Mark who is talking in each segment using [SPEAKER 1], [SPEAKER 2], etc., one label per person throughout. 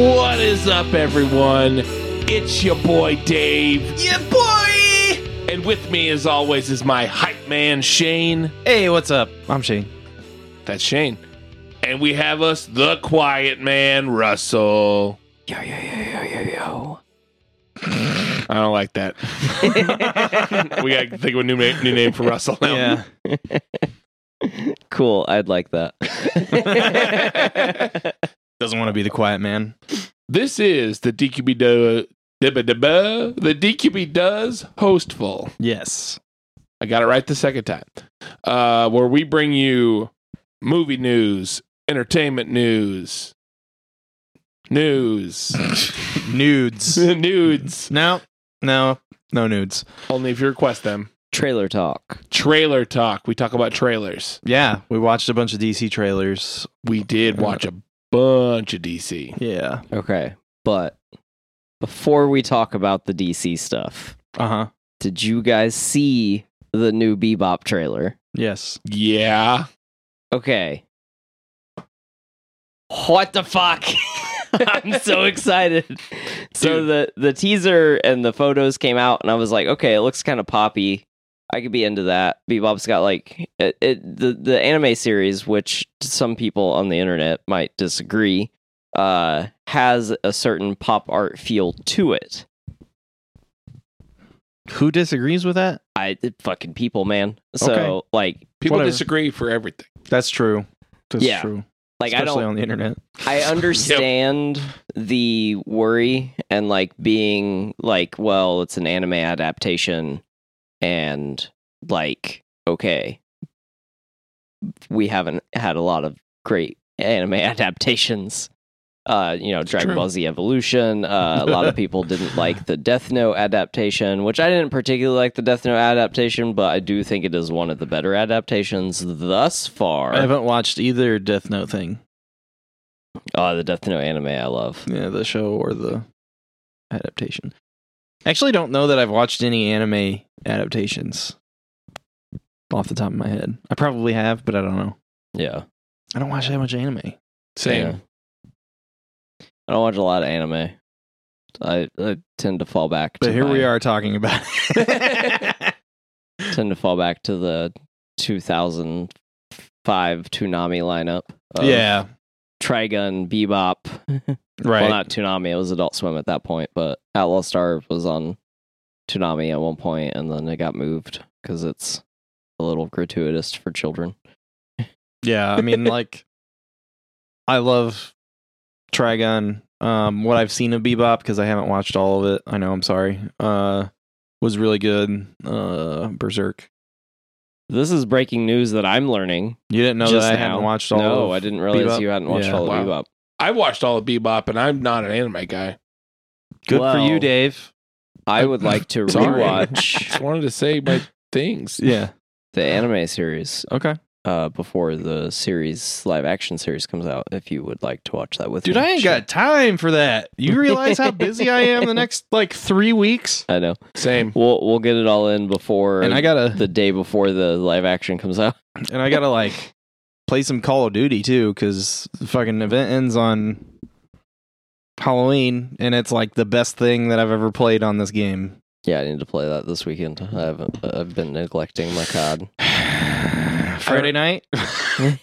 [SPEAKER 1] What's up, everyone? It's your boy Dave,
[SPEAKER 2] Yeah, boy!
[SPEAKER 1] and with me, as always, is my hype man Shane.
[SPEAKER 2] Hey, what's up? I'm Shane.
[SPEAKER 1] That's Shane, and we have us the quiet man Russell.
[SPEAKER 2] Yo, yo, yo, yo, yo, yo.
[SPEAKER 1] I don't like that. we got to think of a new name, new name for Russell now.
[SPEAKER 2] Yeah.
[SPEAKER 3] Cool. I'd like that.
[SPEAKER 2] Doesn't want to be the quiet man.
[SPEAKER 1] This is the DQB do, dibba-dibba, the DQB does hostful.
[SPEAKER 2] Yes.
[SPEAKER 1] I got it right the second time. Uh, where we bring you movie news, entertainment news, news,
[SPEAKER 2] Nudes.
[SPEAKER 1] nudes.
[SPEAKER 2] no, no, no nudes.
[SPEAKER 1] Only if you request them.
[SPEAKER 3] Trailer talk.
[SPEAKER 1] Trailer talk. We talk about trailers.
[SPEAKER 2] Yeah, we watched a bunch of DC trailers.
[SPEAKER 1] We did watch a bunch of DC.
[SPEAKER 2] Yeah.
[SPEAKER 3] Okay. But before we talk about the DC stuff,
[SPEAKER 2] Uh huh.
[SPEAKER 3] did you guys see the new Bebop trailer?
[SPEAKER 2] Yes.
[SPEAKER 1] Yeah.
[SPEAKER 3] Okay. What the fuck? I'm so excited. So
[SPEAKER 1] Dude.
[SPEAKER 3] the the teaser and the photos came out and I was like, okay, it looks kind of poppy. I could be into that. Bebop's got like it, it, the the anime series which some people on the internet might disagree uh has a certain pop art feel to it.
[SPEAKER 2] Who disagrees with that?
[SPEAKER 3] I fucking people, man. So
[SPEAKER 2] Okay.
[SPEAKER 3] like
[SPEAKER 1] People
[SPEAKER 2] Whatever.
[SPEAKER 1] disagree for everything.
[SPEAKER 2] That's true. That's
[SPEAKER 3] Yeah.
[SPEAKER 2] true.
[SPEAKER 3] like I
[SPEAKER 2] Especially
[SPEAKER 3] don't
[SPEAKER 2] on the internet.
[SPEAKER 3] I understand the worry and like being like, well, it's an anime adaptation and like, okay, we haven't had a lot of great anime adaptations. Uh, you know, Dragon
[SPEAKER 1] true.
[SPEAKER 3] Ball Z Evolution. Uh, a lot of people didn't like the Death Note adaptation, which I didn't particularly like the Death Note adaptation, but I do think it is one of the better adaptations thus far.
[SPEAKER 2] I haven't watched either Death Note thing.
[SPEAKER 3] Oh, the Death Note anime I love.
[SPEAKER 2] Yeah, the show or the adaptation. I actually don't know that I've watched any anime adaptations off the top of my head. I probably have, but I don't know.
[SPEAKER 3] Yeah.
[SPEAKER 2] I don't watch that much anime.
[SPEAKER 1] Same.
[SPEAKER 3] Yeah. I don't watch a lot of anime. I, I tend to fall back.
[SPEAKER 2] But
[SPEAKER 3] to
[SPEAKER 2] here we
[SPEAKER 3] my-
[SPEAKER 2] are talking about it.
[SPEAKER 3] Tend to fall back to the 2005 Toonami lineup. Of
[SPEAKER 2] yeah,
[SPEAKER 3] Trigun, Bebop.
[SPEAKER 2] right.
[SPEAKER 3] Well, not Toonami. It was Adult Swim at that point, but Outlaw Star was on Toonami at one point, and then it got moved because it's a little gratuitous for children.
[SPEAKER 2] yeah, I mean, like, I love Trigun. Um, what I've seen of Bebop because I haven't watched all of it. I know. I'm sorry. Uh, was really good. Uh, Berserk.
[SPEAKER 3] This is breaking news that I'm learning.
[SPEAKER 2] You didn't know
[SPEAKER 3] just
[SPEAKER 2] that I
[SPEAKER 3] now.
[SPEAKER 2] hadn't watched all.
[SPEAKER 3] No,
[SPEAKER 2] of
[SPEAKER 3] I didn't realize
[SPEAKER 2] Bebop?
[SPEAKER 3] you hadn't watched
[SPEAKER 2] Yeah.
[SPEAKER 3] all
[SPEAKER 1] Wow.
[SPEAKER 3] of Bebop.
[SPEAKER 1] I watched all of Bebop and I'm not an anime guy.
[SPEAKER 2] Good for
[SPEAKER 3] Well,
[SPEAKER 2] you, Dave.
[SPEAKER 3] I would like to
[SPEAKER 1] Sorry.
[SPEAKER 3] rewatch
[SPEAKER 1] Just wanted to say my things.
[SPEAKER 2] Yeah.
[SPEAKER 3] the anime series
[SPEAKER 2] Okay.
[SPEAKER 3] uh, before the series live action series comes out. If you would like to watch that with
[SPEAKER 2] Dude,
[SPEAKER 3] me,
[SPEAKER 2] I ain't
[SPEAKER 3] Sure.
[SPEAKER 2] got time for that. You realize how busy I am the next like three weeks,
[SPEAKER 3] I know.
[SPEAKER 1] Same.
[SPEAKER 3] We'll we'll get it all in before
[SPEAKER 2] and I gotta
[SPEAKER 3] the day before the live action comes out.
[SPEAKER 2] And I gotta like play some Call of Duty too, because the fucking event ends on Halloween, and it's like the best thing that I've ever played on this game.
[SPEAKER 3] Yeah, I need to play that this weekend. I haven't. uh, I've been neglecting my COD.
[SPEAKER 2] Friday night,
[SPEAKER 1] I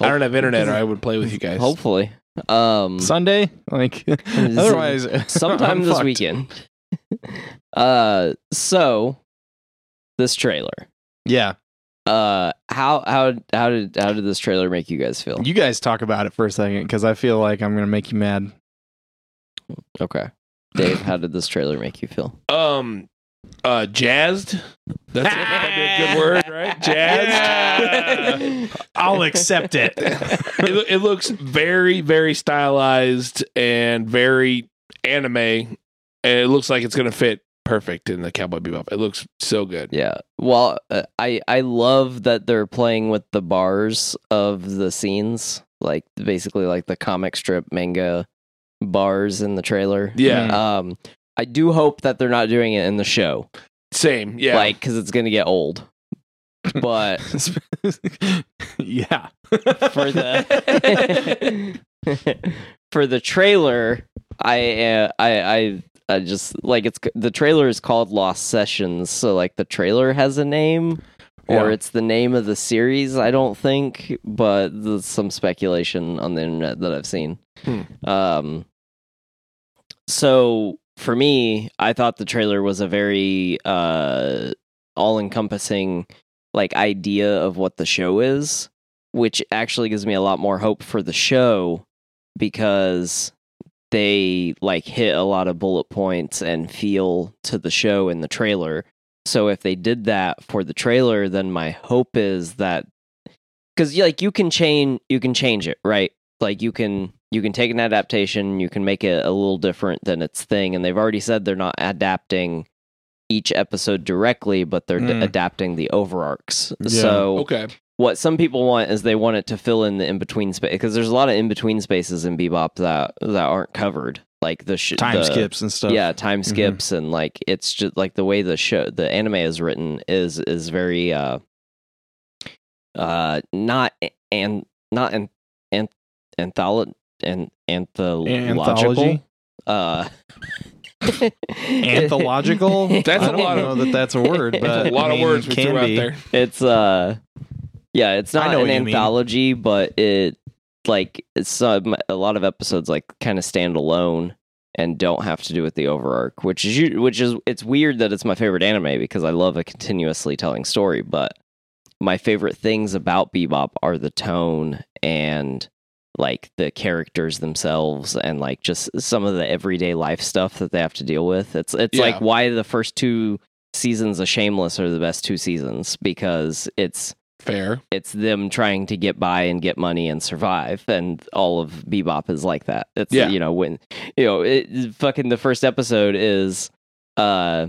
[SPEAKER 1] don't have internet or I would play with you guys.
[SPEAKER 3] Hopefully, um,
[SPEAKER 2] Sunday, like otherwise,
[SPEAKER 3] sometime
[SPEAKER 2] I'm
[SPEAKER 3] this
[SPEAKER 2] fucked.
[SPEAKER 3] weekend. uh, so this trailer.
[SPEAKER 2] Yeah,
[SPEAKER 3] Uh, how how how did how did this trailer make you guys feel?
[SPEAKER 2] you guys talk about it for a second, because I feel like I'm gonna make you mad.
[SPEAKER 3] Okay. Dave, how did this trailer make you feel?
[SPEAKER 1] Um, uh, jazzed. That's a, that'd be a good word, right? Jazzed.
[SPEAKER 2] I'll accept it.
[SPEAKER 1] it, loo- it looks very, very stylized and very anime, and it looks like it's gonna fit perfect in the Cowboy Bebop. It looks so good.
[SPEAKER 3] yeah. Well, uh, I I love that they're playing with the bars of the scenes, like basically like the comic strip manga bars in the trailer.
[SPEAKER 1] Yeah,
[SPEAKER 2] Mm.
[SPEAKER 3] Um, I do hope that they're not doing it in the show,
[SPEAKER 1] same. Yeah,
[SPEAKER 3] like because it's gonna get old. But
[SPEAKER 2] yeah,
[SPEAKER 3] for the for the trailer, I uh, I I I just like it's the trailer is called Lost Sessions, so like the trailer has a name or
[SPEAKER 2] Yeah.
[SPEAKER 3] it's the name of the series. I don't think, but there's some speculation on the internet that I've seen.
[SPEAKER 1] Hmm.
[SPEAKER 3] Um, so for me, I thought the trailer was a very uh all-encompassing like idea of what the show is, which actually gives me a lot more hope for the show because they like hit a lot of bullet points and feel to the show in the trailer. So if they did that for the trailer, then my hope is that because like you can change you can change it right like you can you can take an adaptation you can make it a little different than its thing and they've already said they're not adapting each episode directly but they're d-
[SPEAKER 2] Mm.
[SPEAKER 3] adapting the overarcs
[SPEAKER 2] Yeah.
[SPEAKER 3] so
[SPEAKER 1] Okay.
[SPEAKER 3] what some people want is they want it to fill in the in between space because there's a lot of in between spaces in Bebop that that aren't covered, like the sh-
[SPEAKER 2] time
[SPEAKER 3] the-
[SPEAKER 2] skips and stuff. Mm-hmm.
[SPEAKER 3] Yeah, time skips and like it's just like the way the show the anime is written is is very uh uh not a- and not an an antholo- and anthological
[SPEAKER 2] Anthology?
[SPEAKER 3] uh
[SPEAKER 2] Anthological?
[SPEAKER 1] That's
[SPEAKER 2] I
[SPEAKER 1] a
[SPEAKER 2] don't
[SPEAKER 1] lot
[SPEAKER 2] know
[SPEAKER 1] of-
[SPEAKER 2] that that's a word, but
[SPEAKER 1] That's a lot
[SPEAKER 2] I mean,
[SPEAKER 1] of words we
[SPEAKER 2] can
[SPEAKER 1] threw out
[SPEAKER 2] be.
[SPEAKER 1] there.
[SPEAKER 3] it's uh yeah it's
[SPEAKER 2] I
[SPEAKER 3] not
[SPEAKER 2] know
[SPEAKER 3] an
[SPEAKER 2] what you mean.
[SPEAKER 3] anthology but it like it's some, a lot of episodes like kind of stand alone and don't have to do with the overarch which is u- which is it's weird that it's my favorite anime because i love a continuously telling story but my favorite things about bebop are the tone and like the characters themselves and like just some of the everyday life stuff that they have to deal with it's it's
[SPEAKER 1] Yeah.
[SPEAKER 3] like why the first two seasons of shameless are the best two seasons because it's
[SPEAKER 1] Fair.
[SPEAKER 3] it's them trying to get by and get money and survive and all of bebop is like that it's
[SPEAKER 1] Yeah.
[SPEAKER 3] you know when you know it, fucking the first episode is uh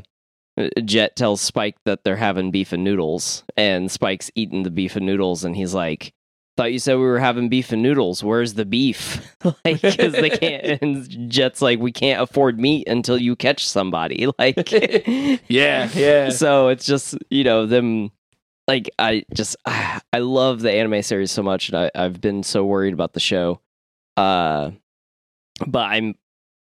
[SPEAKER 3] jet tells spike that they're having beef and noodles and spike's eating the beef and noodles and he's like thought you said we were having beef and noodles where's the beef like because they can't and jet's like we can't afford meat until you catch somebody like
[SPEAKER 1] Yeah. Yeah.
[SPEAKER 3] so it's just you know them like i just i love the anime series so much and I, i've been so worried about the show uh but i'm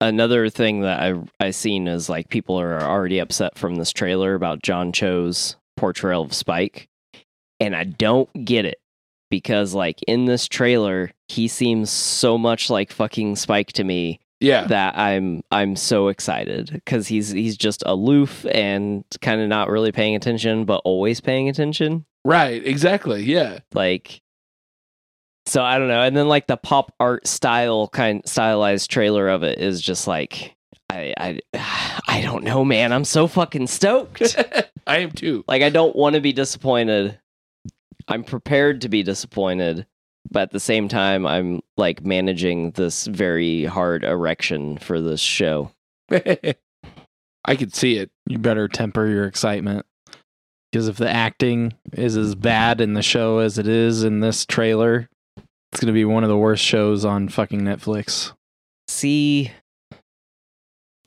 [SPEAKER 3] another thing that i i seen is like people are already upset from this trailer about john cho's portrayal of spike and i don't get it because like in this trailer he seems so much like fucking spike to me
[SPEAKER 1] Yeah.
[SPEAKER 3] that I'm I'm so excited because he's he's just aloof and kind of not really paying attention, but always paying attention.
[SPEAKER 1] Right. Exactly. Yeah.
[SPEAKER 3] Like, so I don't know. And then like the pop art style kind stylized trailer of it is just like I I I don't know, man. I'm so fucking stoked.
[SPEAKER 1] I am too.
[SPEAKER 3] Like I don't want to be disappointed. I'm prepared to be disappointed, but at the same time, I'm like managing this very hard erection for this show.
[SPEAKER 1] I could see it.
[SPEAKER 2] You better temper your excitement. Because if the acting is as bad in the show as it is in this trailer, it's going to be one of the worst shows on fucking Netflix.
[SPEAKER 3] See,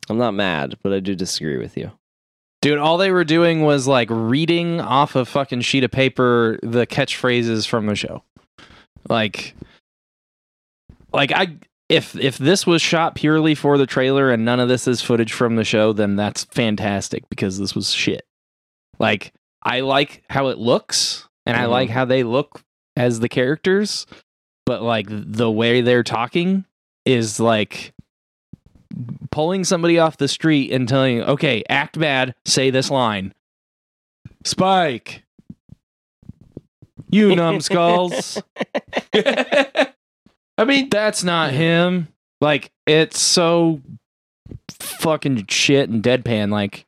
[SPEAKER 3] I'm not mad, but I do disagree with you.
[SPEAKER 2] Dude, all they were doing was like reading off a fucking sheet of paper the catchphrases from the show. Like like I if if this was shot purely for the trailer and none of this is footage from the show, then that's fantastic because this was shit. Like I like how it looks and I
[SPEAKER 3] Mhm.
[SPEAKER 2] like how they look as the characters, but like the way they're talking is like pulling somebody off the street and telling you, okay, act bad, say this line. Spike. You numbskulls.
[SPEAKER 1] I mean,
[SPEAKER 2] That's not him. Like, it's so fucking shit and deadpan. Like,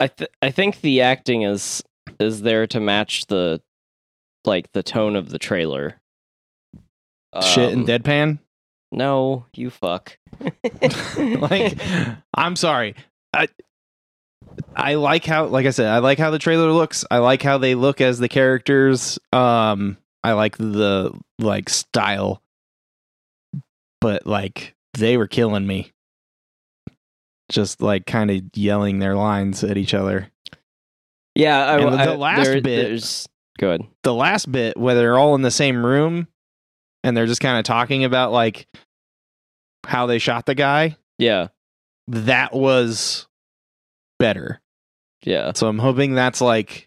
[SPEAKER 3] I th- I think the acting is is there to match the like the tone of the trailer.
[SPEAKER 2] shit
[SPEAKER 3] Um,
[SPEAKER 2] and deadpan.
[SPEAKER 3] No, you fuck.
[SPEAKER 2] like i'm sorry i i like how like i said i like how the trailer looks i like how they look as the characters um i like the like style but like they were killing me just like kind of yelling their lines at each other
[SPEAKER 3] yeah, I,
[SPEAKER 2] And the
[SPEAKER 3] I-
[SPEAKER 2] last
[SPEAKER 3] there-
[SPEAKER 2] bit-
[SPEAKER 3] There's, go ahead.
[SPEAKER 2] the last bit where they're all in the same room and they're just kind of talking about like how they shot the guy
[SPEAKER 3] Yeah.
[SPEAKER 2] that was better.
[SPEAKER 3] Yeah.
[SPEAKER 2] So I'm hoping that's like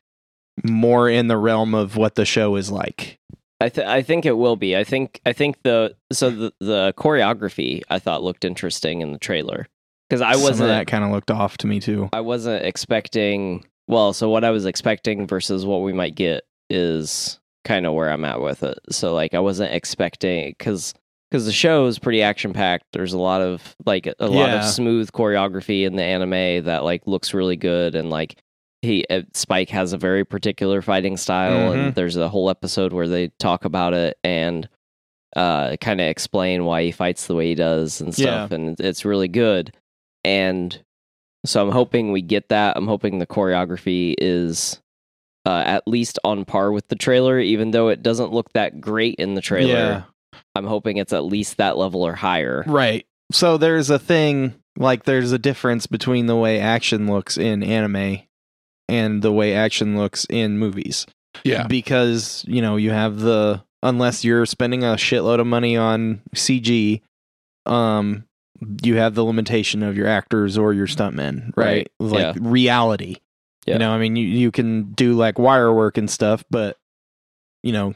[SPEAKER 2] more in the realm of what the show is like.
[SPEAKER 3] I th- I think it will be. I think I think the so the, the choreography I thought looked interesting in the trailer because I
[SPEAKER 2] Some of
[SPEAKER 3] wasn't
[SPEAKER 2] that kind of looked off to me too.
[SPEAKER 3] I wasn't expecting. Well, so what I was expecting versus what we might get is kind of where I'm at with it. So like I wasn't expecting because because the show is pretty action packed. There's a lot of like a lot
[SPEAKER 2] Yeah.
[SPEAKER 3] of smooth choreography in the anime that like looks really good and like he uh, Spike has a very particular fighting style and there's a whole episode where they talk about it and uh kind of explain why he fights the way he does and stuff and it's really good and so I'm hoping we get that. I'm hoping the choreography is uh, at least on par with the trailer, even though it doesn't look that great in the trailer. I'm hoping it's at least that level or higher.
[SPEAKER 2] Right. So there's a thing like there's a difference between the way action looks in anime and the way action looks in movies.
[SPEAKER 1] Yeah.
[SPEAKER 2] Because, you know, you have the unless you're spending a shitload of money on CG, um you have the limitation of your actors or your stuntmen, right? Like reality.
[SPEAKER 3] Yeah.
[SPEAKER 2] You know, I mean you, you can do like wire work and stuff, but you know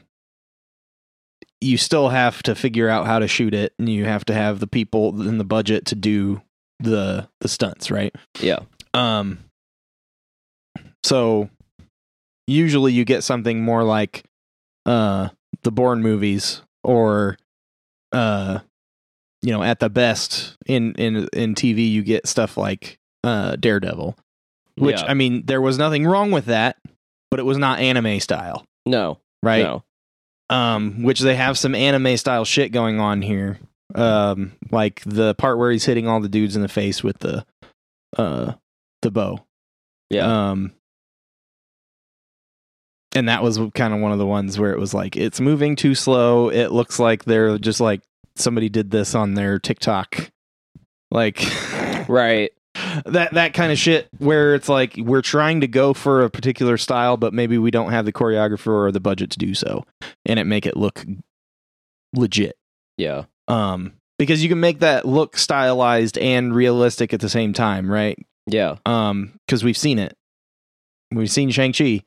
[SPEAKER 2] you still have to figure out how to shoot it and you have to have the people and the budget to do the the stunts, right?
[SPEAKER 3] Yeah.
[SPEAKER 2] Um so usually you get something more like uh the Bourne movies or uh you know at the best in in in TV you get stuff like uh Daredevil which
[SPEAKER 3] Yeah.
[SPEAKER 2] I mean there was nothing wrong with that but it was not anime style
[SPEAKER 3] no,
[SPEAKER 2] right
[SPEAKER 3] no.
[SPEAKER 2] um which they have some anime style shit going on here um like the part where he's hitting all the dudes in the face with the uh the bow
[SPEAKER 3] Yeah.
[SPEAKER 2] um and that was kind of one of the ones where it was like it's moving too slow it looks like they're just like somebody did this on their tiktok like
[SPEAKER 3] Right.
[SPEAKER 2] that that kind of shit where it's like we're trying to go for a particular style but maybe we don't have the choreographer or the budget to do so and it make it look legit
[SPEAKER 3] Yeah.
[SPEAKER 2] um because you can make that look stylized and realistic at the same time right
[SPEAKER 3] Yeah.
[SPEAKER 2] um because we've seen it we've seen Shang-Chi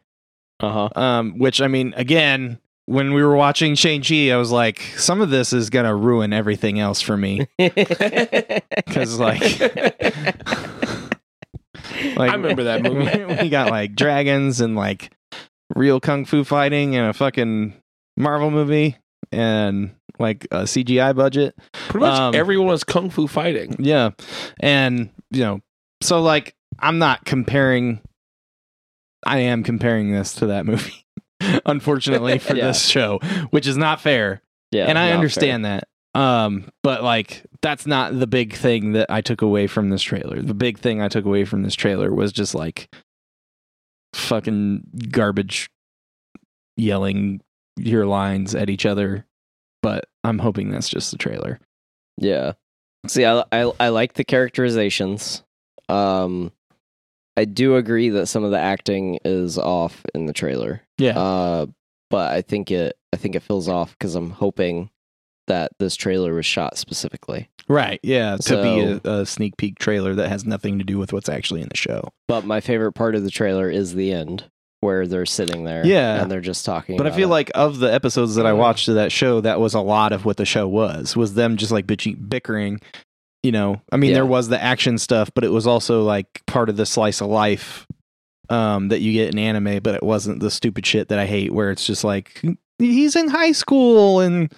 [SPEAKER 3] Uh huh.
[SPEAKER 2] um which I mean again when we were watching Shang-Chi I was like some of this is gonna ruin everything else for me
[SPEAKER 3] Because
[SPEAKER 2] 'Cause, like- like
[SPEAKER 1] I remember that movie.
[SPEAKER 2] we got like dragons and like real kung fu fighting and a fucking Marvel movie and like a CGI budget.
[SPEAKER 1] Pretty much
[SPEAKER 2] Um,
[SPEAKER 1] everyone was kung fu fighting.
[SPEAKER 2] Yeah. And, you know, so like I'm not comparing I am comparing this to that movie. Unfortunately for
[SPEAKER 3] Yeah.
[SPEAKER 2] this show, which is not fair
[SPEAKER 3] yeah.
[SPEAKER 2] and I
[SPEAKER 3] not
[SPEAKER 2] understand that. Um, but like that's not the big thing that I took away from this trailer. The big thing I took away from this trailer was just like fucking garbage yelling your lines at each other. But I'm hoping that's just the trailer.
[SPEAKER 3] Yeah. See, I, I I like the characterizations. Um, I do agree that some of the acting is off in the trailer.
[SPEAKER 2] Yeah.
[SPEAKER 3] Uh, but I think it I think it feels off because I'm hoping that this trailer was shot specifically.
[SPEAKER 2] right. Yeah. To
[SPEAKER 3] So-
[SPEAKER 2] be a, a sneak peek trailer that has nothing to do with what's actually in the show.
[SPEAKER 3] But my favorite part of the trailer is the end where they're sitting there.
[SPEAKER 2] Yeah.
[SPEAKER 3] And they're just talking.
[SPEAKER 2] But I
[SPEAKER 3] about
[SPEAKER 2] feel
[SPEAKER 3] it.
[SPEAKER 2] like of the episodes that I watched of that show, that was a lot of what the show was. Was them just like bitching, bickering. You know, I mean,
[SPEAKER 3] Yeah.
[SPEAKER 2] there was the action stuff, but it was also like part of the slice of life um, that you get in anime. But it wasn't the stupid shit that I hate, where it's just like he's in high school and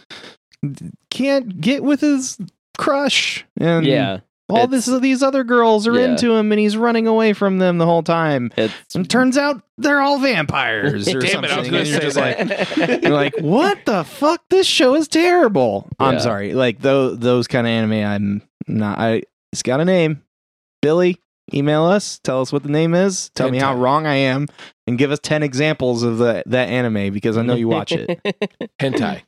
[SPEAKER 2] can't get with his crush, and
[SPEAKER 3] yeah,
[SPEAKER 2] all
[SPEAKER 3] it's-
[SPEAKER 2] this these other girls are
[SPEAKER 3] Yeah.
[SPEAKER 2] into him, and he's running away from them the whole time.
[SPEAKER 3] it's
[SPEAKER 2] And turns out they're all vampires
[SPEAKER 1] Mm-hmm.
[SPEAKER 2] or
[SPEAKER 1] Damn
[SPEAKER 2] something.
[SPEAKER 1] it, I was gonna
[SPEAKER 2] and you're
[SPEAKER 1] say
[SPEAKER 2] just
[SPEAKER 1] that.
[SPEAKER 2] like, you're like, what the fuck? This show is terrible. I'm
[SPEAKER 3] Yeah.
[SPEAKER 2] sorry. Like those those kind of anime, I'm not. I it's got a name. Billy, email us. Tell us what the name is. Tell me how
[SPEAKER 1] Hentai.
[SPEAKER 2] wrong I am, and give us ten examples of the, that anime because I know you watch it.
[SPEAKER 1] Hentai.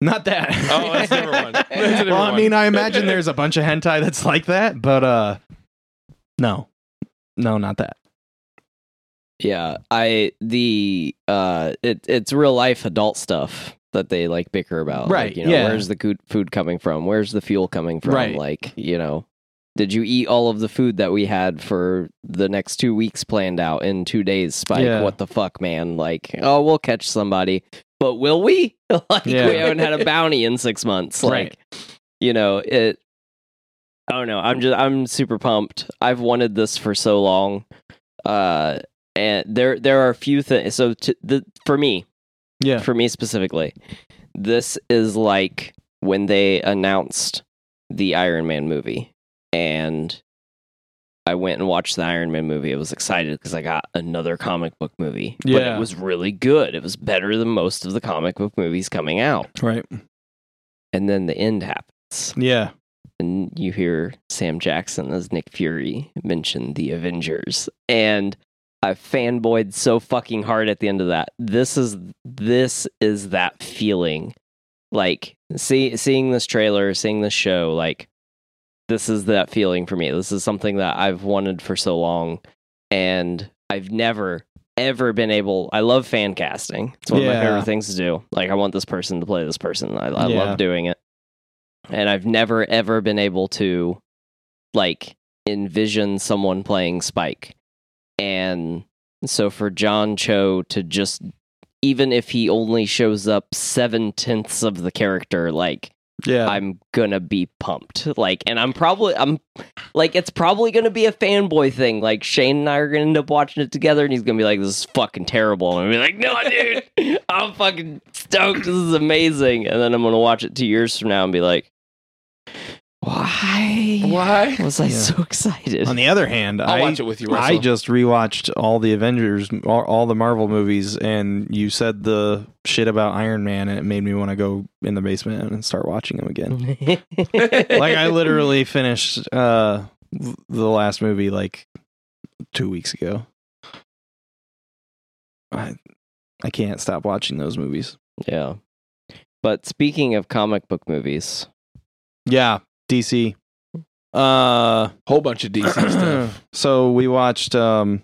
[SPEAKER 2] not that.
[SPEAKER 1] Oh, that's a different one. That's a different
[SPEAKER 2] well, I
[SPEAKER 1] one.
[SPEAKER 2] mean, I imagine there's a bunch of hentai that's like that, but uh, no, no, not that.
[SPEAKER 3] Yeah, I the uh it it's real life adult stuff that they like bicker about. Like,
[SPEAKER 2] Right,
[SPEAKER 3] you know,
[SPEAKER 2] yeah.
[SPEAKER 3] where's the good food coming from? Where's the fuel coming from?
[SPEAKER 2] Right.
[SPEAKER 3] Like, you know, Did you eat all of the food that we had for the next two weeks planned out in two days, Spike?
[SPEAKER 2] Yeah.
[SPEAKER 3] What the fuck, man? Like, oh, we'll catch somebody, but will we? like,
[SPEAKER 2] Yeah.
[SPEAKER 3] we haven't had a bounty in six months. Like, you know, it. I don't know. I'm just I'm super pumped. I've wanted this for so long, uh, and there there are a few things. So to, the for me,
[SPEAKER 2] Yeah.
[SPEAKER 3] for me specifically, this is like when they announced the Iron Man movie, and I went and watched the Iron Man movie. I was excited because I got another comic book movie, but
[SPEAKER 2] Yeah.
[SPEAKER 3] it was really good. It was better than most of the comic book movies coming out.
[SPEAKER 2] Right.
[SPEAKER 3] And then the end happens,
[SPEAKER 2] Yeah.
[SPEAKER 3] and you hear Sam Jackson as Nick Fury mention the Avengers, and I fanboyed so fucking hard at the end of that. This is this is that feeling, like see, seeing this trailer, seeing this show, like this is that feeling for me. This is something that I've wanted for so long, and I've never ever been able. I love fan casting. It's one of
[SPEAKER 2] Yeah.
[SPEAKER 3] my favorite things to do. Like I want this person to play this person. I, I
[SPEAKER 2] Yeah.
[SPEAKER 3] love doing it, and I've never ever been able to like envision someone playing Spike. And so for John Cho to just, even if he only shows up seven tenths of the character, like,
[SPEAKER 2] Yeah.
[SPEAKER 3] I'm gonna be pumped. Like, and I'm probably, I'm like, it's probably gonna be a fanboy thing. Like, Shane and I are gonna end up watching it together, and he's gonna be like, this is fucking terrible. And I'm gonna be like, no, dude, I'm fucking stoked. This is amazing. And then I'm gonna watch it two years from now and be like, why?
[SPEAKER 1] Why?
[SPEAKER 3] Was I
[SPEAKER 2] Yeah.
[SPEAKER 3] so excited?
[SPEAKER 2] On the other hand,
[SPEAKER 1] I'll
[SPEAKER 2] I
[SPEAKER 1] watch it with you, Russell.
[SPEAKER 2] I just rewatched all the Avengers, all, all the Marvel movies, and you said the shit about Iron Man, and it made me want to go in the basement and start watching them again. like I literally finished uh the last movie like two weeks ago. I I can't stop watching those movies.
[SPEAKER 3] yeah. But speaking of comic book movies,
[SPEAKER 2] Yeah, DC. Uh
[SPEAKER 1] Whole bunch of DC stuff.
[SPEAKER 2] so we watched um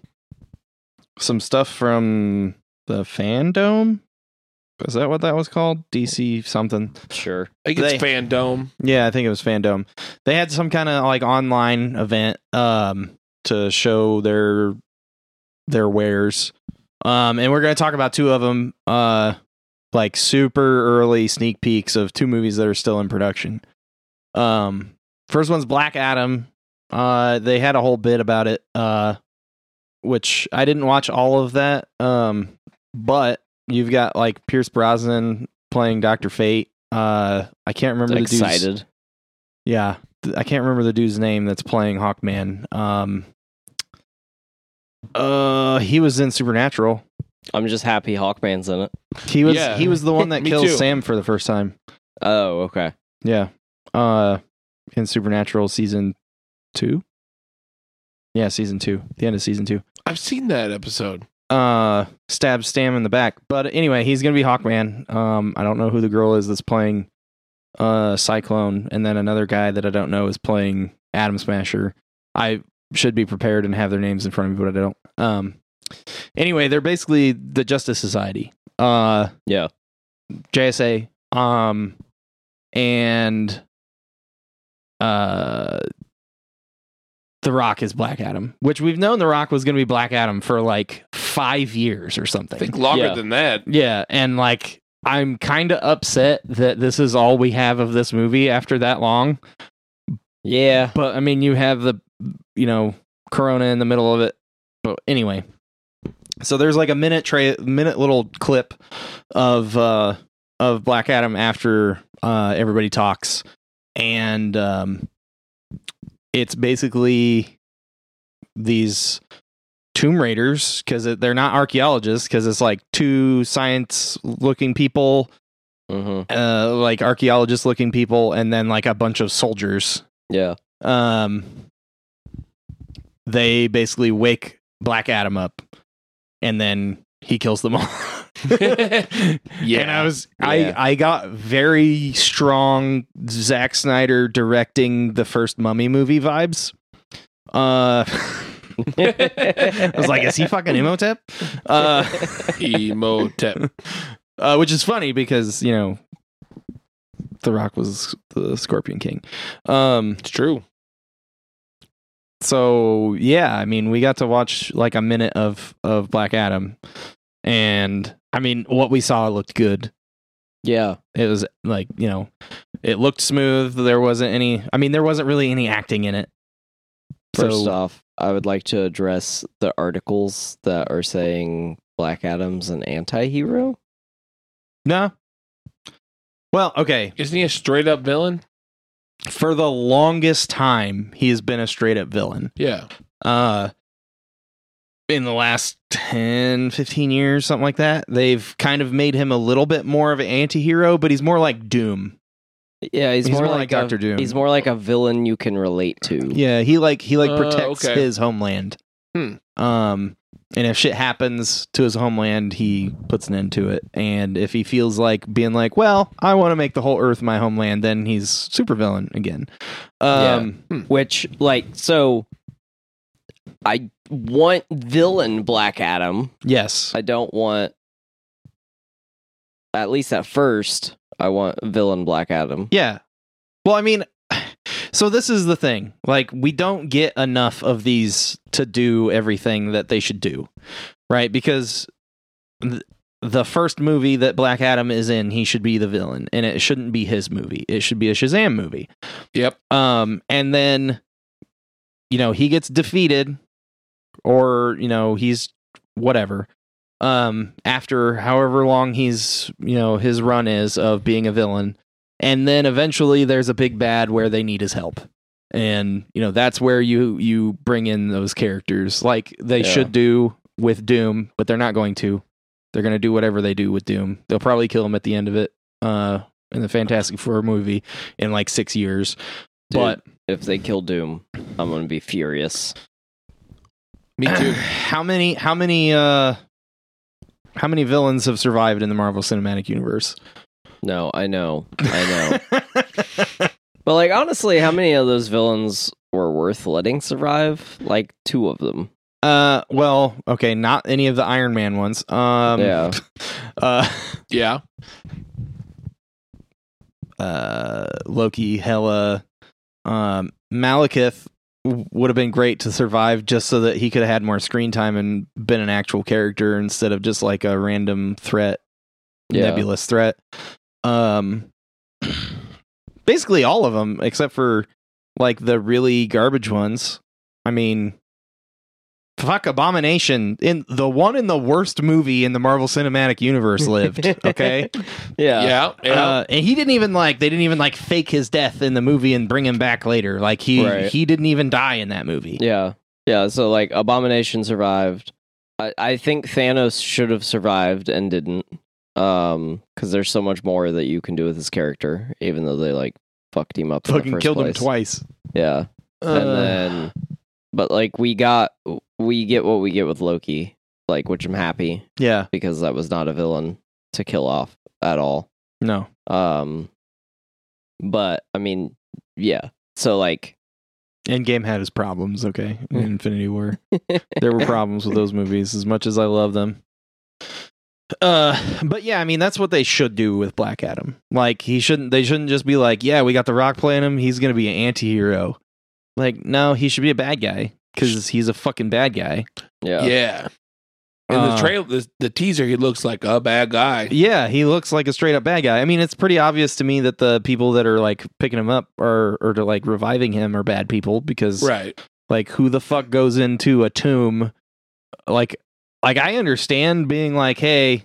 [SPEAKER 2] some stuff from the fandom. Is that what that was called? DC something.
[SPEAKER 3] sure.
[SPEAKER 1] I think it's
[SPEAKER 2] They-
[SPEAKER 1] fandom.
[SPEAKER 2] Yeah, I think it was Fandom. They had some kind of like online event um to show their their wares. Um and we're going to talk about two of them uh like super early sneak peeks of two movies that are still in production. Um first one's Black Adam. Uh they had a whole bit about it uh which I didn't watch all of that um but you've got like Pierce Brosnan playing Dr. Fate. Uh I can't remember the dude's
[SPEAKER 3] Excited.
[SPEAKER 2] yeah, Th- I can't remember the dude's name that's playing Hawkman. Um, uh, he was in Supernatural.
[SPEAKER 3] I'm just happy Hawkman's in it.
[SPEAKER 2] He was
[SPEAKER 1] Yeah.
[SPEAKER 2] he was the one that
[SPEAKER 1] Me
[SPEAKER 2] kills
[SPEAKER 1] too.
[SPEAKER 2] Sam for the first time.
[SPEAKER 3] Oh, okay.
[SPEAKER 2] Yeah, uh, in Supernatural season two. Yeah, season two, the end of season two.
[SPEAKER 1] I've seen that episode.
[SPEAKER 2] Uh, stabs Sam in the back. But anyway, he's gonna be Hawkman. Um, I don't know who the girl is that's playing uh Cyclone, and then another guy that I don't know is playing Atom Smasher. I should be prepared and have their names in front of me, but I don't. Um, anyway, they're basically the Justice Society. Uh,
[SPEAKER 3] Yeah.
[SPEAKER 2] JSA. Um, and uh, The Rock is Black Adam, which we've known The Rock was going to be Black Adam for like five years or
[SPEAKER 1] I
[SPEAKER 2] something.
[SPEAKER 1] think longer
[SPEAKER 3] Yeah.
[SPEAKER 1] than that.
[SPEAKER 2] Yeah, and like I'm kind of upset that this is all we have of this movie after that long.
[SPEAKER 3] Yeah.
[SPEAKER 2] But I mean, you have the you know Corona in the middle of it. But anyway, so there's like a minute tra- minute little clip of uh of Black Adam after uh everybody talks, and um it's basically these tomb raiders because they're not archaeologists because it's like two science looking people
[SPEAKER 3] hmm
[SPEAKER 2] uh like archaeologist looking people and then like a bunch of soldiers
[SPEAKER 3] Yeah.
[SPEAKER 2] um they basically wake black adam up and then he kills them all
[SPEAKER 1] Yeah.
[SPEAKER 2] and i was
[SPEAKER 3] Yeah.
[SPEAKER 2] i i got very strong Zack snyder directing the first mummy movie vibes uh i was like is he fucking imhotep uh
[SPEAKER 1] Emotep.
[SPEAKER 2] uh, which is funny because you know the rock was the scorpion king um
[SPEAKER 1] It's true.
[SPEAKER 2] so yeah, I mean, we got to watch like a minute of of Black Adam, and I mean, what we saw looked good.
[SPEAKER 3] Yeah.
[SPEAKER 2] It was like you know, it looked smooth. There wasn't any. I mean, there wasn't really any acting in it.
[SPEAKER 3] First
[SPEAKER 2] So-
[SPEAKER 3] off, I would like to address the articles that are saying Black Adam's an anti-hero.
[SPEAKER 2] No. Well, okay.
[SPEAKER 1] Isn't he a straight up villain?
[SPEAKER 2] For the longest time, he has been a straight up villain.
[SPEAKER 1] Yeah.
[SPEAKER 2] uh in the last 10 15 years something like that they've kind of made him a little bit more of an anti-hero but he's more like doom
[SPEAKER 3] Yeah, he's,
[SPEAKER 2] He's
[SPEAKER 3] more,
[SPEAKER 2] more like
[SPEAKER 3] like, a-
[SPEAKER 2] Dr. Doom.
[SPEAKER 3] He's more like a villain you can relate to.
[SPEAKER 2] yeah he like he like
[SPEAKER 1] Uh,
[SPEAKER 2] protects
[SPEAKER 1] okay.
[SPEAKER 2] his homeland
[SPEAKER 1] Hmm.
[SPEAKER 2] um and if shit happens to his homeland he puts an end to it and if he feels like being like well i want to make the whole earth my homeland then he's supervillain again
[SPEAKER 3] Yeah.
[SPEAKER 2] um
[SPEAKER 3] Which, like, so I want villain Black Adam.
[SPEAKER 2] yes
[SPEAKER 3] I don't want, at least at first, I want villain Black Adam.
[SPEAKER 2] Yeah. Well, I mean, so this is the thing. Like, we don't get enough of these to do everything that they should do, right? Because th- the first movie that Black Adam is in, he should be the villain, and it shouldn't be his movie. It should be a Shazam movie.
[SPEAKER 1] Yep.
[SPEAKER 2] Um, and then, you know, he gets defeated, or you know, he's whatever. Um, after however long he's you know his run is of being a villain, and then eventually there's a big bad where they need his help, and you know that's where you you bring in those characters like they
[SPEAKER 3] Yeah.
[SPEAKER 2] should do with Doom, but they're not going to. They're gonna do whatever they do with Doom. They'll probably kill him at the end of it. Uh, in the Fantastic Four movie in like six years.
[SPEAKER 3] Dude,
[SPEAKER 2] but
[SPEAKER 3] if they kill Doom, I'm gonna be furious.
[SPEAKER 1] Me too.
[SPEAKER 2] how many how many uh how many villains have survived in the Marvel Cinematic Universe?
[SPEAKER 3] No, I know, I know. but like, honestly, how many of those villains were worth letting survive? Like two of them.
[SPEAKER 2] uh well, okay, not any of the Iron Man ones. Um
[SPEAKER 3] yeah,
[SPEAKER 2] uh
[SPEAKER 1] yeah.
[SPEAKER 2] uh Loki, Hela, um Malekith w- would have been great to survive just so that he could have had more screen time and been an actual character instead of just like a random threat
[SPEAKER 3] yeah.
[SPEAKER 2] nebulous threat. Um, basically all of them except for like the really garbage ones. I mean, fuck abomination in the one in the worst movie in the Marvel Cinematic Universe lived. Okay,
[SPEAKER 3] yeah,
[SPEAKER 1] yeah. Yeah.
[SPEAKER 2] uh, and he didn't even like they didn't even like fake his death in the movie and bring him back later. Like he
[SPEAKER 3] Right.
[SPEAKER 2] he didn't even die in that movie.
[SPEAKER 3] Yeah. Yeah. So like Abomination survived. I, I think Thanos should have survived and didn't. Um, because there's so much more that you can do with his character, even though they like fucked him up. in the
[SPEAKER 2] Fucking
[SPEAKER 3] first
[SPEAKER 2] killed him
[SPEAKER 3] place.
[SPEAKER 2] twice.
[SPEAKER 3] Yeah. and
[SPEAKER 2] uh,
[SPEAKER 3] then but like we got we get what we get with Loki, like which I'm happy
[SPEAKER 2] yeah,
[SPEAKER 3] because that was not a villain to kill off at all.
[SPEAKER 2] no,
[SPEAKER 3] Um but I mean, yeah. So like
[SPEAKER 2] Endgame had his problems, okay? in Infinity War. there were problems with those movies as much as I love them. Uh but yeah, I mean that's what they should do with Black Adam. Like he shouldn't they shouldn't just be like, yeah, we got the rock playing him, he's going to be an anti-hero. Like no, he should be a bad guy cuz he's a fucking bad guy.
[SPEAKER 1] yeah.
[SPEAKER 3] yeah.
[SPEAKER 1] In
[SPEAKER 2] Uh,
[SPEAKER 1] the trail, the, the teaser, he looks like a bad guy.
[SPEAKER 2] Yeah, he looks like a straight up bad guy. I mean, it's pretty obvious to me that the people that are like picking him up or or to like reviving him are bad people because
[SPEAKER 1] Right.
[SPEAKER 2] like who the fuck goes into a tomb like like i understand being like hey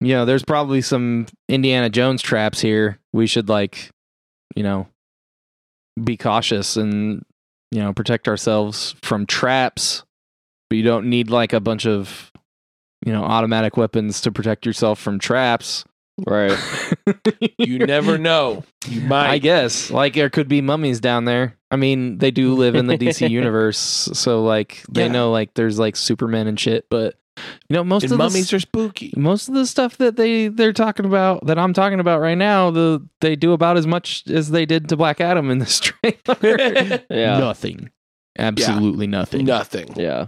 [SPEAKER 2] you know there's probably some indiana jones traps here we should like you know be cautious and you know protect ourselves from traps but you don't need like a bunch of you know automatic weapons to protect yourself from traps
[SPEAKER 3] Right.
[SPEAKER 1] You never know. You might.
[SPEAKER 2] I guess like there could be mummies down there. I mean, they do live in the DC universe, so like they
[SPEAKER 1] Yeah.
[SPEAKER 2] know like there's like Superman and shit. But you know, most
[SPEAKER 1] and
[SPEAKER 2] of
[SPEAKER 1] mummies
[SPEAKER 2] the,
[SPEAKER 1] are spooky.
[SPEAKER 2] most of the stuff that they they're talking about that I'm talking about right now, the they do about as much as they did to Black Adam in this trailer.
[SPEAKER 3] Yeah.
[SPEAKER 2] Nothing, absolutely nothing.
[SPEAKER 1] Nothing.
[SPEAKER 3] Yeah.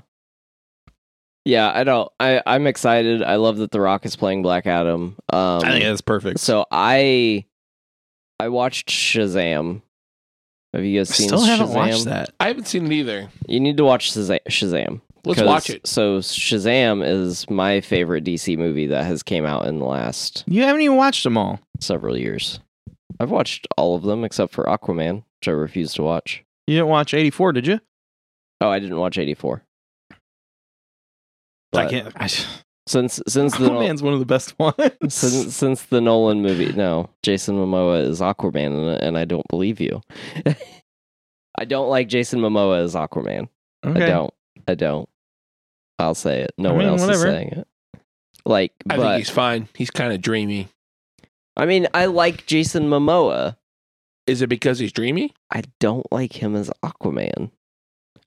[SPEAKER 3] Yeah, I don't I I'm excited. I love that The Rock is playing Black Adam. Um
[SPEAKER 2] I think that's perfect.
[SPEAKER 3] so I I watched Shazam Have you guys
[SPEAKER 2] I
[SPEAKER 3] seen
[SPEAKER 2] still haven't
[SPEAKER 3] Shazam?
[SPEAKER 2] watched that.
[SPEAKER 1] I haven't seen it either.
[SPEAKER 3] You need to watch Shaza- Shazam.
[SPEAKER 1] Let's
[SPEAKER 3] 'Cause-
[SPEAKER 1] watch it.
[SPEAKER 3] So Shazam is my favorite DC movie that has came out in the last
[SPEAKER 2] You haven't even watched them all.
[SPEAKER 3] several years. I've watched all of them except for Aquaman, which I refuse to watch.
[SPEAKER 2] You didn't watch 84, did you?
[SPEAKER 3] Oh, I didn't watch 84.
[SPEAKER 2] I
[SPEAKER 3] But
[SPEAKER 2] can't. I,
[SPEAKER 3] Since since the Nol-
[SPEAKER 2] Aquaman's one of the best ones.
[SPEAKER 3] since, since the Nolan movie, no, Jason Momoa is Aquaman in it, and I don't believe you. I don't like Jason Momoa as Aquaman. I don't. I don't. I'll say it. No
[SPEAKER 2] I
[SPEAKER 3] one
[SPEAKER 2] mean,
[SPEAKER 3] else
[SPEAKER 2] whatever.
[SPEAKER 3] is saying it. Like,
[SPEAKER 1] I
[SPEAKER 3] but
[SPEAKER 1] think he's fine. He's kind of dreamy.
[SPEAKER 3] I mean, I like Jason Momoa.
[SPEAKER 1] Is it because he's dreamy?
[SPEAKER 3] I don't like him as Aquaman.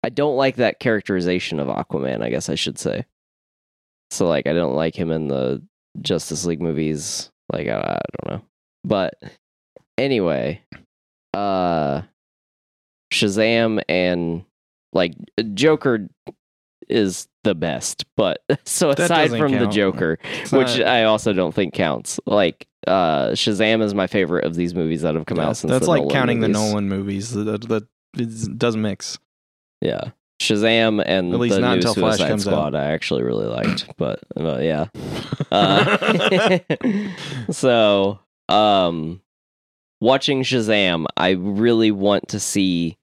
[SPEAKER 3] I don't like that characterization of Aquaman, I guess I should say. So like I don't like him in the Justice League movies. Like I, I don't know. But anyway, uh Shazam and like Joker is the best, but so
[SPEAKER 2] That
[SPEAKER 3] aside
[SPEAKER 2] doesn't
[SPEAKER 3] from the
[SPEAKER 2] count.
[SPEAKER 3] Joker,
[SPEAKER 2] It's
[SPEAKER 3] which
[SPEAKER 2] not-
[SPEAKER 3] I also don't think counts. Like uh Shazam is my favorite of these movies that have come
[SPEAKER 2] Yeah,
[SPEAKER 3] out since
[SPEAKER 2] that's
[SPEAKER 3] the
[SPEAKER 2] like
[SPEAKER 3] Nolan
[SPEAKER 2] counting
[SPEAKER 3] movies.
[SPEAKER 2] the Nolan movies. That, that, that is- doesn't mix.
[SPEAKER 3] Yeah. Shazam and
[SPEAKER 2] At least
[SPEAKER 3] the
[SPEAKER 2] not
[SPEAKER 3] new
[SPEAKER 2] until Flash
[SPEAKER 3] Suicide
[SPEAKER 2] comes out.
[SPEAKER 3] Squad I actually really liked, but but yeah. Uh, so, um watching Shazam, I really want to see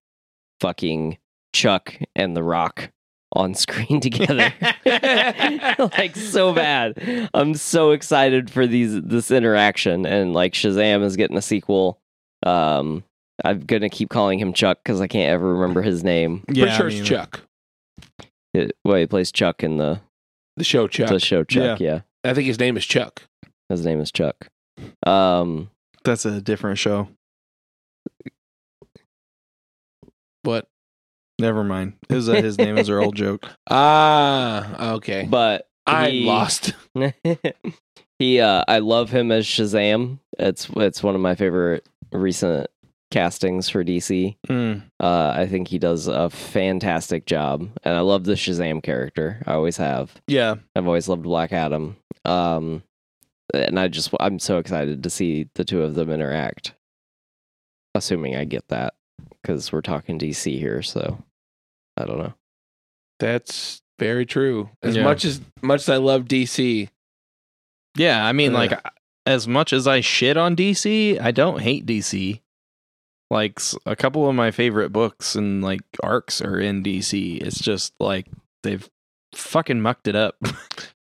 [SPEAKER 3] fucking Chuck and The Rock on screen together. like so bad. I'm so excited for these this interaction and like Shazam is getting a sequel. Um I'm gonna keep calling him Chuck because I can't ever remember his name.
[SPEAKER 1] Pretty
[SPEAKER 2] yeah,
[SPEAKER 1] sure
[SPEAKER 2] I
[SPEAKER 1] it's
[SPEAKER 2] mean,
[SPEAKER 1] Chuck.
[SPEAKER 3] It, well, he plays Chuck in the,
[SPEAKER 1] The show Chuck.
[SPEAKER 3] the show Chuck. Yeah.
[SPEAKER 1] I think his name is Chuck.
[SPEAKER 3] his name is Chuck. Um,
[SPEAKER 2] That's a different show.
[SPEAKER 1] But
[SPEAKER 2] Never mind. It was that his name is Earl joke.
[SPEAKER 1] ah, okay.
[SPEAKER 3] but
[SPEAKER 1] I'm
[SPEAKER 3] he-
[SPEAKER 1] lost.
[SPEAKER 3] he, uh, I love him as Shazam. It's it's one of my favorite recent castings for DC.
[SPEAKER 2] Mm.
[SPEAKER 3] Uh, I think he does a fantastic job, and I love the Shazam character. I always have.
[SPEAKER 2] Yeah,
[SPEAKER 3] I've always loved Black Adam. Um, and I just I'm so excited to see the two of them interact. Assuming I get that because we're talking DC here, so I don't know.
[SPEAKER 1] That's very true. As
[SPEAKER 2] Yeah.
[SPEAKER 1] much as much as I love DC,
[SPEAKER 2] yeah. I mean,
[SPEAKER 1] Yeah.
[SPEAKER 2] like, as much as I shit on DC, I don't hate DC. Like, s- a couple of my favorite books and like arcs are in DC. It's just like they've fucking mucked it up.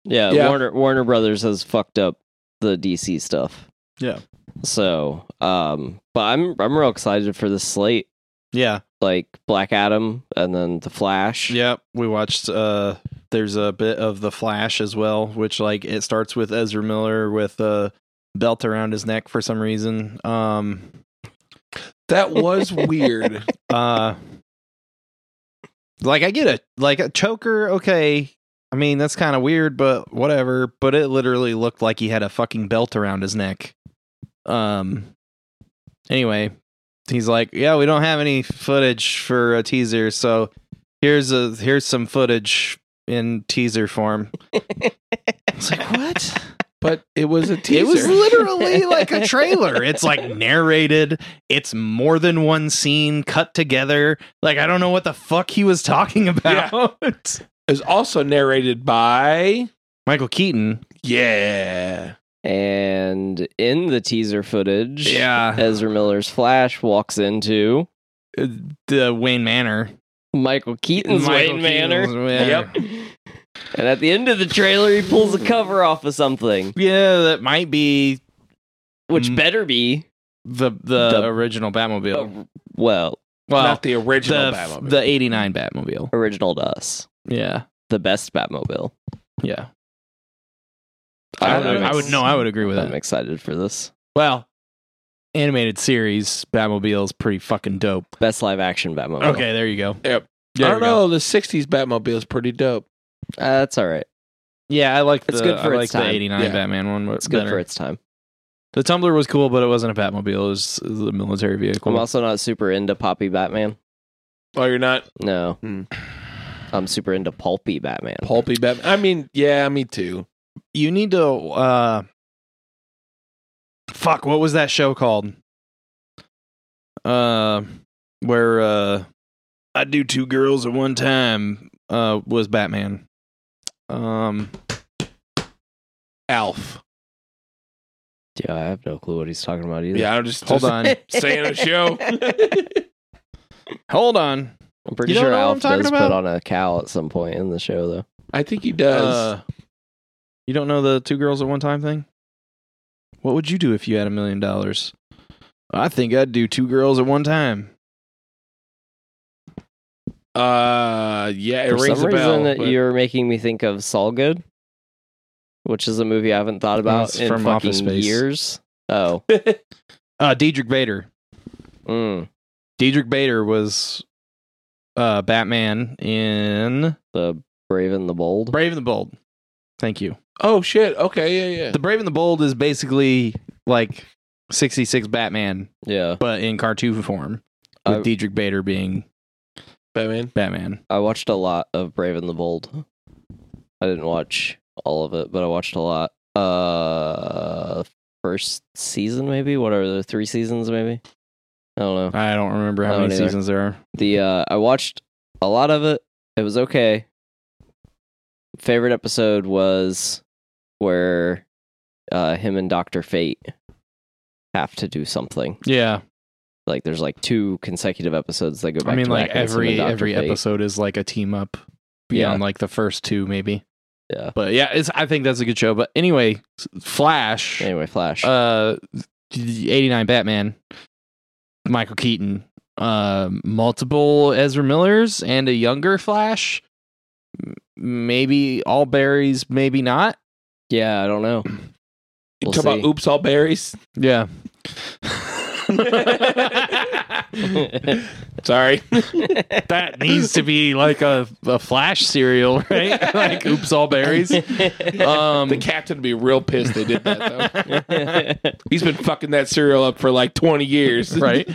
[SPEAKER 3] Yeah,
[SPEAKER 1] Yeah.
[SPEAKER 3] Warner Warner Brothers has fucked up the DC stuff.
[SPEAKER 2] Yeah.
[SPEAKER 3] So, um, but I'm I'm real excited for the slate,
[SPEAKER 2] yeah,
[SPEAKER 3] like Black Adam and then the Flash.
[SPEAKER 2] Yep, we watched. uh There's a bit of the Flash as well, which like it starts with Ezra Miller with a belt around his neck for some reason. Um,
[SPEAKER 1] that was weird.
[SPEAKER 2] uh, like I get it, like a choker. Okay, I mean that's kind of weird, but whatever. But it literally looked like he had a fucking belt around his neck. Um. Anyway, he's like, "Yeah, we don't have any footage for a teaser, so here's a here's some footage in teaser form." it's like what?
[SPEAKER 1] But it was a teaser.
[SPEAKER 2] It was literally like a trailer. It's like narrated. It's more than one scene cut together. Like I don't know what the fuck he was talking about.
[SPEAKER 1] It was also narrated by
[SPEAKER 2] Michael Keaton.
[SPEAKER 1] Yeah.
[SPEAKER 3] And in the teaser footage,
[SPEAKER 2] Yeah.
[SPEAKER 3] Ezra Miller's Flash walks into
[SPEAKER 2] Uh, The Wayne Manor.
[SPEAKER 3] Michael Keaton's
[SPEAKER 2] Michael
[SPEAKER 3] Wayne Manor.
[SPEAKER 2] Keaton's Wayne-
[SPEAKER 1] Yep.
[SPEAKER 3] And at the end of the trailer, he pulls a cover off of something,
[SPEAKER 2] Yeah, that might be
[SPEAKER 3] which
[SPEAKER 2] Mm.
[SPEAKER 3] better be
[SPEAKER 2] the the,
[SPEAKER 3] The-
[SPEAKER 2] original
[SPEAKER 3] uh,
[SPEAKER 2] Batmobile. well,
[SPEAKER 3] well
[SPEAKER 1] Oh, Not the original
[SPEAKER 2] the
[SPEAKER 1] Batman.
[SPEAKER 2] the '89 Batmobile.
[SPEAKER 3] original to us,
[SPEAKER 2] Yeah.
[SPEAKER 3] the best Batmobile.
[SPEAKER 2] Yeah.
[SPEAKER 1] I
[SPEAKER 2] I,
[SPEAKER 1] don't
[SPEAKER 2] would-
[SPEAKER 1] know.
[SPEAKER 2] I would know. I would agree with
[SPEAKER 3] I'm
[SPEAKER 2] that.
[SPEAKER 3] excited for this
[SPEAKER 2] Well, animated series Batmobile is pretty fucking dope.
[SPEAKER 3] best live action Batmobile.
[SPEAKER 2] Okay, there you go.
[SPEAKER 1] Yep.
[SPEAKER 2] There
[SPEAKER 1] I don't
[SPEAKER 2] you go.
[SPEAKER 1] know. The '60s Batmobile is pretty dope.
[SPEAKER 3] Uh, that's all right.
[SPEAKER 2] Yeah, I like the,
[SPEAKER 3] It's good for
[SPEAKER 2] I
[SPEAKER 3] its
[SPEAKER 2] like the
[SPEAKER 3] time.
[SPEAKER 2] '89
[SPEAKER 1] Yeah.
[SPEAKER 2] Batman one.
[SPEAKER 3] It's good for
[SPEAKER 2] it.
[SPEAKER 3] its time.
[SPEAKER 2] The Tumbler was cool, but it wasn't a Batmobile. It was, it was a military vehicle.
[SPEAKER 3] I'm also not super into Poppy Batman.
[SPEAKER 1] Oh, you're not
[SPEAKER 3] No,
[SPEAKER 1] Hmm.
[SPEAKER 3] I'm super into pulpy Batman.
[SPEAKER 1] pulpy Batman. I mean, yeah, me too.
[SPEAKER 2] you need to. uh Fuck! What was that show called? Uh, where uh I do two girls at one time uh was Batman. Um
[SPEAKER 1] Alf.
[SPEAKER 3] Yeah, I have no clue what he's talking about either.
[SPEAKER 1] Yeah, I'm just
[SPEAKER 2] hold
[SPEAKER 1] just
[SPEAKER 2] on.
[SPEAKER 1] saying a show.
[SPEAKER 2] hold on.
[SPEAKER 3] I'm pretty
[SPEAKER 2] You don't
[SPEAKER 3] sure
[SPEAKER 2] know what I'm
[SPEAKER 3] Alf
[SPEAKER 2] talking
[SPEAKER 3] does
[SPEAKER 2] about?
[SPEAKER 3] put on a cow at some point in the show, though.
[SPEAKER 1] I think he does.
[SPEAKER 2] Uh, you don't know the two girls at one time thing? What would you do if you had a million dollars? I think I'd do two girls at one time.
[SPEAKER 1] Uh, yeah, it
[SPEAKER 3] For
[SPEAKER 1] rings
[SPEAKER 3] some
[SPEAKER 1] a
[SPEAKER 3] reason,
[SPEAKER 1] bell.
[SPEAKER 3] that
[SPEAKER 1] but-
[SPEAKER 3] you're making me think of Saul Good, which is a movie I haven't thought about
[SPEAKER 2] it's
[SPEAKER 3] in
[SPEAKER 2] from
[SPEAKER 3] fucking
[SPEAKER 2] Office Space.
[SPEAKER 3] years. Oh,
[SPEAKER 2] Uh Diedrich Bader.
[SPEAKER 3] mm,
[SPEAKER 2] Diedrich Bader was uh Batman in
[SPEAKER 3] the Brave and the Bold.
[SPEAKER 2] Brave and the Bold. Thank you.
[SPEAKER 1] oh shit. Okay, yeah, yeah.
[SPEAKER 2] The Brave and the Bold is basically like 66 Batman,
[SPEAKER 3] Yeah,
[SPEAKER 2] but in cartoon form, with
[SPEAKER 3] I-
[SPEAKER 2] Diedrich Bader being
[SPEAKER 1] Batman.
[SPEAKER 2] Batman.
[SPEAKER 3] I watched a lot of Brave and the Bold. I didn't watch all of it, but I watched a lot. Uh, first season maybe. What are the three seasons maybe? I don't know.
[SPEAKER 2] I don't remember how
[SPEAKER 3] I don't
[SPEAKER 2] many
[SPEAKER 3] either.
[SPEAKER 2] seasons there are.
[SPEAKER 3] The uh I watched a lot of it. It was okay. Favorite episode was where uh him and Dr. Fate have to do something.
[SPEAKER 2] Yeah.
[SPEAKER 3] Like there's like two consecutive episodes that go back
[SPEAKER 2] I mean
[SPEAKER 3] to
[SPEAKER 2] like
[SPEAKER 3] back, and it's him and
[SPEAKER 2] every
[SPEAKER 3] Dr.
[SPEAKER 2] every
[SPEAKER 3] Fate.
[SPEAKER 2] episode is like a team up
[SPEAKER 3] Yeah.
[SPEAKER 2] beyond like the first two maybe.
[SPEAKER 3] Yeah.
[SPEAKER 2] But yeah, it's I think that's a good show, but anyway, s- Flash
[SPEAKER 3] Anyway, Flash.
[SPEAKER 2] uh 89 Batman, Michael Keaton, uh multiple Ezra Millers and a younger Flash. M- Maybe all berries, maybe not.
[SPEAKER 3] yeah, I don't know.
[SPEAKER 1] You
[SPEAKER 3] We'll
[SPEAKER 1] talk about
[SPEAKER 3] see.
[SPEAKER 1] oops all berries.
[SPEAKER 2] Yeah.
[SPEAKER 1] Sorry.
[SPEAKER 2] that needs to be like a, a flash cereal, right? like oops all berries. Um
[SPEAKER 1] the captain would be real pissed they did that though.
[SPEAKER 3] yeah,
[SPEAKER 1] He's been fucking that cereal up for like 20 years.
[SPEAKER 2] right?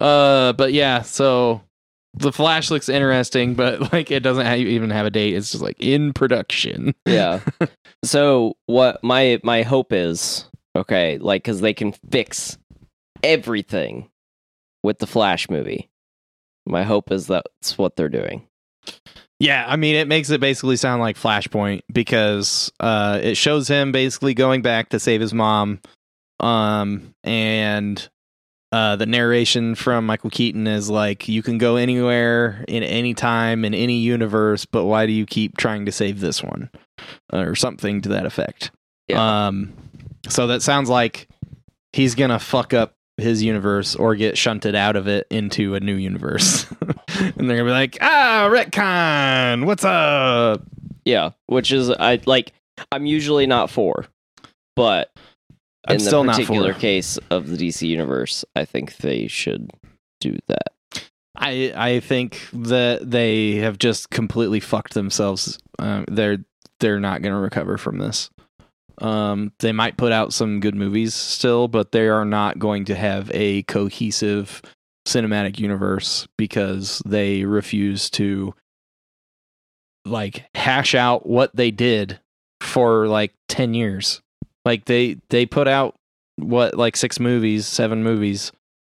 [SPEAKER 2] Uh, but yeah, so the Flash looks interesting, but like it doesn't ha- even have a date. It's just like in production.
[SPEAKER 3] so what my my hope is okay like because they can fix everything with the flash movie my hope is that's what they're doing
[SPEAKER 2] Yeah, I mean, it makes it basically sound like Flashpoint because uh, it shows him basically going back to save his mom, um, and uh, the narration from Michael Keaton is like, "You can go anywhere in any time in any universe, but why do you keep trying to save this one?" or something to that effect. Um, so that sounds like he's gonna fuck up his universe or get shunted out of it into a new universe, and they're gonna be like, ah, retcon, what's up?
[SPEAKER 3] yeah which is i like i'm usually not for but
[SPEAKER 2] I'm
[SPEAKER 3] in
[SPEAKER 2] still
[SPEAKER 3] the
[SPEAKER 2] not
[SPEAKER 3] particular
[SPEAKER 2] for. it.
[SPEAKER 3] case of the dc universe i think they should do that
[SPEAKER 2] I I think that they have just completely fucked themselves. Um, they're they're not gonna recover from this. Um, they might put out some good movies still, but they are not going to have a cohesive cinematic universe because they refuse to like hash out what they did for like 10 years. Like they they put out what like six movies, seven movies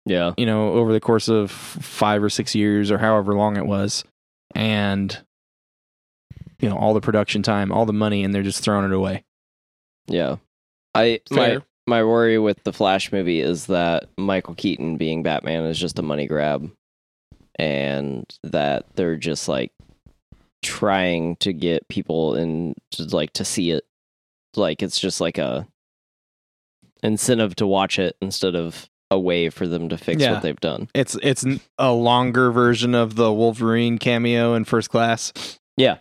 [SPEAKER 3] yeah
[SPEAKER 2] you know, over the course of f- five or six years or however long it was, and you know, all the production time, all the money, and they're just throwing it away.
[SPEAKER 3] yeah i my
[SPEAKER 1] Fair.
[SPEAKER 3] my worry with the Flash movie is that Michael Keaton being Batman is just a money grab and that they're just like trying to get people in to like to see it like it's just like a incentive to watch it instead of a way for them to fix
[SPEAKER 2] Yeah.
[SPEAKER 3] what they've done.
[SPEAKER 2] It's it's n- a longer version of the Wolverine cameo in First Class.
[SPEAKER 3] Yeah.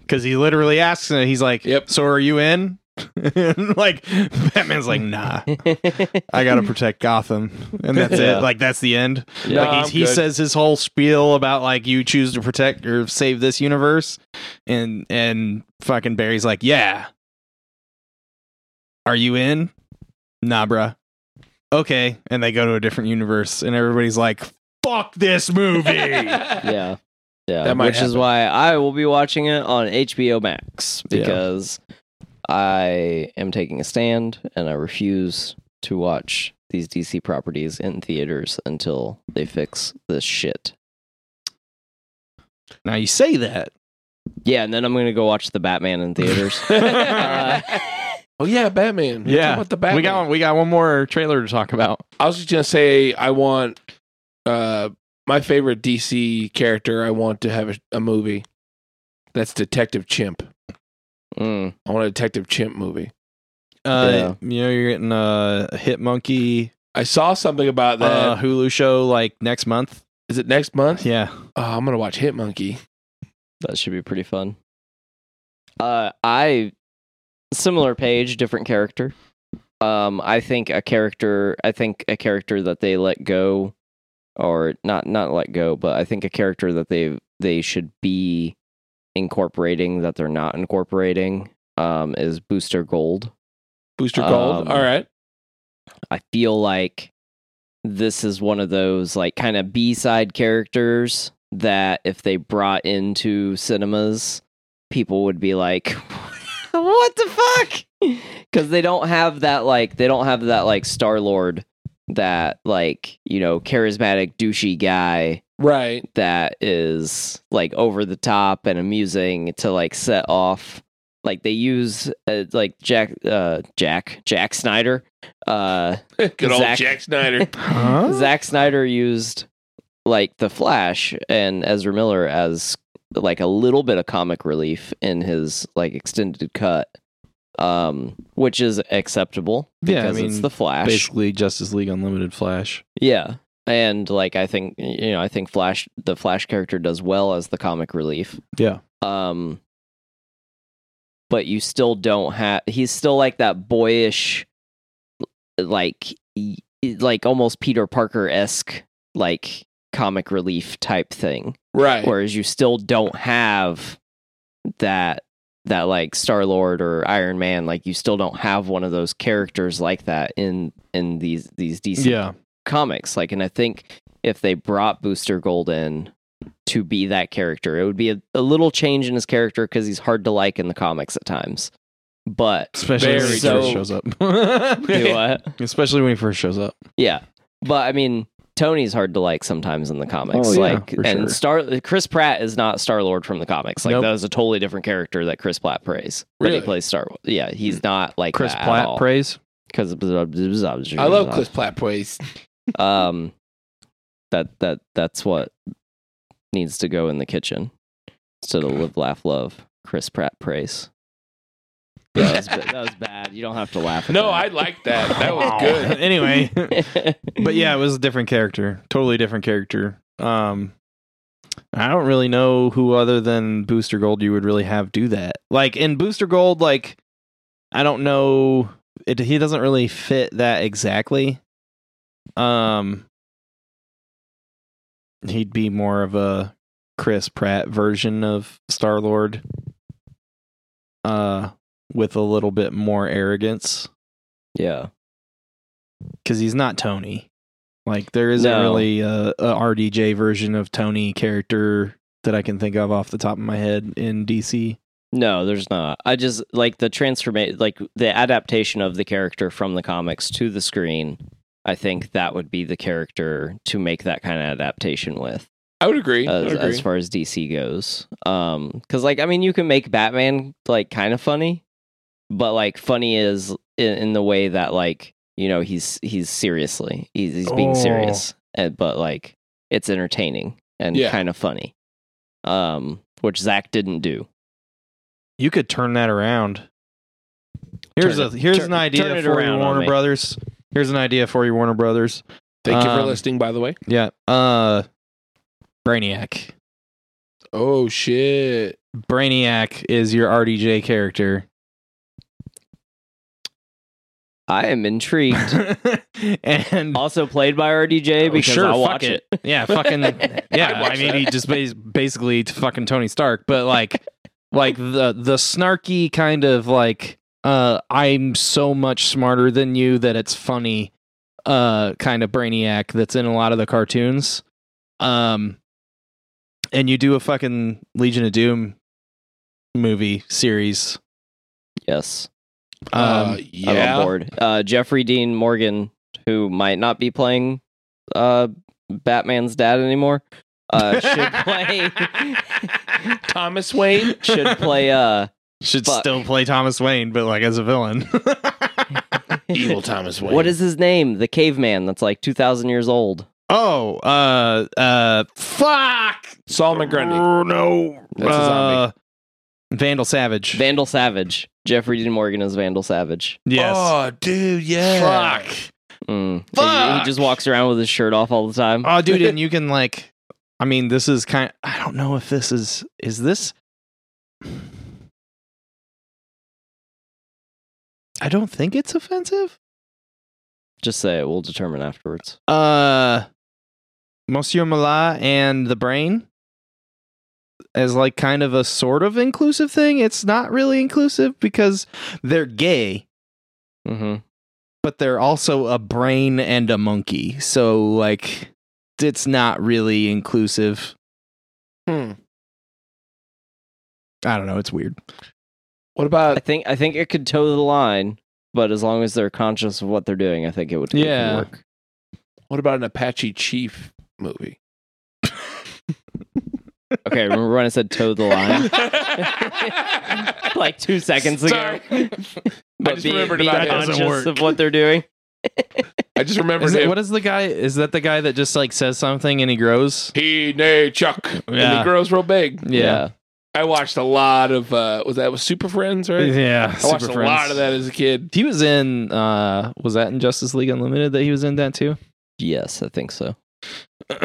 [SPEAKER 2] because he literally asks, and he's like,
[SPEAKER 1] Yep.
[SPEAKER 2] so are you in?" And, like Batman's like, "Nah, I gotta protect Gotham," and that's
[SPEAKER 3] Yeah.
[SPEAKER 2] it. Like that's the end.
[SPEAKER 1] Yeah.
[SPEAKER 2] like
[SPEAKER 1] Nah,
[SPEAKER 2] he's,
[SPEAKER 1] I'm
[SPEAKER 2] he
[SPEAKER 1] good.
[SPEAKER 2] says his whole spiel about like you choose to protect or save this universe, and and fucking Barry's like, yeah. Are you in? Nah, bruh. Okay, and they go to a different universe, and everybody's like, fuck this movie.
[SPEAKER 3] yeah. Yeah.
[SPEAKER 1] That might
[SPEAKER 3] Which is
[SPEAKER 1] happen.
[SPEAKER 3] why I will be watching it on HBO Max
[SPEAKER 2] Yeah.
[SPEAKER 3] because I am taking a stand and I refuse to watch these DC properties in theaters until they fix this shit.
[SPEAKER 2] Now you say that.
[SPEAKER 3] Yeah, and then I'm gonna go watch the Batman in theaters. Uh,
[SPEAKER 1] oh yeah, Batman. Let's
[SPEAKER 2] Yeah.
[SPEAKER 1] talk about the Batman.
[SPEAKER 2] We got one, we got one more trailer to talk about.
[SPEAKER 1] I was just gonna say I want uh my favorite DC character. I want to have a, a movie that's Detective Chimp.
[SPEAKER 3] mm,
[SPEAKER 1] I want a Detective Chimp movie.
[SPEAKER 2] Uh, You know, you're getting a Hit Monkey
[SPEAKER 1] I saw something about that.
[SPEAKER 2] uh,
[SPEAKER 1] Is
[SPEAKER 2] Hulu show like next month.
[SPEAKER 1] it next month?
[SPEAKER 2] Yeah,
[SPEAKER 1] Oh, I'm gonna watch Hit Monkey.
[SPEAKER 3] that should be pretty fun. Uh, I similar page, different character. Um, I think a character. I think a character that they let go, or not not let go, but I think a character that they they should be incorporating that they're not incorporating um, is Booster Gold.
[SPEAKER 1] Booster Gold.
[SPEAKER 3] Um,
[SPEAKER 1] All right.
[SPEAKER 3] I feel like this is one of those like kind of B side characters that if they brought into cinemas, people would be like, "What the fuck?" Because they don't have that like they don't have that like Star Lord that like you know charismatic douchey guy
[SPEAKER 1] Right.
[SPEAKER 3] that is like over the top and amusing to like set off like they use uh, like jack uh jack jack snyder uh
[SPEAKER 1] Good old
[SPEAKER 3] Zack-
[SPEAKER 1] Jack Snyder.
[SPEAKER 2] Huh?
[SPEAKER 3] Zack Snyder used like the Flash and Ezra Miller as like a little bit of comic relief in his like extended cut, um, which is acceptable
[SPEAKER 2] Yeah, I
[SPEAKER 3] because it's
[SPEAKER 2] mean,
[SPEAKER 3] the Flash.
[SPEAKER 2] basically Justice League Unlimited Flash.
[SPEAKER 3] Yeah, and like I think you know I think Flash the Flash character does well as the comic relief.
[SPEAKER 2] Yeah.
[SPEAKER 3] Um, but you still don't have. He's still like that boyish, like y- like almost Peter Parker esque like comic relief type thing.
[SPEAKER 1] Right.
[SPEAKER 3] Whereas you still don't have that that like Star Lord or Iron Man. Like you still don't have one of those characters like that in in these these DC
[SPEAKER 2] Yeah,
[SPEAKER 3] comics. Like, and I think if they brought Booster Gold in to be that character, it would be a, a little change in his character because he's hard to like in the comics at times. But
[SPEAKER 2] especially when
[SPEAKER 1] Very
[SPEAKER 2] he
[SPEAKER 3] so-
[SPEAKER 2] first shows up.
[SPEAKER 3] Do what?
[SPEAKER 2] especially when he first shows up.
[SPEAKER 3] yeah, but I mean, Tony's hard to like sometimes in the comics.
[SPEAKER 2] Oh, yeah,
[SPEAKER 3] like,
[SPEAKER 2] for
[SPEAKER 3] and
[SPEAKER 2] sure.
[SPEAKER 3] Star Chris Pratt is not Star Lord from the comics. Like,
[SPEAKER 2] Nope.
[SPEAKER 3] that is a totally different character that Chris Pratt plays. But
[SPEAKER 1] Really?
[SPEAKER 3] he plays Star. Yeah, he's not like
[SPEAKER 2] Chris
[SPEAKER 3] that
[SPEAKER 2] Platt praise.
[SPEAKER 3] because
[SPEAKER 1] I love Chris
[SPEAKER 3] uh,
[SPEAKER 1] Platt plays.
[SPEAKER 3] um that that that's what needs to go in the kitchen instead of live laugh love chris pratt praise yeah, that, was, ba- that was bad you don't have to laugh at
[SPEAKER 1] No, I like that. That was good.
[SPEAKER 2] anyway,
[SPEAKER 3] good
[SPEAKER 2] but yeah, it was a different character, totally different character. Um, I don't really know who other than Booster Gold you would really have do that. Like in Booster Gold, like I don't know, it he doesn't really fit that exactly. Um, he'd be more of a Chris Pratt version of Star Lord, uh, with a little bit more arrogance
[SPEAKER 3] yeah
[SPEAKER 2] because he's not Tony. Like there isn't
[SPEAKER 3] No.
[SPEAKER 2] really a, a RDJ version of Tony character that I can think of off the top of my head in DC.
[SPEAKER 3] no there's not i just like the transformation like the adaptation of the character from the comics to the screen i think that would be the character to make that kind of adaptation with
[SPEAKER 1] I would agree. I
[SPEAKER 3] as,
[SPEAKER 1] would agree.
[SPEAKER 3] as far as DC goes. Um, 'cause because like I mean, you can make Batman like kind of funny, but like funny is in, in the way that like you know he's he's seriously he's he's being
[SPEAKER 2] Oh.
[SPEAKER 3] serious, and, but like it's entertaining and
[SPEAKER 1] Yeah.
[SPEAKER 3] kind of funny. Um, which Zach didn't do.
[SPEAKER 2] You could turn that around. Here's
[SPEAKER 3] Turn
[SPEAKER 2] a
[SPEAKER 3] it-
[SPEAKER 2] here's
[SPEAKER 3] turn-
[SPEAKER 2] an
[SPEAKER 3] turn
[SPEAKER 2] idea
[SPEAKER 3] it
[SPEAKER 2] for
[SPEAKER 3] around
[SPEAKER 2] you,
[SPEAKER 3] on
[SPEAKER 2] Warner
[SPEAKER 3] me.
[SPEAKER 2] Brothers. Here's an idea for you, Warner Brothers.
[SPEAKER 1] Thank you for
[SPEAKER 2] Um,
[SPEAKER 1] listening, by the way.
[SPEAKER 2] Yeah. Uh Brainiac.
[SPEAKER 1] Oh shit.
[SPEAKER 2] Brainiac is your RDJ character.
[SPEAKER 3] I am intrigued.
[SPEAKER 2] and
[SPEAKER 3] also played by RDJ
[SPEAKER 2] Oh,
[SPEAKER 3] because
[SPEAKER 2] sure,
[SPEAKER 3] I'll
[SPEAKER 2] fuck
[SPEAKER 3] watch it.
[SPEAKER 2] Yeah, fucking yeah. I mean, he just bas- basically t- fucking Tony Stark, but like, like the the snarky kind of like, uh, I'm so much smarter than you that it's funny, uh, kind of brainiac that's in a lot of the cartoons, um, and you do a fucking Legion of Doom movie series
[SPEAKER 3] Yes,
[SPEAKER 1] uh,
[SPEAKER 2] Um,
[SPEAKER 1] yeah.
[SPEAKER 3] I'm on board. Uh, Jeffrey Dean Morgan, who might not be playing uh, Batman's dad anymore, uh, should play
[SPEAKER 1] Thomas Wayne.
[SPEAKER 3] should play uh,
[SPEAKER 2] should
[SPEAKER 3] fuck.
[SPEAKER 2] still play Thomas Wayne, but like as a villain.
[SPEAKER 1] Evil Thomas Wayne.
[SPEAKER 3] what is his name? The caveman that's like two thousand years old.
[SPEAKER 2] oh, uh, uh, fuck.
[SPEAKER 1] Solomon Grundy?
[SPEAKER 2] Oh, No,
[SPEAKER 1] That's a zombie.
[SPEAKER 2] Uh, Vandal Savage.
[SPEAKER 3] Vandal Savage. Jeffrey Dean Morgan is Vandal Savage.
[SPEAKER 2] yes.
[SPEAKER 1] Oh, dude, yeah.
[SPEAKER 2] Fuck.
[SPEAKER 3] Mm. He, he
[SPEAKER 2] Fuck!
[SPEAKER 3] just walks around with his shirt off all the time.
[SPEAKER 2] Oh, dude, and you can like, I mean, this is kind. I don't know if this is is this. I don't think it's offensive.
[SPEAKER 3] Just say it. We'll determine afterwards.
[SPEAKER 2] Uh, Monsieur Malat and the Brain as like kind of a sort of inclusive thing. It's not really inclusive because they're gay,
[SPEAKER 3] hmm
[SPEAKER 2] but they're also a brain and a monkey. So like, it's not really inclusive.
[SPEAKER 1] Hmm.
[SPEAKER 2] I don't know. It's weird.
[SPEAKER 1] What about
[SPEAKER 3] I think I think it could toe the line, but as long as they're conscious of what they're doing, I think it would it could
[SPEAKER 2] Yeah.
[SPEAKER 3] work.
[SPEAKER 1] what about an Apache Chief movie?
[SPEAKER 3] Okay, remember when I said toe the line? like two seconds ago.
[SPEAKER 1] Sorry. I
[SPEAKER 3] But
[SPEAKER 1] just
[SPEAKER 3] being-
[SPEAKER 1] remembered
[SPEAKER 3] being
[SPEAKER 1] about
[SPEAKER 2] doesn't
[SPEAKER 1] him.
[SPEAKER 3] conscious
[SPEAKER 2] work.
[SPEAKER 3] of what they're doing.
[SPEAKER 1] I just remembered
[SPEAKER 2] Is
[SPEAKER 1] him.
[SPEAKER 2] it, what is the guy? Is that the guy that just like says something and he grows?
[SPEAKER 1] He nay Chuck. And
[SPEAKER 2] Yeah.
[SPEAKER 1] he grows real big.
[SPEAKER 2] Yeah,
[SPEAKER 1] I watched a lot of uh was that was Super Friends, right?
[SPEAKER 2] yeah.
[SPEAKER 1] I watched a lot of that as a kid.
[SPEAKER 2] He was in. uh Was that in Justice League Unlimited that he was in that too?
[SPEAKER 3] Yes, I think so.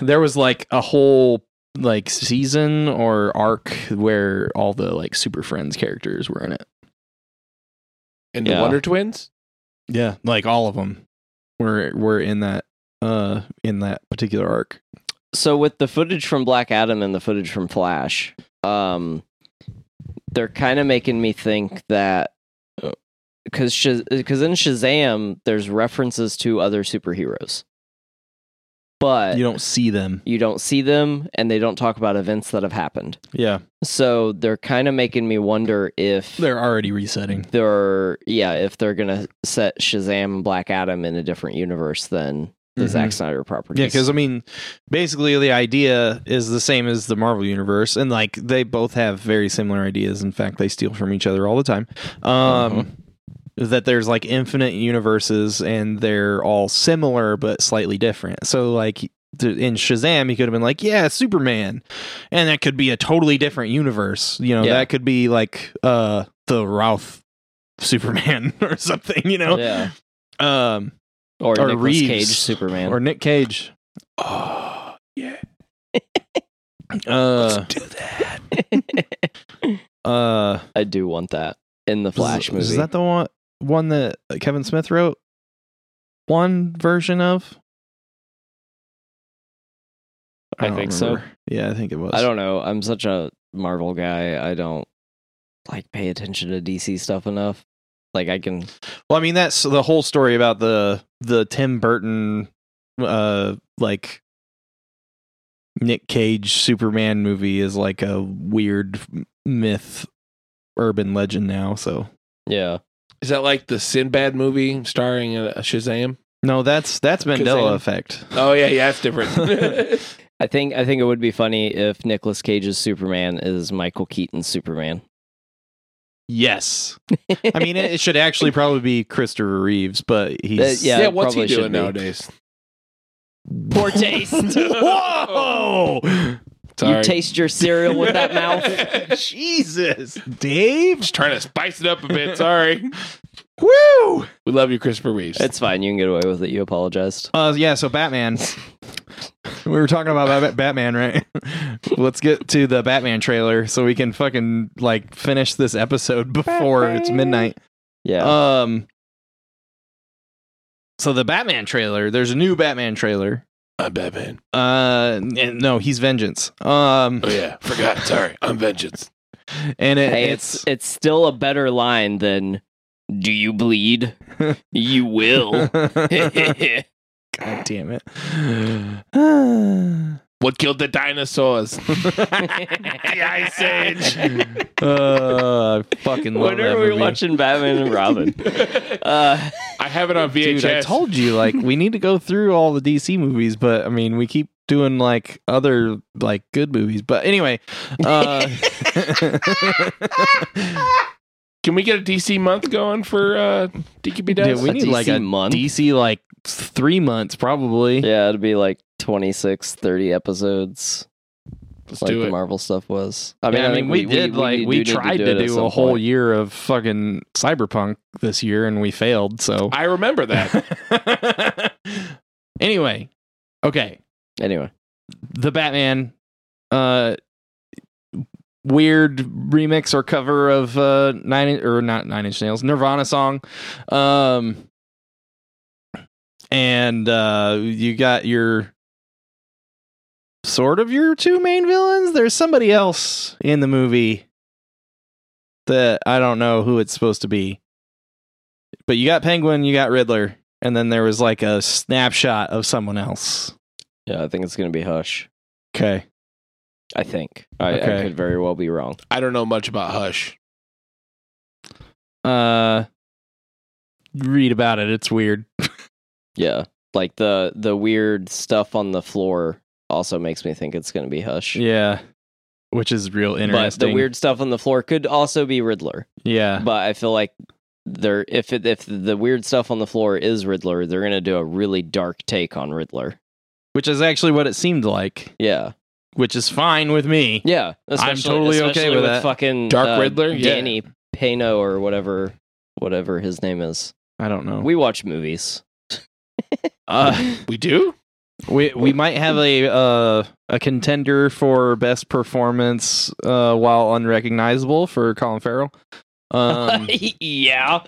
[SPEAKER 2] there was like a whole like season or arc where all the like Super Friends characters were in it.
[SPEAKER 1] And the
[SPEAKER 3] Yeah.
[SPEAKER 1] Wonder Twins?
[SPEAKER 2] Yeah, like all of them were were in that uh in that particular arc.
[SPEAKER 3] So with the footage from Black Adam and the footage from Flash, um, they're kind of making me think that uh, because because in Shazam there's references to other superheroes, but
[SPEAKER 2] You don't see them.
[SPEAKER 3] you don't see them and they don't talk about events that have happened.
[SPEAKER 2] Yeah,
[SPEAKER 3] So they're kind of making me wonder if
[SPEAKER 2] they're already resetting.
[SPEAKER 3] they're yeah if they're gonna set Shazam and Black Adam in a different universe than the
[SPEAKER 2] Mhm.
[SPEAKER 3] Zack Snyder properties.
[SPEAKER 2] Yeah, because I mean, basically the idea is the same as the Marvel universe, and like they both have very similar ideas. In fact, they steal from each other all the time.
[SPEAKER 3] Uh-huh.
[SPEAKER 2] Um, That there's like infinite universes, and they're all similar but slightly different. So like th- in Shazam, he could have been like, yeah, Superman, and that could be a totally different universe. You know,
[SPEAKER 3] Yeah.
[SPEAKER 2] that could be like uh the Ralph Superman or something. You know,
[SPEAKER 3] yeah,
[SPEAKER 2] um,
[SPEAKER 3] or,
[SPEAKER 2] Or
[SPEAKER 3] Nicolas
[SPEAKER 2] Reeves.
[SPEAKER 3] Cage Superman.
[SPEAKER 2] or Nick Cage.
[SPEAKER 1] Oh yeah.
[SPEAKER 2] Uh,
[SPEAKER 1] do that.
[SPEAKER 2] uh.
[SPEAKER 3] I do want that in the Flash
[SPEAKER 2] is,
[SPEAKER 3] movie.
[SPEAKER 2] Is that the one one that Kevin Smith wrote? One version of?
[SPEAKER 3] I
[SPEAKER 2] don't
[SPEAKER 3] think so.
[SPEAKER 2] remember. Yeah, I think it was.
[SPEAKER 3] I don't know. I'm such a Marvel guy. I don't like pay attention to DC stuff enough. Like I can
[SPEAKER 2] Well, I mean, that's the whole story about the the Tim Burton, uh, like Nick Cage Superman movie is like a weird myth, urban legend now. So
[SPEAKER 3] yeah.
[SPEAKER 1] Is that like the Sinbad movie starring uh, Shazam?
[SPEAKER 2] no, that's that's Mandela
[SPEAKER 1] Kazam.
[SPEAKER 2] effect.
[SPEAKER 1] Oh yeah, yeah, that's different.
[SPEAKER 3] I think I think it would be funny if Nicolas Cage's Superman is Michael Keaton's Superman.
[SPEAKER 2] Yes, I mean it, it should actually probably be Christopher Reeves, but he's
[SPEAKER 3] yeah,
[SPEAKER 1] yeah,
[SPEAKER 3] it
[SPEAKER 1] what's he
[SPEAKER 3] probably
[SPEAKER 1] doing
[SPEAKER 3] should be.
[SPEAKER 1] nowadays?
[SPEAKER 3] Poor taste.
[SPEAKER 2] Whoa!
[SPEAKER 3] You taste your cereal with that mouth.
[SPEAKER 2] Jesus, Dave.
[SPEAKER 1] Just trying to spice it up a bit. Sorry.
[SPEAKER 2] Woo!
[SPEAKER 1] We love you, Christopher Reeves.
[SPEAKER 3] It's fine. You can get away with it. You apologized.
[SPEAKER 2] Uh, yeah. So Batman. We were talking about Bat- Batman, right? Let's get to the Batman trailer so we can fucking like finish this episode before it's midnight.
[SPEAKER 3] Yeah.
[SPEAKER 2] Um. So the Batman trailer. There's a new Batman trailer.
[SPEAKER 1] I'm Batman.
[SPEAKER 2] Uh, and no, he's Vengeance. Um,
[SPEAKER 1] Oh yeah, forgot. Sorry, I'm Vengeance.
[SPEAKER 2] and it,
[SPEAKER 3] hey,
[SPEAKER 2] it's
[SPEAKER 3] it's it's still a better line than "Do you bleed? you will."
[SPEAKER 2] God damn it.
[SPEAKER 1] What killed the dinosaurs? The Ice Age.
[SPEAKER 2] Uh, I fucking love that
[SPEAKER 3] Whenever we
[SPEAKER 2] movie.
[SPEAKER 3] were watching Batman and Robin, uh,
[SPEAKER 1] I have it on VHS.
[SPEAKER 2] Dude, I told you like we need to go through all the DC movies, but I mean we keep doing like other like good movies. But anyway, uh,
[SPEAKER 1] Can we get a DC month going for uh, DQB
[SPEAKER 2] dude,
[SPEAKER 1] Dads?
[SPEAKER 2] we
[SPEAKER 3] a
[SPEAKER 2] need like
[SPEAKER 3] DC
[SPEAKER 2] a
[SPEAKER 3] month.
[SPEAKER 2] DC like three months probably.
[SPEAKER 3] yeah, it'd be like 26, 30 episodes,
[SPEAKER 1] Let's
[SPEAKER 3] like
[SPEAKER 1] do
[SPEAKER 3] the
[SPEAKER 1] it.
[SPEAKER 3] Marvel stuff was.
[SPEAKER 2] I mean, I mean,
[SPEAKER 3] think
[SPEAKER 2] we, did like we,
[SPEAKER 3] do need
[SPEAKER 2] tried
[SPEAKER 3] it
[SPEAKER 2] to
[SPEAKER 3] at
[SPEAKER 2] do,
[SPEAKER 3] some
[SPEAKER 2] a whole
[SPEAKER 3] point.
[SPEAKER 2] year of fucking cyberpunk this year, and we failed. So
[SPEAKER 1] I remember that.
[SPEAKER 2] anyway, okay,
[SPEAKER 3] Anyway,
[SPEAKER 2] the Batman, uh, weird remix or cover of uh nine or not nine inch nails Nirvana song, um, and uh, you got your sort of your two main villains. There's somebody else in the movie that I don't know who it's supposed to be. But you got Penguin, you got Riddler, and then there was like a snapshot of someone else.
[SPEAKER 3] yeah, I think it's gonna be Hush.
[SPEAKER 2] Okay.
[SPEAKER 3] I think I,
[SPEAKER 2] Okay.
[SPEAKER 3] I could very well be wrong.
[SPEAKER 1] I don't know much about Hush.
[SPEAKER 2] Uh read about it. It's weird.
[SPEAKER 3] Yeah, like the the weird stuff on the floor also makes me think it's gonna be Hush.
[SPEAKER 2] Yeah. Which is real
[SPEAKER 3] But
[SPEAKER 2] interesting. Ah.
[SPEAKER 3] the weird stuff on the floor could also be Riddler.
[SPEAKER 2] Yeah.
[SPEAKER 3] But I feel like they're if it, if the weird stuff on the floor is Riddler, they're gonna do a really dark take on Riddler.
[SPEAKER 2] Which is actually what it seemed like,
[SPEAKER 3] Yeah,
[SPEAKER 2] which is fine with me.
[SPEAKER 3] yeah.
[SPEAKER 2] I'm
[SPEAKER 3] especially-
[SPEAKER 2] totally okay
[SPEAKER 3] especially
[SPEAKER 2] with that.
[SPEAKER 3] Fucking
[SPEAKER 1] Dark
[SPEAKER 3] uh,
[SPEAKER 1] Riddler? Yeah.
[SPEAKER 3] Danny Pano or whatever, whatever his name is.
[SPEAKER 2] I don't know.
[SPEAKER 3] We watch movies.
[SPEAKER 2] Oh. uh,
[SPEAKER 1] We do?
[SPEAKER 2] we we might have a uh, a contender for best performance uh, while unrecognizable for Colin Farrell. Um
[SPEAKER 3] yeah.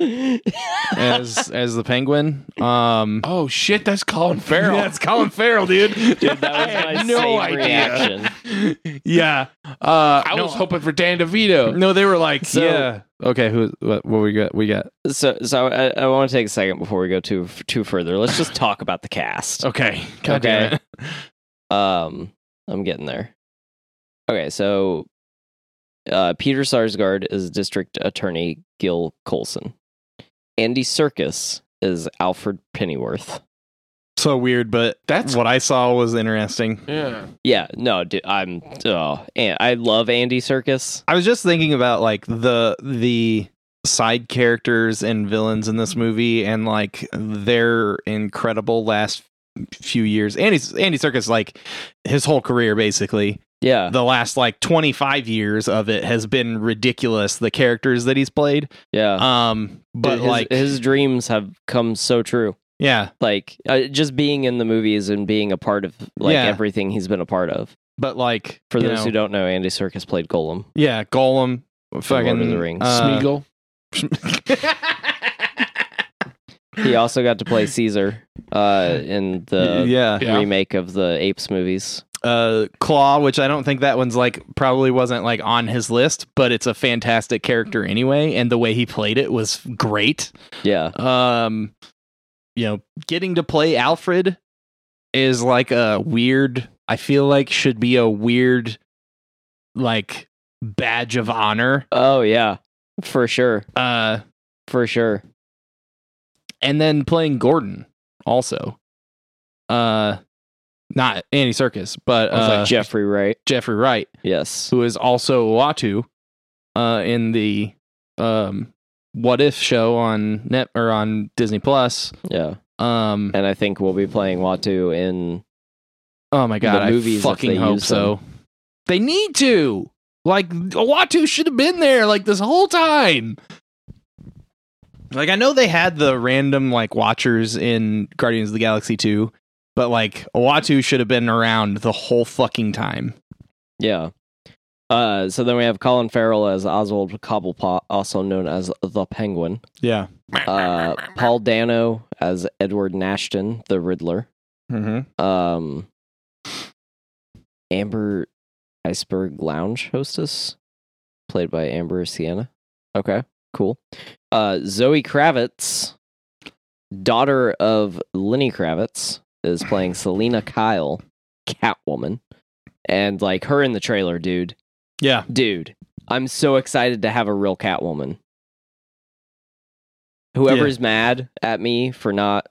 [SPEAKER 2] as as the penguin. Um
[SPEAKER 1] Oh shit, that's Colin Farrell.
[SPEAKER 2] Yeah, it's Colin Farrell, dude.
[SPEAKER 3] Dude, that
[SPEAKER 1] I
[SPEAKER 3] was
[SPEAKER 1] had
[SPEAKER 3] my
[SPEAKER 1] no
[SPEAKER 3] same
[SPEAKER 1] idea.
[SPEAKER 3] reaction.
[SPEAKER 2] yeah. Uh
[SPEAKER 1] I
[SPEAKER 2] no,
[SPEAKER 1] was hoping for Dan DeVito.
[SPEAKER 2] No, they were like,
[SPEAKER 3] So-
[SPEAKER 2] yeah. Okay, who? What, what we got? We got.
[SPEAKER 3] So, so I, I want to take a second before we go too too further. Let's just talk about the cast.
[SPEAKER 2] Okay. God damn
[SPEAKER 3] Okay.
[SPEAKER 2] it.
[SPEAKER 3] Um, I'm getting there. Okay, so uh, Peter Sarsgaard is District Attorney Gil Colson. Andy Circus is Alfred Pennyworth.
[SPEAKER 2] So weird, but
[SPEAKER 1] That's-
[SPEAKER 2] what I saw was interesting.
[SPEAKER 1] Yeah.
[SPEAKER 3] Yeah, no, dude, I'm. Oh, and I love Andy Circus.
[SPEAKER 2] I was just thinking about like the the side characters and villains in this movie, and like their incredible last few years. Andy Andy Circus, like his whole career, basically
[SPEAKER 3] Yeah,
[SPEAKER 2] the last like twenty five years of it has been ridiculous. The characters that he's played,
[SPEAKER 3] yeah.
[SPEAKER 2] um, but
[SPEAKER 3] Uh, his,
[SPEAKER 2] like
[SPEAKER 3] his dreams have come so true.
[SPEAKER 2] yeah,
[SPEAKER 3] Like uh, just being in the movies and being a part of like
[SPEAKER 2] Yeah.
[SPEAKER 3] everything he's been a part of.
[SPEAKER 2] but like
[SPEAKER 3] For
[SPEAKER 2] you
[SPEAKER 3] those
[SPEAKER 2] know,
[SPEAKER 3] who don't know, Andy Circus played Golem.
[SPEAKER 2] Yeah, Golem. Fucking
[SPEAKER 3] Lord of the Rings.
[SPEAKER 2] Uh,
[SPEAKER 1] Smeagol.
[SPEAKER 3] He also got to play Caesar uh, in the
[SPEAKER 2] yeah.
[SPEAKER 1] Yeah.
[SPEAKER 3] remake of the Apes movies.
[SPEAKER 2] Uh, Claw, which I don't think that one's like probably wasn't like on his list, but it's a fantastic character anyway, and the way he played it was great.
[SPEAKER 3] Yeah,
[SPEAKER 2] Um, you know, getting to play Alfred is like a weird. I feel like should be a weird, like badge of honor.
[SPEAKER 3] Oh yeah, for sure,
[SPEAKER 2] Uh,
[SPEAKER 3] for sure.
[SPEAKER 2] and then playing Gordon also. Uh, not Andy Circus, but
[SPEAKER 3] I was
[SPEAKER 2] uh,
[SPEAKER 3] like Jeffrey Wright.
[SPEAKER 2] Jeffrey Wright,
[SPEAKER 3] Yes.
[SPEAKER 2] who is also Watu, uh, in the um, What If show on net or on Disney Plus.
[SPEAKER 3] Yeah,
[SPEAKER 2] Um,
[SPEAKER 3] and I think we'll be playing Watu in.
[SPEAKER 2] oh my
[SPEAKER 3] the
[SPEAKER 2] god, I
[SPEAKER 3] movies, if
[SPEAKER 2] fucking
[SPEAKER 3] they
[SPEAKER 2] hope
[SPEAKER 3] use them.
[SPEAKER 2] so. They need to. Like Watu should have been there like this whole time. Like I know they had the random like watchers in Guardians of the Galaxy 2, but like Watu should have been around the whole fucking time.
[SPEAKER 3] Yeah. Uh, so then we have Colin Farrell as Oswald Cobblepot, also known as the Penguin.
[SPEAKER 2] Yeah.
[SPEAKER 3] Uh, Paul Dano as Edward Nashton, the Riddler.
[SPEAKER 2] Mm-hmm.
[SPEAKER 3] Um, Amber Iceberg Lounge hostess, played by Amber Sienna. Okay, cool. Uh, Zoe Kravitz, daughter of Lenny Kravitz, is playing Selena Kyle, Catwoman. and like her in the trailer, dude.
[SPEAKER 2] Yeah.
[SPEAKER 3] Dude, I'm so excited to have a real Catwoman. Whoever's mad at me for not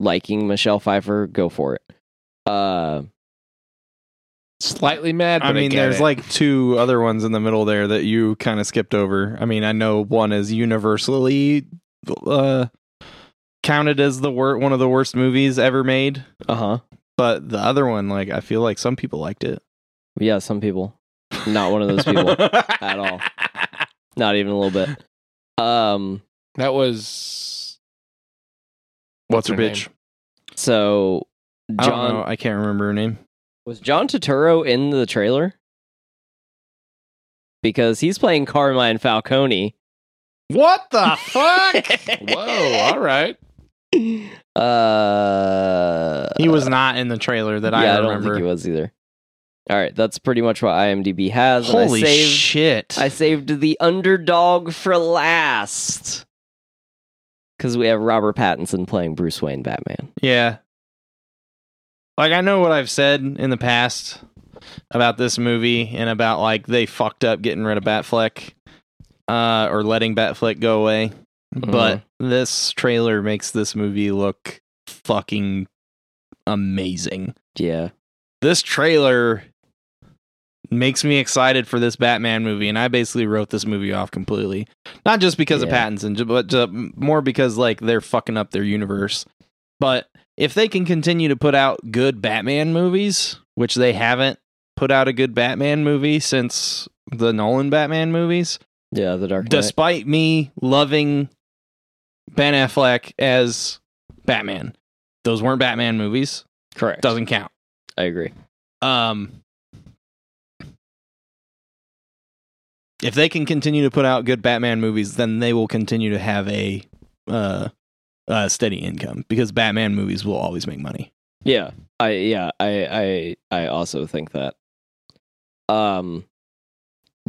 [SPEAKER 3] liking Michelle Pfeiffer, go for it. Uh,
[SPEAKER 1] Slightly mad.
[SPEAKER 2] I
[SPEAKER 1] but
[SPEAKER 2] mean,
[SPEAKER 1] get
[SPEAKER 2] there's
[SPEAKER 1] it.
[SPEAKER 2] like two other ones in the middle there that you kind of skipped over. I mean, I know one is universally uh, counted as the wor- one of the worst movies ever made,
[SPEAKER 3] uh huh.
[SPEAKER 2] but the other one, like, I feel like some people liked it.
[SPEAKER 3] Yeah, some people. Not one of those people. at all. Not even a little bit. Um,
[SPEAKER 1] that was
[SPEAKER 2] What's her
[SPEAKER 1] name?
[SPEAKER 2] bitch?
[SPEAKER 3] so
[SPEAKER 2] I don't
[SPEAKER 3] John
[SPEAKER 2] know. I can't remember her name.
[SPEAKER 3] Was John Turturro in the trailer? Because he's playing Carmine Falcone.
[SPEAKER 2] What the fuck?
[SPEAKER 1] Whoa! all right.
[SPEAKER 3] uh,
[SPEAKER 2] he was not in the trailer that
[SPEAKER 3] yeah,
[SPEAKER 2] I
[SPEAKER 3] I, don't
[SPEAKER 2] remember.
[SPEAKER 3] think he was either. All right, that's pretty much what IMDb has. and
[SPEAKER 2] Holy
[SPEAKER 3] I saved,
[SPEAKER 2] shit!
[SPEAKER 3] I saved the underdog for last because we have Robert Pattinson playing Bruce Wayne Batman.
[SPEAKER 2] Yeah. Like I know what I've said in the past about this movie and about like they fucked up getting rid of Batfleck uh or letting Batfleck go away. But this trailer makes this movie look fucking amazing.
[SPEAKER 3] Yeah,
[SPEAKER 2] This trailer makes me excited for this Batman movie and I basically wrote this movie off completely. Not just because of
[SPEAKER 3] Yeah.
[SPEAKER 2] Pattinson, ju- but uh, more because like they're fucking up their universe. But if they can continue to put out good Batman movies, which they haven't put out a good Batman movie since the Nolan Batman movies,
[SPEAKER 3] yeah, the Dark Knight.
[SPEAKER 2] despite me loving Ben Affleck as Batman, those weren't Batman movies.
[SPEAKER 3] Correct.
[SPEAKER 2] Doesn't count.
[SPEAKER 3] I agree.
[SPEAKER 2] Um, if they can continue to put out good Batman movies, then they will continue to have a uh, uh, steady income because Batman movies will always make money.
[SPEAKER 3] Yeah. I yeah, I I I also think that. Um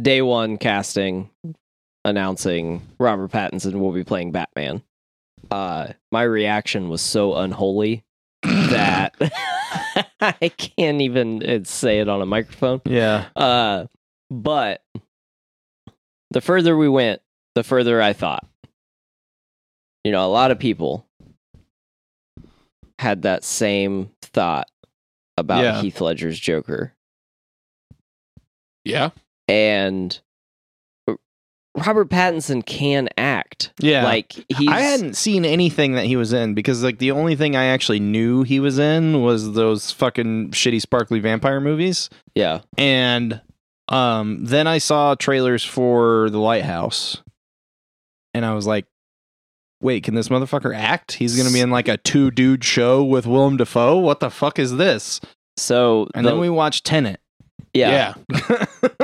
[SPEAKER 3] day 1 casting announcing Robert Pattinson will be playing Batman. Uh my reaction was so unholy that I can't even uh, say it on a microphone.
[SPEAKER 2] Yeah.
[SPEAKER 3] Uh but the further we went, the further I thought. You know, a lot of people had that same thought about
[SPEAKER 2] Yeah.
[SPEAKER 3] Heath Ledger's Joker.
[SPEAKER 1] Yeah.
[SPEAKER 3] And Robert Pattinson can act.
[SPEAKER 2] Yeah.
[SPEAKER 3] Like he's
[SPEAKER 2] I hadn't seen anything that he was in because like the only thing I actually knew he was in was those fucking shitty sparkly vampire movies.
[SPEAKER 3] yeah.
[SPEAKER 2] And um then I saw trailers for The Lighthouse. And I was like, "Wait, can this motherfucker act? He's going to be in like a two dude show with Willem Dafoe? What the fuck is this?"
[SPEAKER 3] So
[SPEAKER 2] And
[SPEAKER 3] the-
[SPEAKER 2] then we watched Tenet.
[SPEAKER 3] yeah.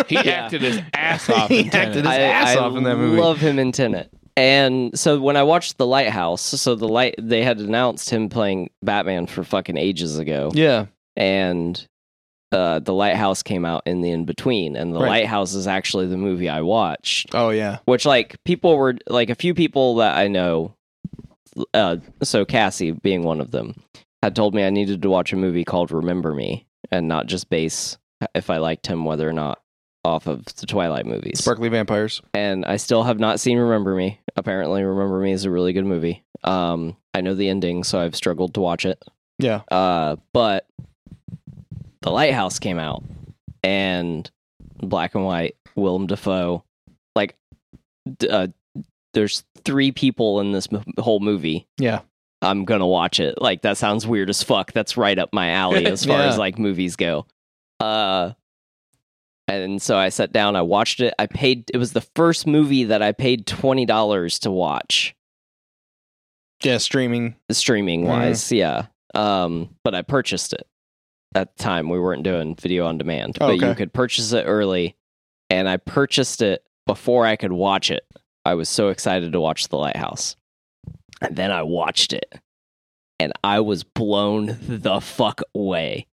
[SPEAKER 1] He
[SPEAKER 3] Yeah.
[SPEAKER 1] acted his ass off.
[SPEAKER 2] He
[SPEAKER 1] in Tenet.
[SPEAKER 2] acted his- ass off in that movie.
[SPEAKER 3] love him in Tenet. And so when I watched The Lighthouse, so the light they had announced him playing Batman for fucking ages ago,
[SPEAKER 2] yeah.
[SPEAKER 3] and uh, The Lighthouse came out in the in between, and The
[SPEAKER 2] Right.
[SPEAKER 3] Lighthouse is actually the movie I watched
[SPEAKER 2] Oh yeah.
[SPEAKER 3] which like people were like a few people that I know uh so Cassie being one of them had told me I needed to watch a movie called Remember Me and not just base if I liked him whether or not off of the Twilight movies.
[SPEAKER 2] Sparkly vampires.
[SPEAKER 3] And I still have not seen Remember Me. Apparently Remember Me is a really good movie. Um I know the ending so I've struggled to watch it.
[SPEAKER 2] Yeah.
[SPEAKER 3] Uh, but The Lighthouse came out and black and white Willem Dafoe. Like, d- uh, there's three people in this m- whole movie.
[SPEAKER 2] Yeah.
[SPEAKER 3] I'm gonna watch it. Like, that sounds weird as fuck. That's right up my alley as far
[SPEAKER 2] Yeah.
[SPEAKER 3] as like movies go. Uh, and so I sat down, I watched it. I paid, it was the first movie that I paid $20 to watch
[SPEAKER 2] Yeah, streaming.
[SPEAKER 3] streaming
[SPEAKER 2] Mhm.
[SPEAKER 3] wise, yeah. Um, but I purchased it at the time. We weren't doing video on demand,
[SPEAKER 2] Oh,
[SPEAKER 3] but you
[SPEAKER 2] okay.
[SPEAKER 3] could purchase it early, and I purchased it before I could watch it. I was so excited to watch The Lighthouse, and then I watched it, and I was blown the fuck away.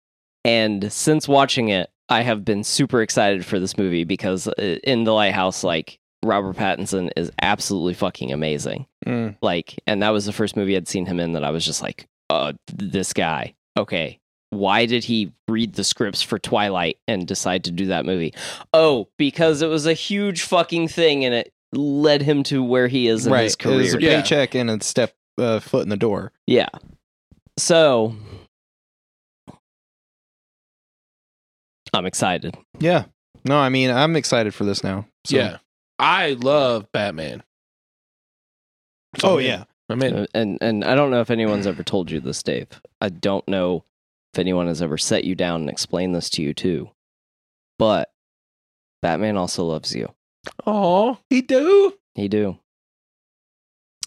[SPEAKER 3] And since watching it, I have been super excited for this movie because uh, in The Lighthouse, like Robert Pattinson is absolutely fucking amazing
[SPEAKER 2] Mm.
[SPEAKER 3] like and that was the first movie i'd seen him in that i was just like uh this guy okay why did he read the scripts for Twilight and decide to do that movie? Oh, because it was a huge fucking thing and it led him to where he is in his
[SPEAKER 2] It was
[SPEAKER 3] career.
[SPEAKER 2] a
[SPEAKER 1] Yeah.
[SPEAKER 2] paycheck and a step uh, foot in the door.
[SPEAKER 3] Yeah. So I'm excited.
[SPEAKER 2] Yeah. No, I mean I'm excited for this now. So.
[SPEAKER 1] yeah, I love Batman. So
[SPEAKER 2] Oh
[SPEAKER 1] I'm in.
[SPEAKER 2] yeah.
[SPEAKER 1] I'm in.
[SPEAKER 3] And and I don't know if anyone's ever told you this, Dave. I don't know if anyone has ever set you down and explained this to you too. But Batman also loves you.
[SPEAKER 1] Oh, he do.
[SPEAKER 3] He do.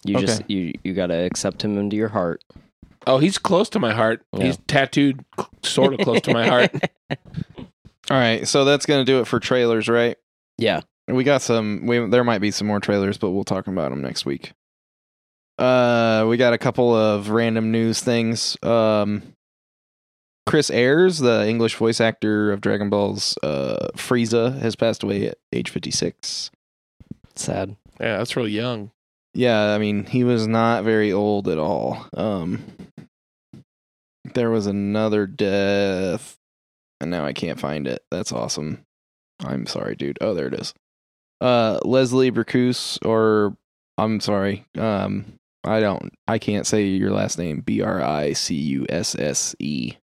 [SPEAKER 3] You just you you got to accept him into your heart.
[SPEAKER 1] Oh, he's close to my heart.
[SPEAKER 3] Yeah.
[SPEAKER 1] He's tattooed, sort of close to my heart.
[SPEAKER 2] All right. So that's gonna do it for trailers, right?
[SPEAKER 3] Yeah.
[SPEAKER 2] We got some. We there might be some more trailers, but we'll talk about them next week. Uh, we got a couple of random news things. Um, Chris Ayres, the English voice actor of Dragon Ball's uh Frieza, has passed away at age fifty six.
[SPEAKER 3] Sad.
[SPEAKER 1] Yeah, that's real young.
[SPEAKER 2] Yeah, I mean he was not very old at all. Um, there was another death, and now I can't find it. That's awesome. I'm sorry, dude. Oh, there it is. Uh, Leslie Bracuse, or I'm sorry. Um, I don't. I can't say your last name. B R I C U S S E.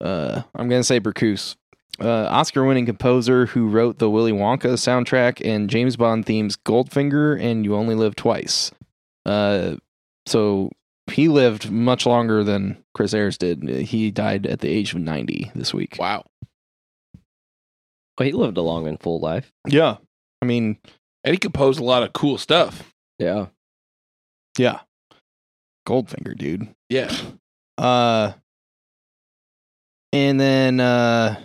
[SPEAKER 2] Uh, I'm gonna say Bracuse. Uh, Oscar-winning composer who wrote the Willy Wonka soundtrack and James Bond themes Goldfinger and You Only Live Twice. Uh, so he lived much longer than Chris Ayres did. He died at the age of 90 this week.
[SPEAKER 1] Wow.
[SPEAKER 3] Well, he lived a long and full life.
[SPEAKER 2] Yeah. I mean,
[SPEAKER 1] And he composed a lot of cool stuff.
[SPEAKER 3] Yeah.
[SPEAKER 2] yeah. Goldfinger, dude.
[SPEAKER 1] Yeah.
[SPEAKER 2] Uh and then uh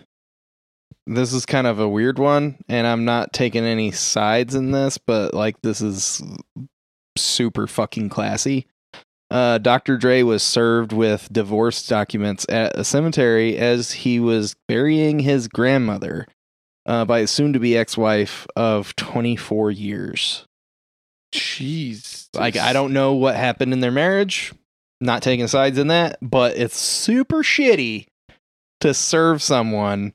[SPEAKER 2] this is kind of a weird one and I'm not taking any sides in this, but like this is super fucking classy. Uh Dr. Dre was served with divorce documents at a cemetery as he was burying his grandmother uh by his soon to be ex-wife of 24 years.
[SPEAKER 1] Jeez.
[SPEAKER 2] Like I don't know what happened in their marriage. Not taking sides in that, but it's super shitty to serve someone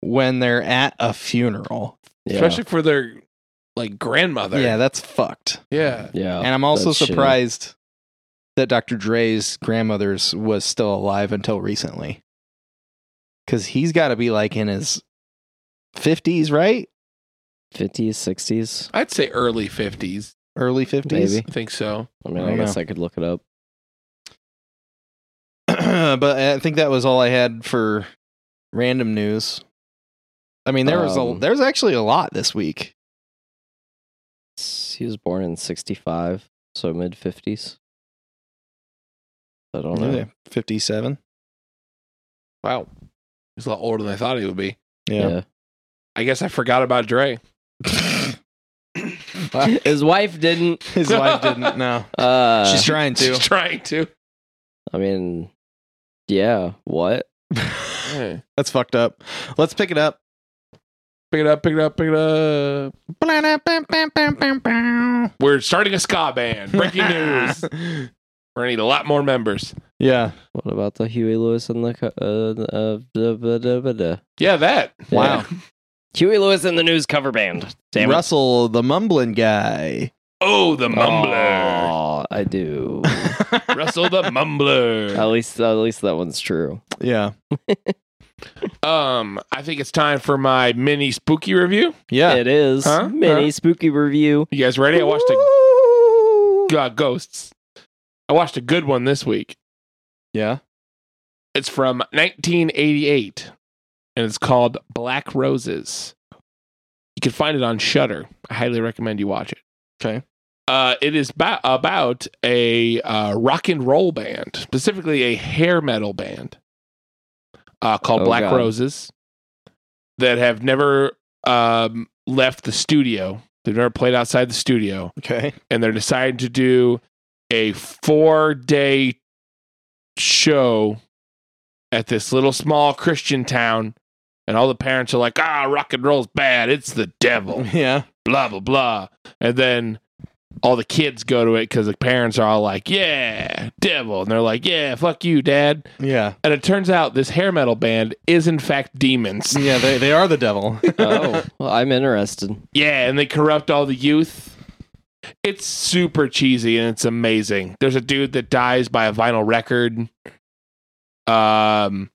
[SPEAKER 2] when they're at a funeral.
[SPEAKER 3] Yeah.
[SPEAKER 1] Especially for their like grandmother.
[SPEAKER 2] Yeah, that's fucked.
[SPEAKER 1] Yeah.
[SPEAKER 3] yeah.
[SPEAKER 2] and I'm also
[SPEAKER 3] Oh, that's shitty.
[SPEAKER 2] surprised that Dr. Dre's grandmother's was still alive until recently. Cuz he's got to be like in his 50s, right?
[SPEAKER 3] 50s, 60s.
[SPEAKER 1] I'd say early 50s.
[SPEAKER 2] Early 50s.
[SPEAKER 3] Maybe.
[SPEAKER 1] I think so.
[SPEAKER 3] I
[SPEAKER 2] I
[SPEAKER 3] mean, I,
[SPEAKER 2] don't
[SPEAKER 3] guess I could look it up.
[SPEAKER 2] but I think that was all I had for random news. I mean, there was a
[SPEAKER 3] Um,
[SPEAKER 2] there's actually a lot this week.
[SPEAKER 3] S- He was born in 65, so mid 50s. I don't know.
[SPEAKER 2] Yeah, Fifty-seven.
[SPEAKER 1] Wow. He's a lot older than I thought he would be.
[SPEAKER 2] Yeah.
[SPEAKER 1] I guess I forgot about Dre.
[SPEAKER 3] Yeah. His wife didn't.
[SPEAKER 2] His wife didn't know.
[SPEAKER 3] Uh,
[SPEAKER 2] She's trying
[SPEAKER 1] She's
[SPEAKER 2] to.
[SPEAKER 1] trying to.
[SPEAKER 3] I mean, yeah. What?
[SPEAKER 1] Yeah.
[SPEAKER 2] That's fucked up. Let's pick it up.
[SPEAKER 1] Pick it up, pick it up, pick it up. We're starting a ska band. Breaking news. We're gonna need a lot more members.
[SPEAKER 2] yeah.
[SPEAKER 3] What about the Huey Lewis and the. co- Uh, uh, da, da, da, da, da.
[SPEAKER 1] Yeah, that.
[SPEAKER 2] Wow.
[SPEAKER 3] Huey Lewis and the News cover band. Damn it.
[SPEAKER 2] Russell, the mumbling guy.
[SPEAKER 1] Oh, the mumbler.
[SPEAKER 3] Aw, I do.
[SPEAKER 1] Russell the
[SPEAKER 3] at
[SPEAKER 1] mumbler.
[SPEAKER 3] least, at least that one's true.
[SPEAKER 2] yeah.
[SPEAKER 1] Um, I think it's time for my mini spooky review.
[SPEAKER 2] Yeah.
[SPEAKER 3] It is
[SPEAKER 1] Ah. Huh?
[SPEAKER 3] mini
[SPEAKER 1] Huh?
[SPEAKER 3] spooky review.
[SPEAKER 1] You guys ready? I watched a uh, ghosts. I watched a good one this week.
[SPEAKER 2] Yeah.
[SPEAKER 1] It's from 1988, and it's called Black Roses. You can find it on Shutter. I highly recommend you watch it.
[SPEAKER 2] Okay.
[SPEAKER 1] Uh, it is ba- about a uh, rock and roll band, specifically a hair metal band uh, called
[SPEAKER 3] Oh,
[SPEAKER 1] Black
[SPEAKER 3] God.
[SPEAKER 1] Roses, that have never um, left the studio. They've never played outside the studio
[SPEAKER 2] Okay.
[SPEAKER 1] and they're deciding to do a four day show at this little small Christian town. And all the parents are like, ah, rock and roll's bad. It's the devil,
[SPEAKER 2] Yeah.
[SPEAKER 1] blah, blah, blah. And then all the kids go to it because the parents are all like, "Yeah, devil," and they're like, "Yeah, fuck you, dad."
[SPEAKER 2] Yeah.
[SPEAKER 1] And it turns out this hair metal band is in fact demons.
[SPEAKER 2] Yeah, they, they are the devil.
[SPEAKER 3] Oh, well, I'm interested.
[SPEAKER 1] Yeah, and they corrupt all the youth. It's super cheesy and it's amazing. There's a dude that dies by a vinyl record. Um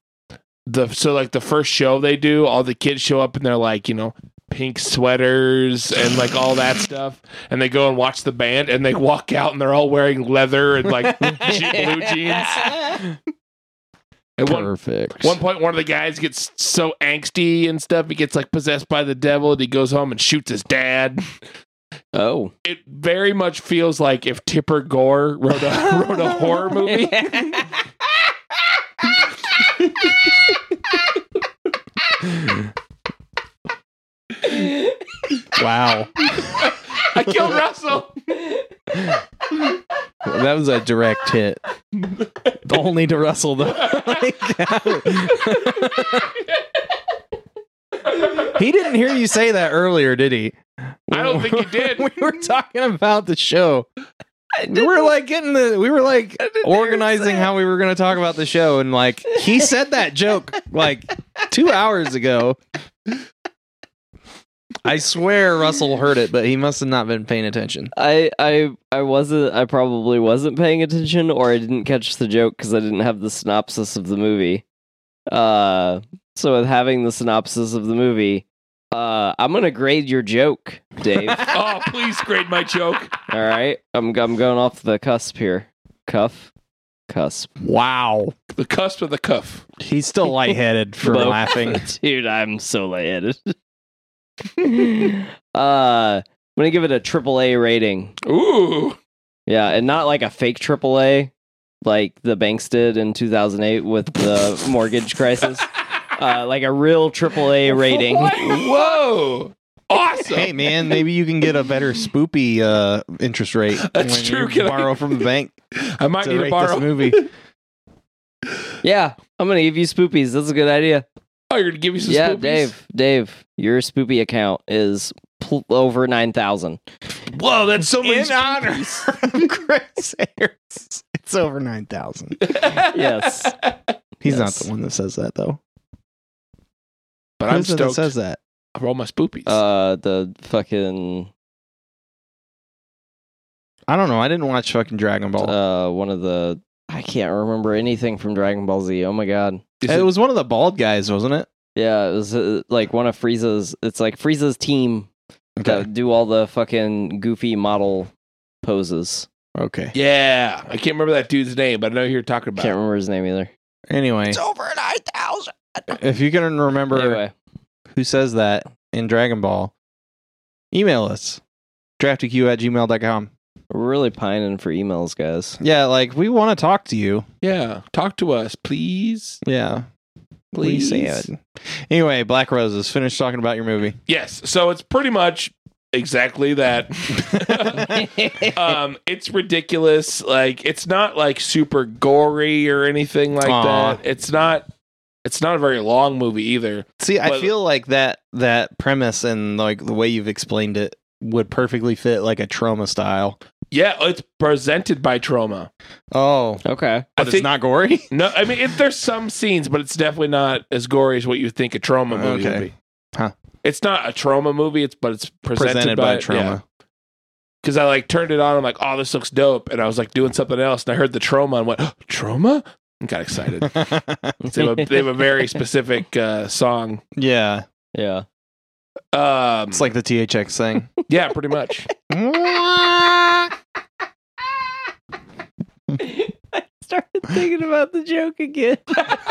[SPEAKER 1] the so like the first show they do, all the kids show up and they're like, you know, pink sweaters and like all that stuff. And they go and watch the band and they walk out and they're all wearing leather and like je- blue jeans. At one
[SPEAKER 2] Perfect.
[SPEAKER 1] one point, one of the guys gets so angsty and stuff, he gets like possessed by the devil, and he goes home and shoots his dad.
[SPEAKER 3] Oh.
[SPEAKER 1] It very much feels like if Tipper Gore wrote a wrote a horror movie.
[SPEAKER 2] wow.
[SPEAKER 1] I killed Russell.
[SPEAKER 2] That was a direct hit. Only to Russell, though. Like, he didn't hear you say that earlier, did he?
[SPEAKER 1] I don't think he did.
[SPEAKER 2] we were talking about the show.
[SPEAKER 3] I
[SPEAKER 2] We were like getting the. We were like
[SPEAKER 3] didn't hear you say
[SPEAKER 2] organizing
[SPEAKER 3] it.
[SPEAKER 2] how we were going to talk about the show, and like he said that joke like two hours ago. I swear Russell heard it, but he must have not been paying attention.
[SPEAKER 3] I I I wasn't I probably wasn't paying attention or I didn't catch the joke cuz I didn't have the synopsis of the movie. Uh so with having the synopsis of the movie, uh I'm going to grade your joke, Dave.
[SPEAKER 1] Oh, please grade my joke.
[SPEAKER 3] All right. I'm I'm going off the cusp here. Cuff. Cusp.
[SPEAKER 2] Wow,
[SPEAKER 1] The cusp of the cuff.
[SPEAKER 2] he's still lightheaded for
[SPEAKER 3] Both.
[SPEAKER 2] laughing.
[SPEAKER 3] Dude, I'm so lightheaded. uh I'm going to give it a triple A rating.
[SPEAKER 1] Ooh.
[SPEAKER 3] Yeah, and not like a fake AAA like the banks did in 2008 with the mortgage crisis. Uh, like a real AAA rating.
[SPEAKER 1] What? Whoa. Awesome.
[SPEAKER 2] Hey man, maybe you can get a better spoopy uh, interest rate.
[SPEAKER 1] That's
[SPEAKER 2] when
[SPEAKER 1] true,
[SPEAKER 2] You
[SPEAKER 1] can I-
[SPEAKER 2] borrow from the bank
[SPEAKER 1] I might
[SPEAKER 2] to
[SPEAKER 1] need
[SPEAKER 2] rate
[SPEAKER 1] to
[SPEAKER 2] this
[SPEAKER 1] borrow.
[SPEAKER 2] movie.
[SPEAKER 3] Yeah, I'm gonna give you spoopies. That's a good idea.
[SPEAKER 1] Oh, you're gonna give me some.
[SPEAKER 3] yeah,
[SPEAKER 1] spoopies?
[SPEAKER 3] Dave, Dave, your spoopy account is pl- over nine thousand.
[SPEAKER 1] Whoa, that's so many.
[SPEAKER 2] In honor of Chris Ayers. It's over 9,000.
[SPEAKER 3] Yes,
[SPEAKER 2] He's not
[SPEAKER 3] Yes.
[SPEAKER 2] the one that says that, though.
[SPEAKER 1] But
[SPEAKER 2] Who
[SPEAKER 1] I'm
[SPEAKER 2] is it that
[SPEAKER 1] stoked
[SPEAKER 2] says that?
[SPEAKER 1] for all my spoopies.
[SPEAKER 3] uh, the fucking
[SPEAKER 2] I don't know. I didn't watch fucking Dragon Ball.
[SPEAKER 3] uh, one of the I can't remember anything from Dragon Ball Z. Oh my god.
[SPEAKER 1] Is
[SPEAKER 2] it,
[SPEAKER 1] it-
[SPEAKER 2] was one of the bald guys, wasn't it?
[SPEAKER 3] Yeah, it was uh, like one of Frieza's. It's like Frieza's team
[SPEAKER 2] Okay.
[SPEAKER 3] that do all the fucking goofy model poses.
[SPEAKER 2] Okay.
[SPEAKER 1] yeah, I can't remember that dude's name, but I know who you're talking about.
[SPEAKER 3] Can't remember his name either.
[SPEAKER 2] Anyway,
[SPEAKER 1] over nine thousand.
[SPEAKER 2] if you can remember
[SPEAKER 3] Anyway,
[SPEAKER 2] who says that in Dragon Ball, email us. DraftyQ at gmail.com.
[SPEAKER 3] we're really pining for emails, guys.
[SPEAKER 2] Yeah, like we want to talk to you.
[SPEAKER 1] Yeah, talk to us, please.
[SPEAKER 2] Yeah.
[SPEAKER 1] Please.
[SPEAKER 2] say it. Anyway, Black Roses, finish talking about your movie.
[SPEAKER 1] Yes, so it's pretty much exactly that. um, it's ridiculous. Like it's not like super gory or anything like
[SPEAKER 2] Aw.
[SPEAKER 1] that. It's not. It's not a very long movie either.
[SPEAKER 2] See, I
[SPEAKER 1] But-
[SPEAKER 2] feel like that that premise and like the way you've explained it would perfectly fit like a trauma style.
[SPEAKER 1] Yeah, oh, it's presented by trauma.
[SPEAKER 2] Oh,
[SPEAKER 3] Okay.
[SPEAKER 2] but it's not gory.
[SPEAKER 1] No, I mean, if there's some scenes, but it's definitely not as gory as what you think a trauma movie
[SPEAKER 2] Okay.
[SPEAKER 1] would be.
[SPEAKER 2] Huh.
[SPEAKER 1] It's not a trauma movie. It's but it's presented,
[SPEAKER 2] Presented
[SPEAKER 1] by,
[SPEAKER 2] by, trauma.
[SPEAKER 1] Because I like turned it on. I'm like, oh, this looks dope, and I was like doing something else, and I heard the trauma and went trauma and got excited. they, have a, they have a very specific uh, song.
[SPEAKER 2] yeah,
[SPEAKER 3] Yeah.
[SPEAKER 1] Um,
[SPEAKER 2] it's like the THX thing.
[SPEAKER 1] yeah, pretty much.
[SPEAKER 3] I started thinking about the joke again.
[SPEAKER 2] Fuck.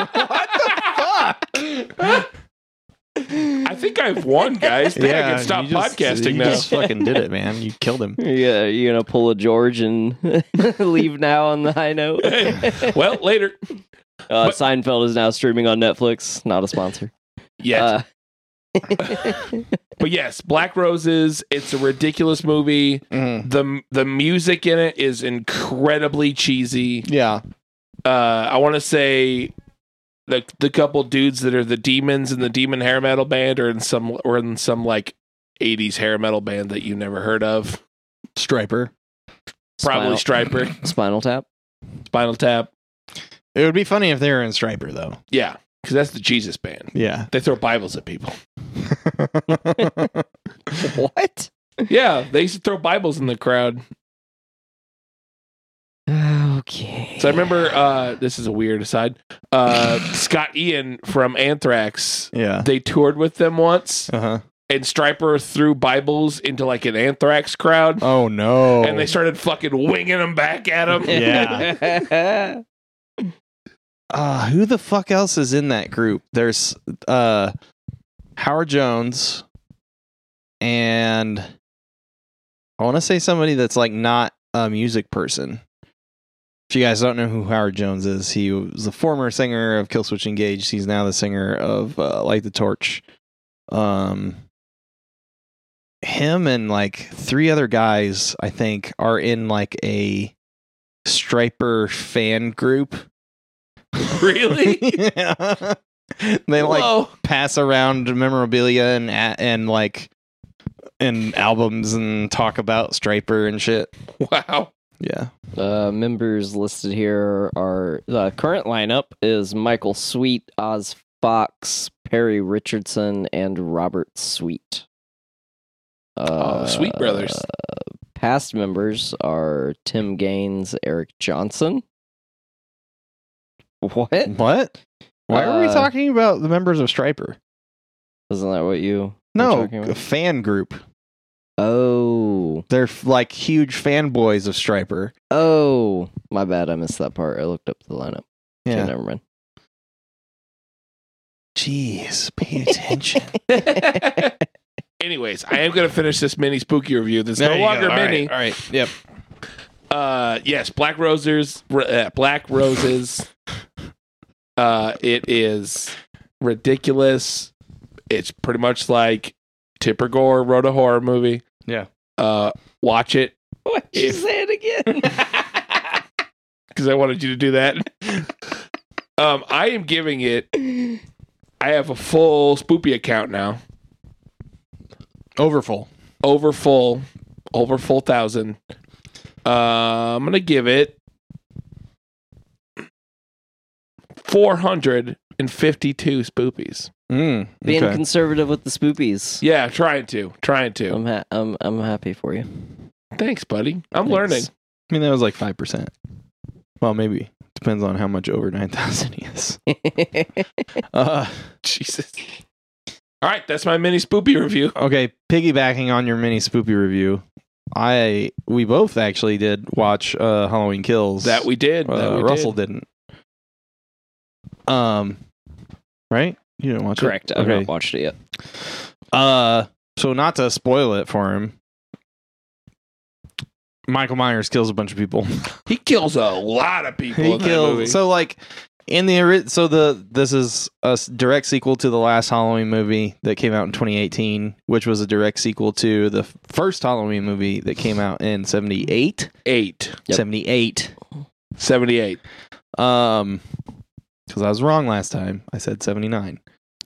[SPEAKER 1] I think I've won, guys. Think I can stop
[SPEAKER 2] you just-
[SPEAKER 1] podcasting
[SPEAKER 2] you
[SPEAKER 1] now.
[SPEAKER 2] Just fucking did it, man. You killed him.
[SPEAKER 3] yeah, you gonna pull a George and leave now on the high note. uh,
[SPEAKER 1] well, later.
[SPEAKER 3] Seinfeld is now streaming on Netflix. Not a sponsor.
[SPEAKER 1] Yes.
[SPEAKER 3] Uh,
[SPEAKER 1] but yes, Black Roses. It's a ridiculous movie.
[SPEAKER 2] Mm-hmm.
[SPEAKER 1] the the music in it is incredibly cheesy.
[SPEAKER 2] Yeah,
[SPEAKER 1] Uh, I want to say the the couple dudes that are the demons in the demon hair metal band are in some or in some like 80s hair metal band that you never heard of.
[SPEAKER 2] Striper.
[SPEAKER 1] Probably
[SPEAKER 3] Uh, Spinal-
[SPEAKER 1] Striper,
[SPEAKER 3] Spinal Tap.
[SPEAKER 1] Spinal Tap.
[SPEAKER 2] It would be funny if they were in Striper though.
[SPEAKER 1] Yeah, because that's the Jesus band.
[SPEAKER 2] Yeah.
[SPEAKER 1] They throw Bibles at people.
[SPEAKER 3] What?
[SPEAKER 1] Yeah, they used to throw Bibles in the crowd.
[SPEAKER 3] Okay.
[SPEAKER 1] So I remember uh, this is a weird aside. Uh, Scott Ian from Anthrax,
[SPEAKER 2] yeah.
[SPEAKER 1] they toured with them once,
[SPEAKER 2] Uh huh.
[SPEAKER 1] and Striper threw Bibles into like an Anthrax crowd,
[SPEAKER 2] Oh no.
[SPEAKER 1] and they started fucking winging them back at them.
[SPEAKER 3] Yeah.
[SPEAKER 2] uh, who the fuck else is in that group? There's uh Howard Jones and I want to say somebody that's like not a music person. If you guys don't know who Howard Jones is, he was the former singer of Killswitch Engage. He's now the singer of uh, Light the Torch. Um, him and like three other guys, I think, are in like a Striper fan group.
[SPEAKER 1] Really?
[SPEAKER 2] yeah. They like
[SPEAKER 1] Whoa.
[SPEAKER 2] pass around memorabilia and a- and like and albums and talk about Striper and shit.
[SPEAKER 1] Wow.
[SPEAKER 2] Yeah.
[SPEAKER 3] uh, members listed here are the current lineup is Michael Sweet, Oz Fox, Perry Richardson, and Robert Sweet. Uh,
[SPEAKER 1] Oh, Sweet Brothers.
[SPEAKER 3] Past members are Tim Gaines, Eric Johnson. What?
[SPEAKER 2] What? Why are we
[SPEAKER 3] Uh,
[SPEAKER 2] talking about the members of Striper?
[SPEAKER 3] Isn't that what you? were
[SPEAKER 2] No,
[SPEAKER 3] talking
[SPEAKER 2] a
[SPEAKER 3] about?
[SPEAKER 2] fan group.
[SPEAKER 3] Oh.
[SPEAKER 2] They're f- like huge fanboys of Striper.
[SPEAKER 3] Oh. My bad. I missed that part. I looked up the lineup. Okay,
[SPEAKER 2] Yeah.
[SPEAKER 3] never mind.
[SPEAKER 2] Jeez, pay attention.
[SPEAKER 1] Anyways, I am going to finish this mini spooky review. That's
[SPEAKER 2] There
[SPEAKER 1] no
[SPEAKER 2] you go.
[SPEAKER 1] longer
[SPEAKER 2] All right,
[SPEAKER 1] mini.
[SPEAKER 2] all right. Yep.
[SPEAKER 1] Uh, yes, Black Roses. r- Uh, Black Roses. uh, it is ridiculous. It's pretty much like Tipper Gore wrote a horror movie.
[SPEAKER 2] Yeah.
[SPEAKER 1] Uh, watch it
[SPEAKER 3] What
[SPEAKER 1] you If-
[SPEAKER 3] say it again?
[SPEAKER 1] because I wanted you to do that. um, I am giving it. I have a full spoopy account now,
[SPEAKER 2] Overfull.
[SPEAKER 1] over full, over full thousand. Uh, I'm gonna give it four hundred and fifty-two spoopies.
[SPEAKER 2] Mm,
[SPEAKER 3] Being
[SPEAKER 2] okay.
[SPEAKER 3] conservative with the spoopies.
[SPEAKER 1] Yeah, trying to, trying to.
[SPEAKER 3] I'm ha- I'm I'm happy for you.
[SPEAKER 1] Thanks, buddy. I'm
[SPEAKER 3] Thanks.
[SPEAKER 1] learning.
[SPEAKER 2] I mean, that was like 5%. Well, maybe. Depends on how much over 9,000 he is. Uh,
[SPEAKER 1] Jesus. All right, that's my mini spoopy review.
[SPEAKER 2] okay, piggybacking on your mini spoopy review, I we both actually did watch uh, Halloween Kills.
[SPEAKER 1] That we did.
[SPEAKER 2] uh,
[SPEAKER 1] that we
[SPEAKER 2] Russell
[SPEAKER 1] did.
[SPEAKER 2] didn't. Um, right? You didn't watch
[SPEAKER 3] Correct.
[SPEAKER 2] it.
[SPEAKER 3] I've not watched it yet.
[SPEAKER 2] Uh, so not to spoil it for him, Michael Myers kills a bunch of people.
[SPEAKER 1] He kills a lot of people.
[SPEAKER 2] he
[SPEAKER 1] in that movie.
[SPEAKER 2] killed so like in the ori- so the this is a s- direct sequel to the last halloween movie that came out in 2018 which was a direct sequel to the f- first halloween movie that came out in 78
[SPEAKER 1] eight.
[SPEAKER 3] Yep.
[SPEAKER 2] 78
[SPEAKER 1] 78.
[SPEAKER 2] um because i was wrong last time i said 79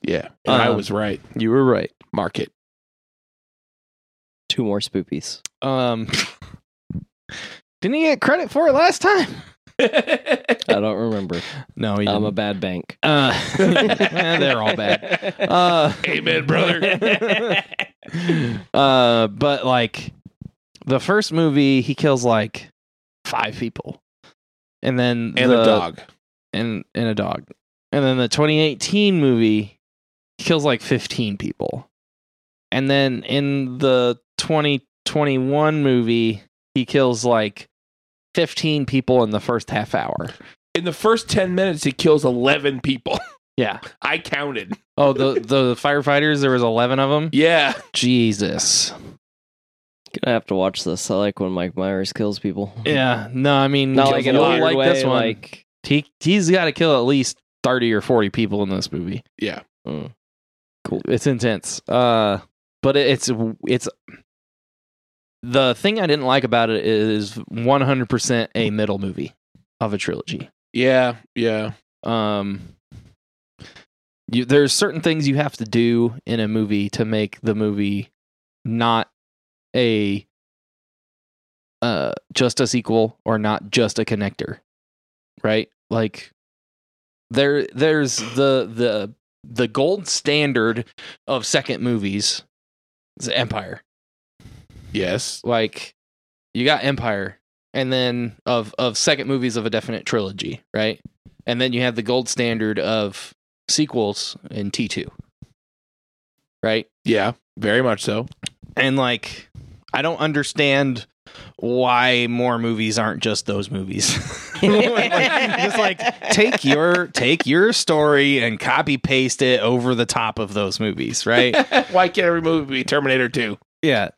[SPEAKER 1] Yeah. And I
[SPEAKER 2] Um,
[SPEAKER 1] was right.
[SPEAKER 2] you were right
[SPEAKER 1] Mark it.
[SPEAKER 3] Two more spoopies.
[SPEAKER 2] um didn't he get credit for it last time
[SPEAKER 3] I don't remember.
[SPEAKER 2] no he
[SPEAKER 3] I'm
[SPEAKER 2] didn't.
[SPEAKER 3] a bad bank.
[SPEAKER 2] uh, they're all bad uh
[SPEAKER 1] Amen, brother.
[SPEAKER 2] uh, but like the first movie, he kills like five people, and then
[SPEAKER 1] and
[SPEAKER 2] the,
[SPEAKER 1] a dog.
[SPEAKER 2] and and a dog, and then the 2018 movie he kills like 15 people, and then in the 2021 movie, he kills like 15 people in the first half hour.
[SPEAKER 1] In the first 10 minutes, he kills 11 people.
[SPEAKER 2] Yeah.
[SPEAKER 1] I counted.
[SPEAKER 2] Oh, the the firefighters. There was 11 of them.
[SPEAKER 1] Yeah.
[SPEAKER 2] Jesus.
[SPEAKER 3] Gonna have to watch this. I like when Mike Myers kills people.
[SPEAKER 2] Yeah. No, I mean,
[SPEAKER 3] Not like in a
[SPEAKER 2] you'll
[SPEAKER 3] weird
[SPEAKER 2] like
[SPEAKER 3] way.
[SPEAKER 2] this one.
[SPEAKER 3] Like
[SPEAKER 2] He he's got to kill at least thirty or forty people in this movie.
[SPEAKER 1] Yeah.
[SPEAKER 3] Mm.
[SPEAKER 2] cool. It's intense. Uh, but it, it's it's the thing I didn't like about it is one hundred percent a middle movie of a trilogy.
[SPEAKER 1] Yeah. Yeah.
[SPEAKER 2] Um, you, there's certain things you have to do in a movie to make the movie not a uh just a sequel or not just a connector right like there there's the the the gold standard of second movies is empire
[SPEAKER 1] Yes.
[SPEAKER 2] like you got empire and then of of second movies of a definite trilogy right and then you have the gold standard of sequels in t2 right
[SPEAKER 1] Yeah. Very much so.
[SPEAKER 2] and like I don't understand why more movies aren't just those movies. Just like take your take your story and copy paste it over the top of those movies, right?
[SPEAKER 1] Why can't every movie be Terminator 2?
[SPEAKER 2] yeah.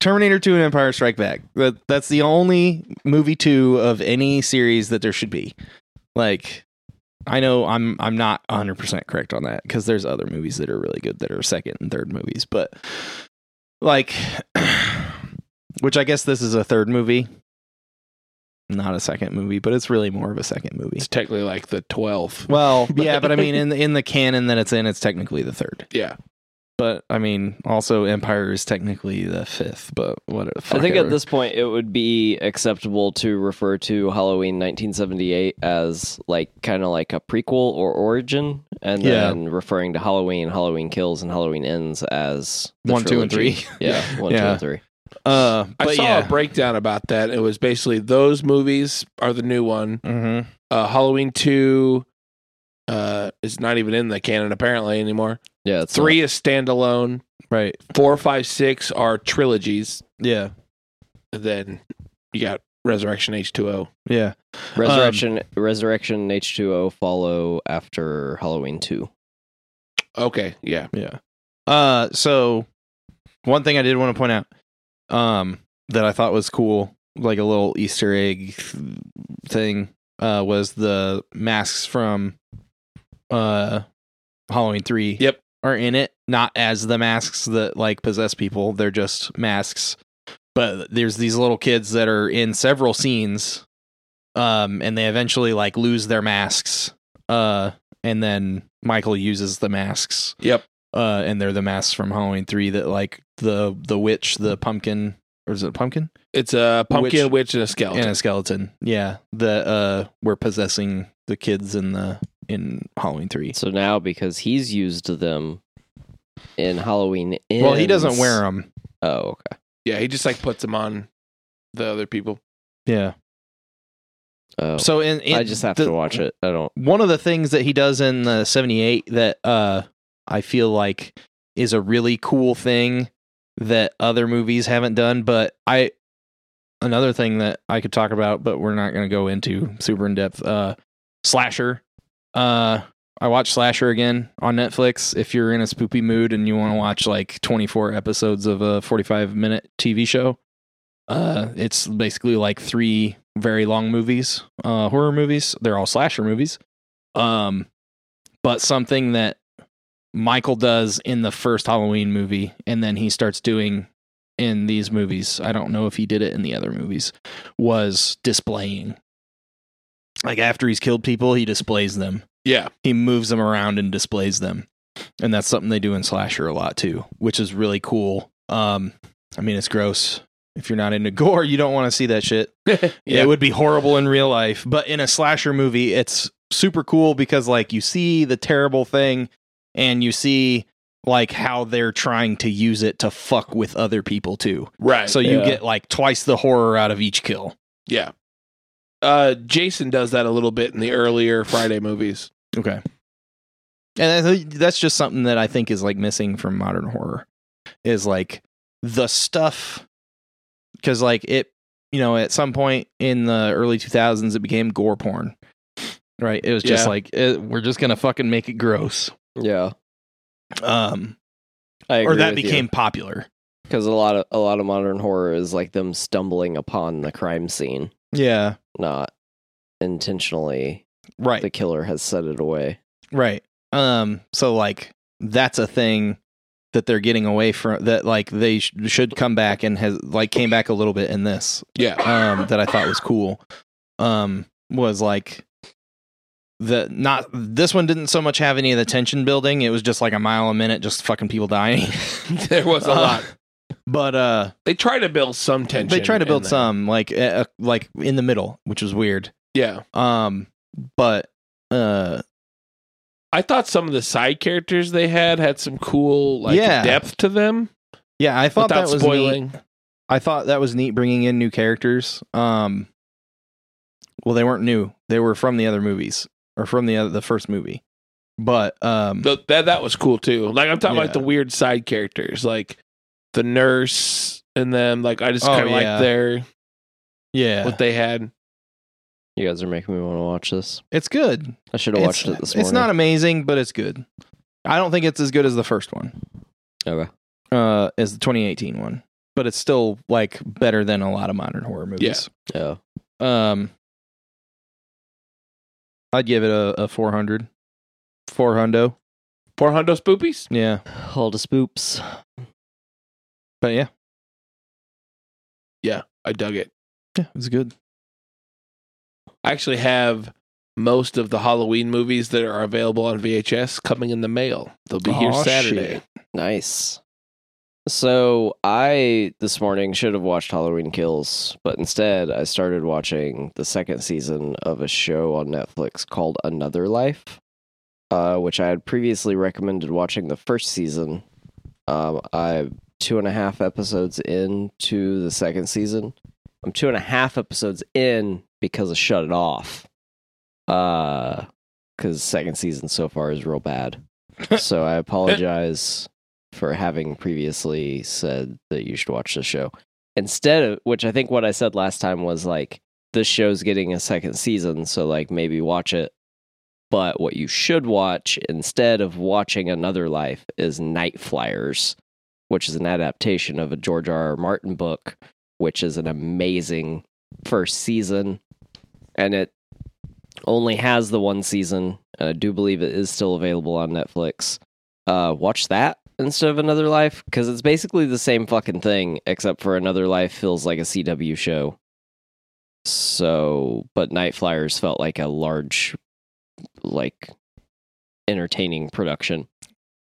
[SPEAKER 2] Terminator 2 and Empire Strike Back. That that's the only movie 2 of any series that there should be. Like I know I'm I'm not 100% correct on that cuz there's other movies that are really good that are second and third movies, but like which I guess this is a third movie. Not a second movie, but it's really more of a second movie.
[SPEAKER 1] It's technically like the 12th.
[SPEAKER 2] Well, yeah, but I mean in the, in the canon that it's in, it's technically the third.
[SPEAKER 1] Yeah.
[SPEAKER 2] But I mean, also Empire is technically the fifth. But what?
[SPEAKER 3] I think at this point it would be acceptable to refer to Halloween 1978 as like kind of like a prequel or origin, and
[SPEAKER 2] Yeah.
[SPEAKER 3] then referring to Halloween, Halloween Kills, and Halloween Ends as the
[SPEAKER 2] One, two, and
[SPEAKER 3] trilogy.
[SPEAKER 2] three.
[SPEAKER 3] Yeah, one, two,
[SPEAKER 2] Yeah.
[SPEAKER 3] and three.
[SPEAKER 2] uh, but
[SPEAKER 1] I saw
[SPEAKER 2] yeah.
[SPEAKER 1] a breakdown about that. It was basically those movies are the new one.
[SPEAKER 2] mm-hmm.
[SPEAKER 1] Uh, Halloween 2 uh, is not even in the canon apparently anymore.
[SPEAKER 3] Yeah, it's
[SPEAKER 1] Three is standalone.
[SPEAKER 2] Right.
[SPEAKER 1] Four, five, six are trilogies.
[SPEAKER 2] Yeah.
[SPEAKER 1] And then you got Resurrection H2O.
[SPEAKER 2] Yeah.
[SPEAKER 3] not- Resurrection, Resurrection, H two O follow after Halloween two.
[SPEAKER 1] Okay. Yeah.
[SPEAKER 2] Yeah. Uh, so one thing I did want to point out, um, that I thought was cool, like a little Easter egg thing, uh, was the masks from, uh, Halloween three.
[SPEAKER 1] Yep.
[SPEAKER 2] Are in it, not as the masks that like possess people. They're just masks. But there's these little kids that are in several scenes, um, and they eventually like lose their masks. Uh, and then Michael uses the masks
[SPEAKER 1] Yep.
[SPEAKER 2] uh, and they're the masks from Halloween three that like the the witch, the pumpkin, or is it a pumpkin
[SPEAKER 1] It's a pumpkin,
[SPEAKER 2] Which-
[SPEAKER 1] witch, and a skeleton.
[SPEAKER 2] and a skeleton? Yeah, that uh, were possessing the kids in the in Halloween three.
[SPEAKER 3] So now because he's used them in Halloween, Ends,
[SPEAKER 2] Well, he doesn't wear them.
[SPEAKER 3] Oh, okay.
[SPEAKER 1] yeah. He just like puts them on the other people.
[SPEAKER 2] Yeah.
[SPEAKER 3] Oh,
[SPEAKER 2] So in, in
[SPEAKER 3] I just have
[SPEAKER 2] the-
[SPEAKER 3] to watch it. I don't.
[SPEAKER 2] one of the things that he does in the 78 that uh I feel like is a really cool thing that other movies haven't done but I another thing that I could talk about but we're not going to go into super in depth uh slasher uh I watched Slasher again on Netflix. If you're in a spoopy mood and you want to watch like 24 episodes of a 45 minute TV show, uh, it's basically like three very long movies, uh, horror movies. They're all slasher movies. Um, but something that Michael does in the first Halloween movie, and then he starts doing in these movies. I don't know if he did it in the other movies. Was displaying. Like after he's killed people, he displays them
[SPEAKER 1] Yeah.
[SPEAKER 2] he moves them around and displays them and that's something they do in slasher a lot too which is really cool um i mean it's gross if you're not into gore you don't want to see that shit
[SPEAKER 1] Yeah.
[SPEAKER 2] it would be horrible in real life but in a slasher movie it's super cool because like you see the terrible thing and you see like how they're trying to use it to fuck with other people too
[SPEAKER 1] right.
[SPEAKER 2] so you
[SPEAKER 3] Yeah.
[SPEAKER 2] get like twice the horror out of each kill
[SPEAKER 1] yeah. Uh, Jason does that a little bit in the earlier Friday movies.
[SPEAKER 2] Okay. And I think that's just something that I think is like missing from modern horror is like the stuff cuz like it you know at some point in the early 2000s it became gore porn. Right? It was just
[SPEAKER 1] Yeah.
[SPEAKER 2] like eh, we're just going to fucking make it gross.
[SPEAKER 3] Yeah,
[SPEAKER 2] Um
[SPEAKER 3] I agree
[SPEAKER 2] or that
[SPEAKER 3] with you.
[SPEAKER 2] became popular.
[SPEAKER 3] because a lot of a lot of modern horror is like them stumbling upon the crime scene,
[SPEAKER 2] Yeah.
[SPEAKER 3] not intentionally.
[SPEAKER 2] Right.
[SPEAKER 3] The killer has set it away.
[SPEAKER 2] Right. Um so like that's a thing that they're getting away from that like they sh- should come back and has like came back a little bit in this
[SPEAKER 1] Yeah.
[SPEAKER 2] um, that I thought was cool um, was like the not this one didn't so much have any of the tension building. It was just like a mile a minute, just fucking people dying.
[SPEAKER 1] there was a
[SPEAKER 2] Uh,
[SPEAKER 1] lot.
[SPEAKER 2] But uh,
[SPEAKER 1] They try to build some tension.
[SPEAKER 2] they try to
[SPEAKER 1] in
[SPEAKER 2] build
[SPEAKER 1] that.
[SPEAKER 2] some like uh, like in the middle, which was weird.
[SPEAKER 1] Yeah,
[SPEAKER 2] Um, but uh,
[SPEAKER 1] I thought some of the side characters they had had some cool like
[SPEAKER 2] Yeah.
[SPEAKER 1] depth to them
[SPEAKER 2] yeah, I thought
[SPEAKER 1] without
[SPEAKER 2] that was neat.
[SPEAKER 1] spoiling.
[SPEAKER 2] I thought that was neat bringing in new characters. Um, well, they weren't new; they were from the other movies or from the other, the first movie. But um,
[SPEAKER 1] Th- that that was cool too. Like I'm talking
[SPEAKER 2] Yeah.
[SPEAKER 1] like the weird side characters, like the nurse and them. Like I just
[SPEAKER 2] Oh,
[SPEAKER 1] kind of
[SPEAKER 2] yeah.
[SPEAKER 1] like their
[SPEAKER 2] yeah,
[SPEAKER 1] what they had.
[SPEAKER 3] You guys are making me want to watch this.
[SPEAKER 2] it's good.
[SPEAKER 3] I should have watched it this morning.
[SPEAKER 2] It's not amazing, but it's good. I don't think it's as good as the first one,
[SPEAKER 3] okay.
[SPEAKER 2] uh, as the 2018 one, but it's still like better than a lot of modern horror movies.
[SPEAKER 3] Yeah.
[SPEAKER 2] Um, I'd give it a, a 400, 400.
[SPEAKER 1] Four hundos boobies.
[SPEAKER 2] Yeah,
[SPEAKER 3] All the spoops.
[SPEAKER 2] but yeah,
[SPEAKER 1] I dug it.
[SPEAKER 2] yeah, it's good.
[SPEAKER 1] I actually have most of the Halloween movies that are available on VHS coming in the mail. They'll be here
[SPEAKER 2] Aw,
[SPEAKER 1] Saturday.
[SPEAKER 2] shit.
[SPEAKER 3] Nice. So I this morning should have watched Halloween Kills, but instead I started watching the second season of a show on Netflix called Another Life, uh, which I had previously recommended watching the first season. Um, I'm two and a half episodes into the second season. I'm two and a half episodes in because I shut it off. Uh, because second season so far is real bad. so I apologize for having previously said that you should watch the show. Instead of which I think what I said last time was like this show's getting a second season, so like maybe watch it. But what you should watch instead of watching Another Life is Night Flyers, which is an adaptation of a George R. R. Martin book, which is an amazing first season. And it only has the one season. And I do believe it is still available on Netflix. Uh, watch that instead of Another Life because it's basically the same fucking thing, except for Another Life feels like a CW show. So, but Night Flyers felt like a large, like, entertaining production.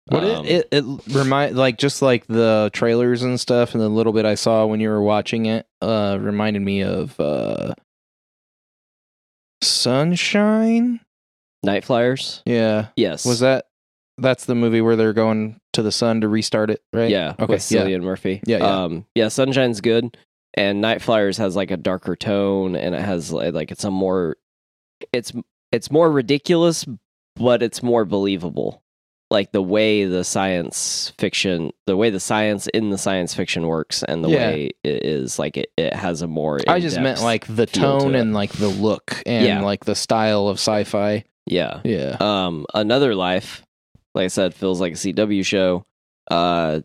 [SPEAKER 2] What
[SPEAKER 3] Um,
[SPEAKER 2] it, it it remind like just like the trailers and stuff, and the little bit I saw when you were watching it uh, reminded me of uh, Sunshine.
[SPEAKER 3] Night Flyers?
[SPEAKER 2] Yeah,
[SPEAKER 3] Yes.
[SPEAKER 2] was that that's the movie where they're going to the sun to restart it, right?
[SPEAKER 3] Yeah,
[SPEAKER 2] Okay.
[SPEAKER 3] with
[SPEAKER 2] yeah.
[SPEAKER 3] Cillian Murphy.
[SPEAKER 2] Yeah, yeah.
[SPEAKER 3] Um, yeah, Sunshine's good, and Night Flyers has like a darker tone, and it has like, like it's a more, it's it's more ridiculous, but it's more believable. Like the way the science fiction, the way the science in the science fiction works, and the
[SPEAKER 2] Yeah.
[SPEAKER 3] way it is like it, it has a more.
[SPEAKER 2] I just meant
[SPEAKER 3] in-depth-
[SPEAKER 2] like the
[SPEAKER 3] feel to
[SPEAKER 2] tone
[SPEAKER 3] it.
[SPEAKER 2] and like the look and
[SPEAKER 3] Yeah.
[SPEAKER 2] like the style of sci-fi.
[SPEAKER 3] yeah.
[SPEAKER 2] Yeah,
[SPEAKER 3] Um, another life, like I said, feels like a CW show. Uh,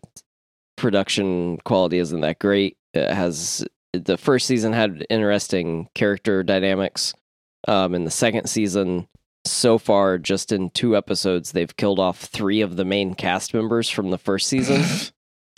[SPEAKER 3] production quality isn't that great. It has the first season had interesting character dynamics. Um, in the second season, so far, just in two episodes, they've killed off three of the main cast members from the first season,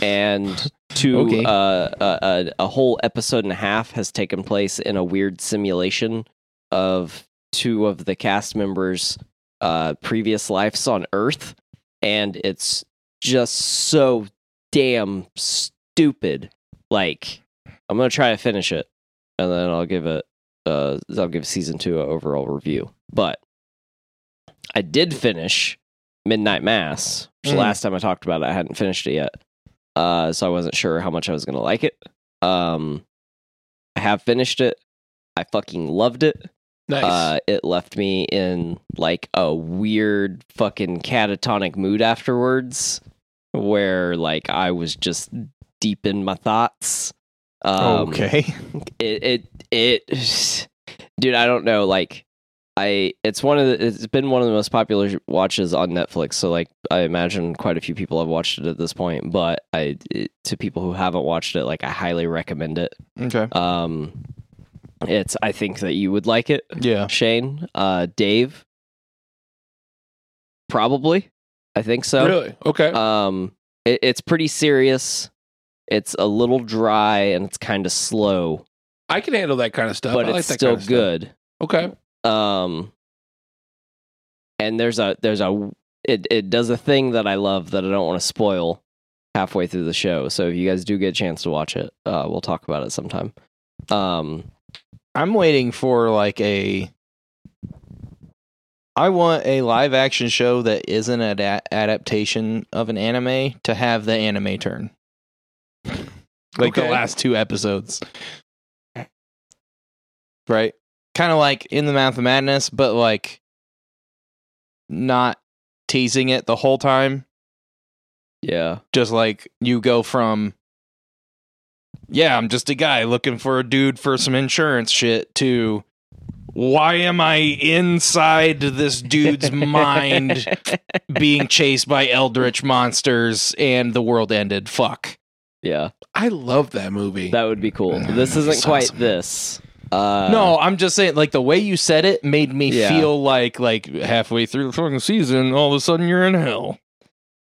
[SPEAKER 3] and two
[SPEAKER 2] Okay.
[SPEAKER 3] uh, a, a, a whole episode and a half has taken place in a weird simulation of two of the cast members' uh, previous lives on Earth, and it's just so damn stupid. Like, I'm gonna try to finish it, and then I'll give it. Uh, I'll give season two an overall review. But I did finish Midnight Mass, which
[SPEAKER 2] Mm.
[SPEAKER 3] last time I talked about it, I hadn't finished it yet, uh, so I wasn't sure how much I was gonna like it. Um, I have finished it. I fucking loved it.
[SPEAKER 1] Nice.
[SPEAKER 3] Uh, it left me in like a weird fucking catatonic mood afterwards, where like I was just deep in my thoughts. Um,
[SPEAKER 2] okay.
[SPEAKER 3] It it it, dude. I don't know. Like I, it's one of the. It's been one of the most popular watches on Netflix. So like I imagine quite a few people have watched it at this point. But I, it, to people who haven't watched it, like I highly recommend it.
[SPEAKER 2] Okay.
[SPEAKER 3] Um, it's. I think that you would like it.
[SPEAKER 2] Yeah.
[SPEAKER 3] Shane, uh, Dave, probably. I think so.
[SPEAKER 1] really? Okay.
[SPEAKER 2] uh,
[SPEAKER 3] Um, it, it's pretty serious. It's a little dry and it's kind of slow,
[SPEAKER 1] I can handle that kind of stuff.
[SPEAKER 3] but
[SPEAKER 1] I like
[SPEAKER 3] it's
[SPEAKER 1] that
[SPEAKER 3] still
[SPEAKER 1] kind of stuff.
[SPEAKER 3] good.
[SPEAKER 1] Okay.
[SPEAKER 3] Um, and there's a there's a it it does a thing that I love that I don't want to spoil, halfway through the show. So if you guys do get a chance to watch it, uh, we'll talk about it sometime. Um,
[SPEAKER 2] I'm waiting for like a. I want a live action show that isn't an ad- adaptation of an anime to have the anime turn. like the
[SPEAKER 1] Okay.
[SPEAKER 2] last two episodes. Right? Kind of like In the Mouth of Madness, but like not teasing it the whole time
[SPEAKER 3] yeah,
[SPEAKER 2] just like you go from yeah i'm just a guy looking for a dude for some insurance shit to why am i inside this dude's mind being chased by eldritch monsters and the world ended fuck
[SPEAKER 3] yeah,
[SPEAKER 1] I love that movie.
[SPEAKER 3] that would be cool. This
[SPEAKER 2] That'd be
[SPEAKER 3] isn't quite
[SPEAKER 2] awesome.
[SPEAKER 3] this. Uh,
[SPEAKER 2] no i'm just saying like the way you said it made me
[SPEAKER 3] Yeah.
[SPEAKER 2] feel like like halfway through the fucking season all of a sudden you're in hell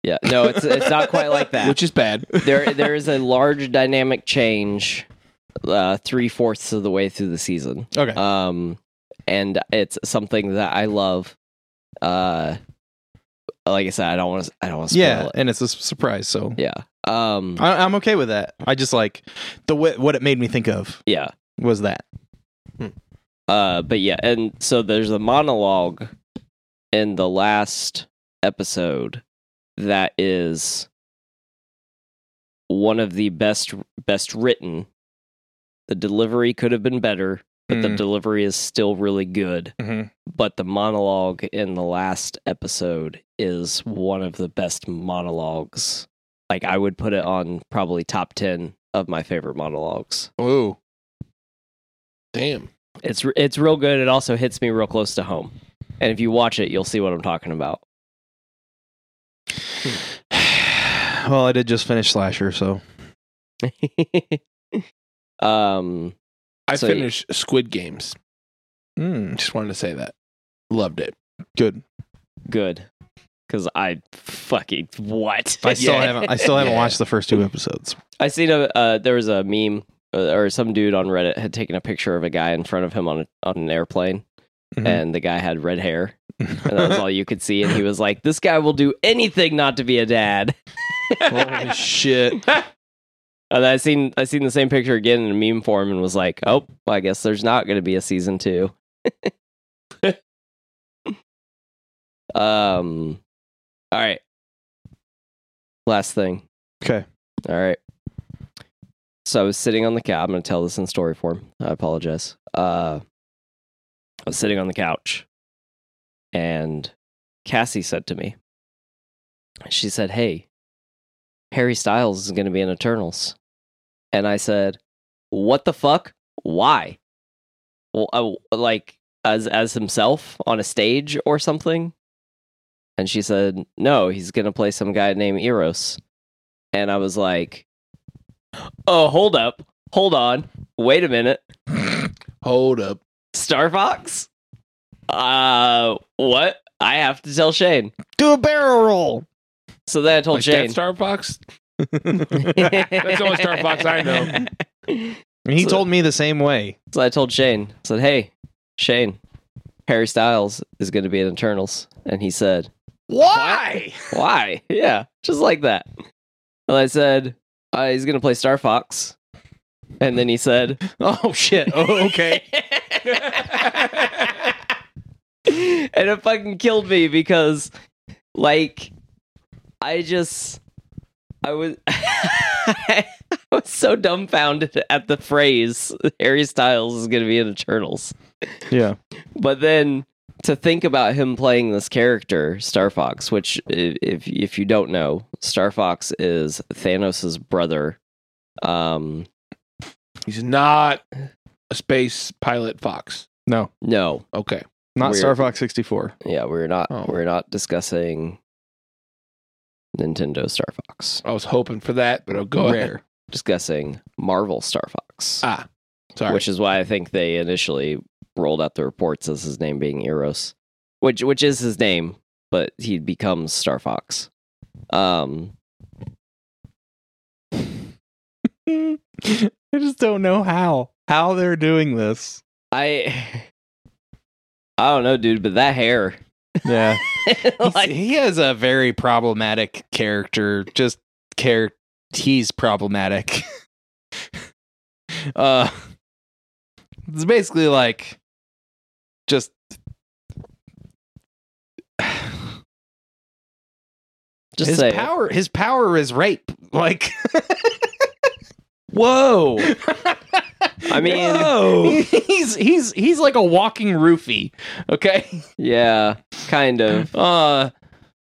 [SPEAKER 3] yeah, no, it's it's not quite like that.
[SPEAKER 1] which is bad.
[SPEAKER 3] there there is a large dynamic change uh, three fourths of the way through the season.
[SPEAKER 2] okay
[SPEAKER 3] Um, and it's something that I love. Uh, like I said, I don't want to. I don't want to spoil
[SPEAKER 2] yeah
[SPEAKER 3] it.
[SPEAKER 2] and it's a s- surprise so
[SPEAKER 3] Yeah. Um.
[SPEAKER 2] I, i'm okay with that i just like the wh- what it made me think of
[SPEAKER 3] yeah.
[SPEAKER 2] was that
[SPEAKER 3] Uh. But yeah. And so there's a monologue in the last episode that is one of the best best written. The delivery could have been better, but the
[SPEAKER 2] Mm.
[SPEAKER 3] delivery is still really good. but the monologue in the last episode is one of the best monologues. Like I would put it on probably top 10 of my favorite monologues.
[SPEAKER 2] Ooh.
[SPEAKER 1] Damn.
[SPEAKER 3] It's re- it's real good. It also hits me real close to home. And if you watch it, you'll see what I'm talking about.
[SPEAKER 2] well, I did just finish Slasher, so
[SPEAKER 3] um
[SPEAKER 1] I
[SPEAKER 3] So-
[SPEAKER 1] finished Squid Games.
[SPEAKER 2] mm,
[SPEAKER 1] Hmm, Just wanted to say that. Loved it.
[SPEAKER 2] good.
[SPEAKER 3] good. Cuz I fucking what?
[SPEAKER 2] I still
[SPEAKER 1] Yeah.
[SPEAKER 2] haven't. I still haven't
[SPEAKER 1] Yeah.
[SPEAKER 2] watched the first two episodes.
[SPEAKER 3] I seen a uh, there was a meme uh, or some dude on Reddit had taken a picture of a guy in front of him on a, on an airplane
[SPEAKER 2] Mm-hmm.
[SPEAKER 3] and the guy had red hair and that was all you could see. And he was like, "This guy will do anything not to be a dad."
[SPEAKER 2] Holy shit!
[SPEAKER 3] And I seen I seen the same picture again in a meme form and was like, "Oh, well, I guess there's not going to be a season two. um, all right. Last thing.
[SPEAKER 2] Okay.
[SPEAKER 3] All right. So I was sitting on the couch. I'm going to tell this in story form. I apologize. Uh, I was sitting on the couch, and Cassie said to me, "She said, hey, Harry Styles is going to be in Eternals," and I said, "What the fuck? Why? Well, I, like as as himself on a stage or something?" And she said, "No, he's going to play some guy named Eros." and I was like, "Oh, hold up, hold on, wait a minute,
[SPEAKER 1] Hold up.
[SPEAKER 3] Star Fox, uh, what? I have to tell Shane."
[SPEAKER 2] Do a barrel roll.
[SPEAKER 3] So then I told
[SPEAKER 1] Like that
[SPEAKER 3] Shane.
[SPEAKER 1] Star Fox?
[SPEAKER 3] That's
[SPEAKER 1] the only Star Fox I know.
[SPEAKER 2] And he
[SPEAKER 3] So-
[SPEAKER 2] told me the same way.
[SPEAKER 3] So I told Shane. I said, "Hey, Shane, Harry Styles is going to be in Eternals," and he said,
[SPEAKER 1] Why?
[SPEAKER 3] Why? Yeah, just like that. And I said, uh, he's going to play Star Fox. And then he said,
[SPEAKER 2] Oh shit! Oh, okay.
[SPEAKER 3] and it fucking killed me because, like, I just, I was, I was so dumbfounded at the phrase Harry Styles is going to be in Eternals.
[SPEAKER 2] yeah.
[SPEAKER 3] But then to think about him playing this character, Star Fox, which i- if if you don't know, Star Fox is Thanos' brother. Um,
[SPEAKER 1] He's not a space pilot fox.
[SPEAKER 2] No,
[SPEAKER 3] no,
[SPEAKER 1] Okay.
[SPEAKER 2] not
[SPEAKER 3] Weird.
[SPEAKER 2] Star Fox sixty four.
[SPEAKER 3] yeah, we're not
[SPEAKER 1] Oh.
[SPEAKER 3] we're not discussing Nintendo Star Fox.
[SPEAKER 1] I was hoping for that, but I'll go ahead.
[SPEAKER 3] Rare. Discussing Marvel Star Fox,
[SPEAKER 1] Ah, Sorry.
[SPEAKER 3] which is why I think they initially rolled out the reports as his name being Eros, which which is his name, but he becomes Star Fox. Um,
[SPEAKER 2] I just don't know how how they're doing this.
[SPEAKER 3] I I don't know, dude, but that hair.
[SPEAKER 2] Yeah. He's-
[SPEAKER 3] like
[SPEAKER 2] he has a very problematic character just care he's problematic. uh it's basically like just
[SPEAKER 3] Just
[SPEAKER 2] his
[SPEAKER 3] say it.
[SPEAKER 2] power his power is rape. Like
[SPEAKER 1] Whoa.
[SPEAKER 3] I mean-
[SPEAKER 2] Whoa. he's he's he's like a walking roofie. Okay.
[SPEAKER 3] yeah, kind of.
[SPEAKER 2] Uh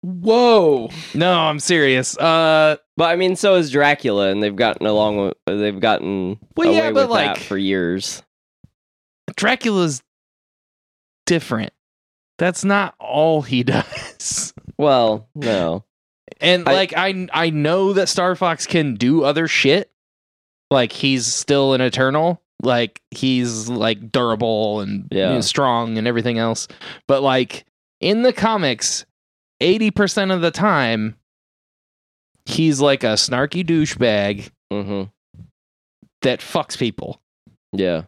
[SPEAKER 2] whoa. No, I'm serious. Uh
[SPEAKER 3] But I mean, so is Dracula, and they've gotten along. With, they've gotten
[SPEAKER 2] Well,
[SPEAKER 3] away
[SPEAKER 2] yeah, but,
[SPEAKER 3] with
[SPEAKER 2] like-
[SPEAKER 3] that for years.
[SPEAKER 2] Dracula's different. That's not all he does.
[SPEAKER 3] Well, no,
[SPEAKER 2] And
[SPEAKER 3] I-
[SPEAKER 2] like I I know that Star Fox can do other shit. Like he's still an eternal. Like he's like durable and you
[SPEAKER 3] Yeah.
[SPEAKER 2] know, strong and everything else. But like in the comics, 80% of the time he's like a snarky douchebag
[SPEAKER 3] hmm
[SPEAKER 2] that fucks people
[SPEAKER 3] yeah,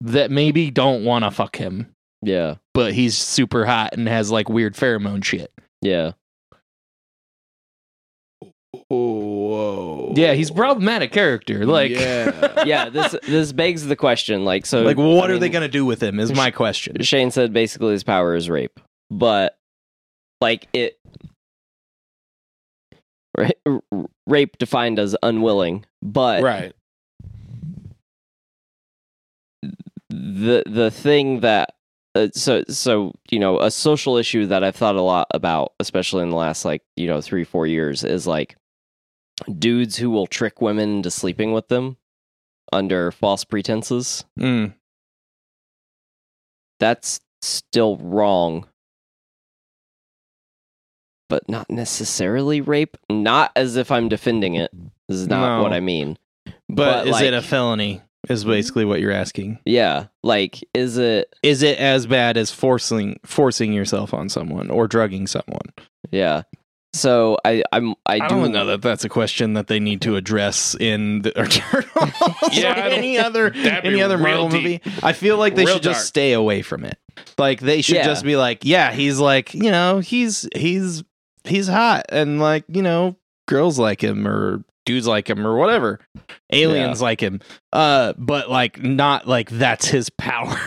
[SPEAKER 2] that maybe don't want to fuck him,
[SPEAKER 3] yeah,
[SPEAKER 2] but he's super hot and has like weird pheromone shit.
[SPEAKER 3] yeah.
[SPEAKER 1] Whoa.
[SPEAKER 2] Yeah, he's a problematic character. Like
[SPEAKER 1] Yeah.
[SPEAKER 3] yeah, this this begs the question. Like, so
[SPEAKER 2] like what
[SPEAKER 3] I
[SPEAKER 2] are they
[SPEAKER 3] mean,
[SPEAKER 2] going to do with him is my question.
[SPEAKER 3] Shane said basically his power is rape, but like it, ra- r- rape defined as unwilling. But
[SPEAKER 1] right.
[SPEAKER 3] the the thing that uh, so so you know a social issue that I've thought a lot about, especially in the last like you know three four years, is like dudes who will trick women into sleeping with them under false pretenses.
[SPEAKER 2] Mm.
[SPEAKER 3] that's still wrong but not necessarily rape not as if i'm defending it this is not
[SPEAKER 2] No.
[SPEAKER 3] what i mean
[SPEAKER 2] But, is it a
[SPEAKER 3] like,
[SPEAKER 2] felony? Is basically what you're asking.
[SPEAKER 3] yeah like is it
[SPEAKER 2] Is it as bad as forcing forcing yourself on someone or drugging someone?
[SPEAKER 3] yeah so i i'm i,
[SPEAKER 2] I,
[SPEAKER 3] do
[SPEAKER 2] don't know that that's a question that they need to address in the Eternals
[SPEAKER 1] Yeah,
[SPEAKER 2] or
[SPEAKER 1] I don't-
[SPEAKER 2] any other
[SPEAKER 1] that'd be
[SPEAKER 2] any other
[SPEAKER 1] real
[SPEAKER 2] Marvel
[SPEAKER 1] deep.
[SPEAKER 2] movie. I feel like they
[SPEAKER 1] Real
[SPEAKER 2] should
[SPEAKER 1] dark.
[SPEAKER 2] just stay away from it. Like they should
[SPEAKER 3] Yeah.
[SPEAKER 2] just be like, yeah, he's like, you know, he's he's he's hot and like, you know, girls like him or dudes like him or whatever. Aliens like him. Uh but like not like that's his power.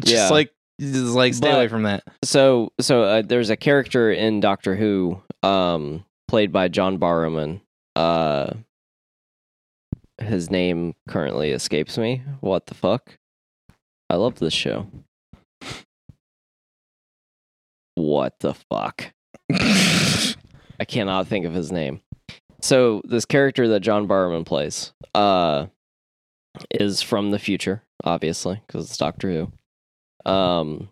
[SPEAKER 2] just
[SPEAKER 3] Yeah.
[SPEAKER 2] like just like stay
[SPEAKER 3] But-
[SPEAKER 2] away from that.
[SPEAKER 3] so so uh, there's a character in doctor who um played by john barrowman uh his name currently escapes me what the fuck i love this show what the fuck i cannot think of his name so this character that john barrowman plays uh is from the future obviously because it's doctor who um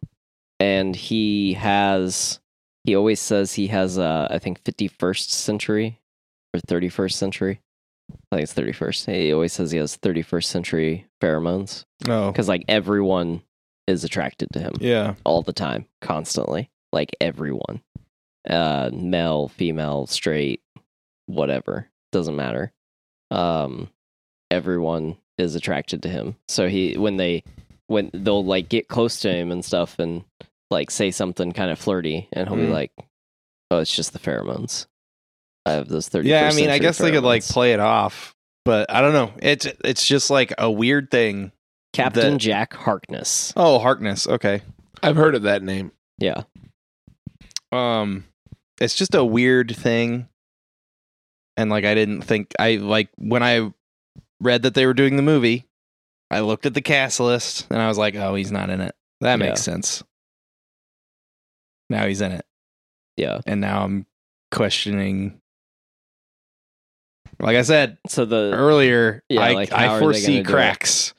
[SPEAKER 3] and he has he always says he has uh i think 51st century or 31st century i think it's 31st he always says he has 31st century pheromones
[SPEAKER 2] oh.
[SPEAKER 3] because like everyone is attracted to him
[SPEAKER 2] Yeah.
[SPEAKER 3] all the time constantly like everyone uh male female straight whatever doesn't matter um everyone is attracted to him so he when they when they'll like get close to him and stuff and like say something kind of flirty and he'll be
[SPEAKER 2] Mm.
[SPEAKER 3] like oh it's just the pheromones i have those 30
[SPEAKER 2] yeah i mean i guess they could like play it off but i don't know it's it's just like a weird thing
[SPEAKER 3] captain
[SPEAKER 2] the-
[SPEAKER 3] jack harkness
[SPEAKER 2] oh harkness okay
[SPEAKER 1] I've heard of that name.
[SPEAKER 3] yeah
[SPEAKER 2] um it's just a weird thing and like i didn't think i like when i read that they were doing the movie i looked at the cast list and i was like oh he's not in it that makes sense now he's in it
[SPEAKER 3] yeah
[SPEAKER 2] and now i'm questioning like i said
[SPEAKER 3] so the
[SPEAKER 2] earlier,
[SPEAKER 3] Yeah,
[SPEAKER 2] I,
[SPEAKER 3] like, how are
[SPEAKER 2] I
[SPEAKER 3] they
[SPEAKER 2] foresee
[SPEAKER 3] gonna do it?
[SPEAKER 2] cracks.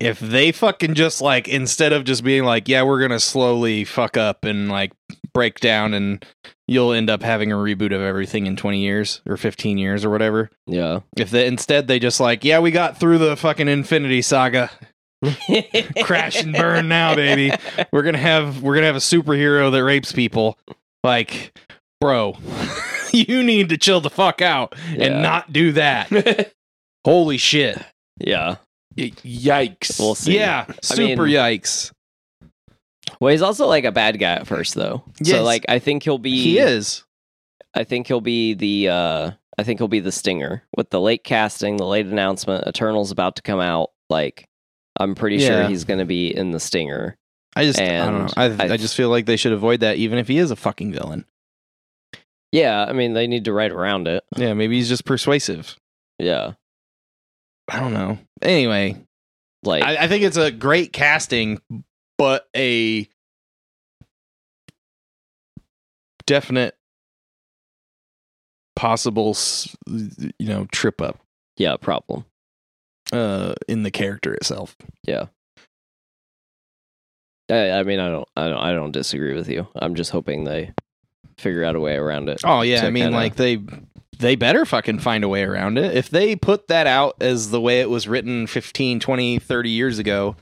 [SPEAKER 2] If they fucking just like instead of just being like, yeah, we're gonna slowly fuck up and like break down, and you'll end up having a reboot of everything in twenty years or fifteen years or whatever.
[SPEAKER 3] yeah
[SPEAKER 2] If they, instead they just like, yeah, we got through the fucking Infinity Saga, crash and burn now, baby. We're gonna have we're gonna have a superhero that rapes people. Like, bro, you need to chill the fuck out
[SPEAKER 3] Yeah.
[SPEAKER 2] and not do that. Holy shit.
[SPEAKER 3] yeah
[SPEAKER 1] Y- Yikes.
[SPEAKER 3] we'll see
[SPEAKER 2] Yeah, super
[SPEAKER 3] mean-
[SPEAKER 2] yikes.
[SPEAKER 3] Well, he's also like a bad guy at first, though.
[SPEAKER 2] Yes.
[SPEAKER 3] So, like, I think he'll be.
[SPEAKER 2] He is.
[SPEAKER 3] I think he'll be the uh I think he'll be the stinger with the late casting, the late announcement. Eternal's about to come out. Like, I'm pretty
[SPEAKER 2] Yeah.
[SPEAKER 3] sure he's going to be in the stinger.
[SPEAKER 2] I just I don't know.
[SPEAKER 3] And
[SPEAKER 2] I, I
[SPEAKER 3] I-
[SPEAKER 2] just feel like they should avoid that, even if he is a fucking villain.
[SPEAKER 3] Yeah, I mean they need to write around it.
[SPEAKER 2] Yeah, maybe he's just persuasive.
[SPEAKER 3] Yeah,
[SPEAKER 2] I don't know. Anyway,
[SPEAKER 3] like
[SPEAKER 2] I, I think it's a great casting, but a definite possible, s- you know, trip up
[SPEAKER 3] yeah, problem.
[SPEAKER 2] uh, in the character itself.
[SPEAKER 3] I, I mean I don't I don't I don't disagree with you. I'm just hoping they figure out a way around it.
[SPEAKER 2] Oh yeah,
[SPEAKER 3] to
[SPEAKER 2] I mean,
[SPEAKER 3] kinda-
[SPEAKER 2] like they they better fucking find a way around it. If they put that out as the way it was written 15, 20, 30 years ago,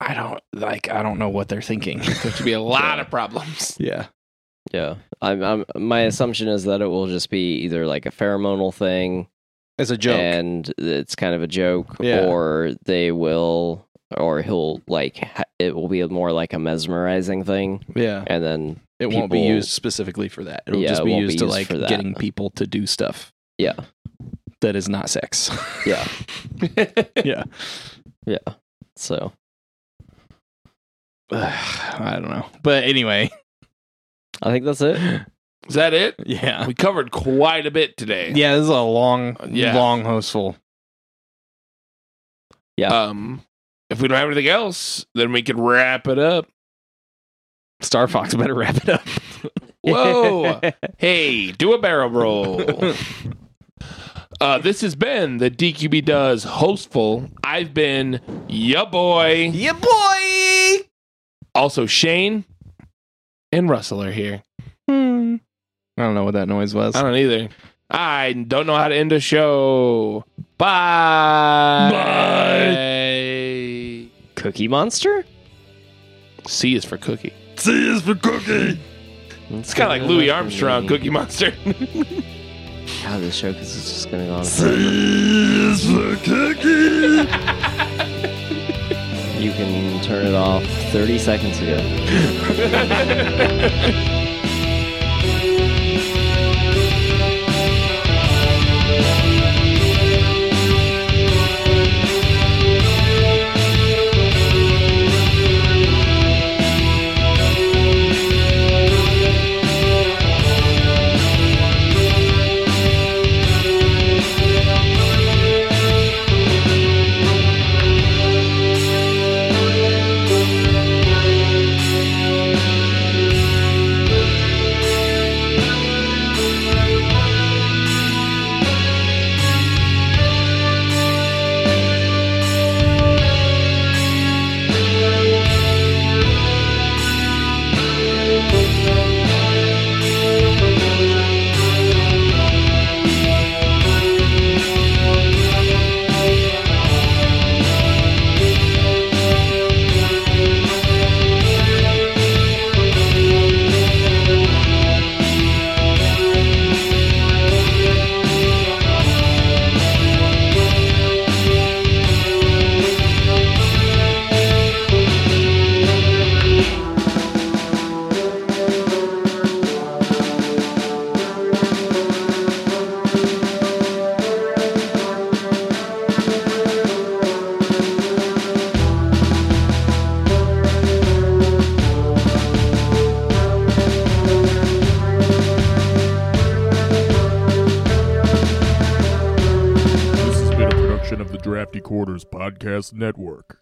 [SPEAKER 2] I don't like I don't know what they're thinking.
[SPEAKER 1] There should be a lot
[SPEAKER 3] Yeah.
[SPEAKER 1] of problems.
[SPEAKER 2] yeah.
[SPEAKER 3] Yeah, I'm, I'm my assumption is that it will just be either like a pheromonal thing
[SPEAKER 2] As a joke.
[SPEAKER 3] and it's kind of a joke
[SPEAKER 2] Yeah.
[SPEAKER 3] or they will or he'll like ha- it will be more like a mesmerizing thing
[SPEAKER 2] yeah.
[SPEAKER 3] and then
[SPEAKER 2] It won't be
[SPEAKER 3] people-
[SPEAKER 2] used specifically for that. It'll
[SPEAKER 3] Yeah,
[SPEAKER 2] just
[SPEAKER 3] it
[SPEAKER 2] be
[SPEAKER 3] won't
[SPEAKER 2] used
[SPEAKER 3] be
[SPEAKER 2] to
[SPEAKER 3] used
[SPEAKER 2] like
[SPEAKER 3] for that.
[SPEAKER 2] getting people to do stuff
[SPEAKER 3] yeah
[SPEAKER 2] that is not sex.
[SPEAKER 3] yeah
[SPEAKER 2] yeah.
[SPEAKER 3] so
[SPEAKER 2] I don't know. But anyway.
[SPEAKER 3] i think that's it
[SPEAKER 1] Is that it?
[SPEAKER 2] Yeah.
[SPEAKER 1] We covered quite a bit today.
[SPEAKER 2] Yeah, this is a long
[SPEAKER 1] Yeah.
[SPEAKER 2] long hostful.
[SPEAKER 1] Um, if we don't have anything else, then we could wrap it up.
[SPEAKER 2] Star Fox better wrap it up.
[SPEAKER 1] Whoa! hey, do a barrel roll. Uh, this has been the DQB Does Hostful. I've been ya boy.
[SPEAKER 2] yeah, boy.
[SPEAKER 1] Also, Shane and Russell are here.
[SPEAKER 2] I don't know what that noise was.
[SPEAKER 1] I don't either. I don't know how to end a show. Bye. Bye.
[SPEAKER 3] cookie monster
[SPEAKER 1] C is for cookie.
[SPEAKER 2] See is for cookie.
[SPEAKER 1] It's kind of like Louis Armstrong, Cookie Monster.
[SPEAKER 3] how this show because it's just gonna go on
[SPEAKER 2] See is for cookie.
[SPEAKER 3] forever. you can turn it off 30 seconds ago
[SPEAKER 4] This has been a production of the Drafty Quarters Podcast Network.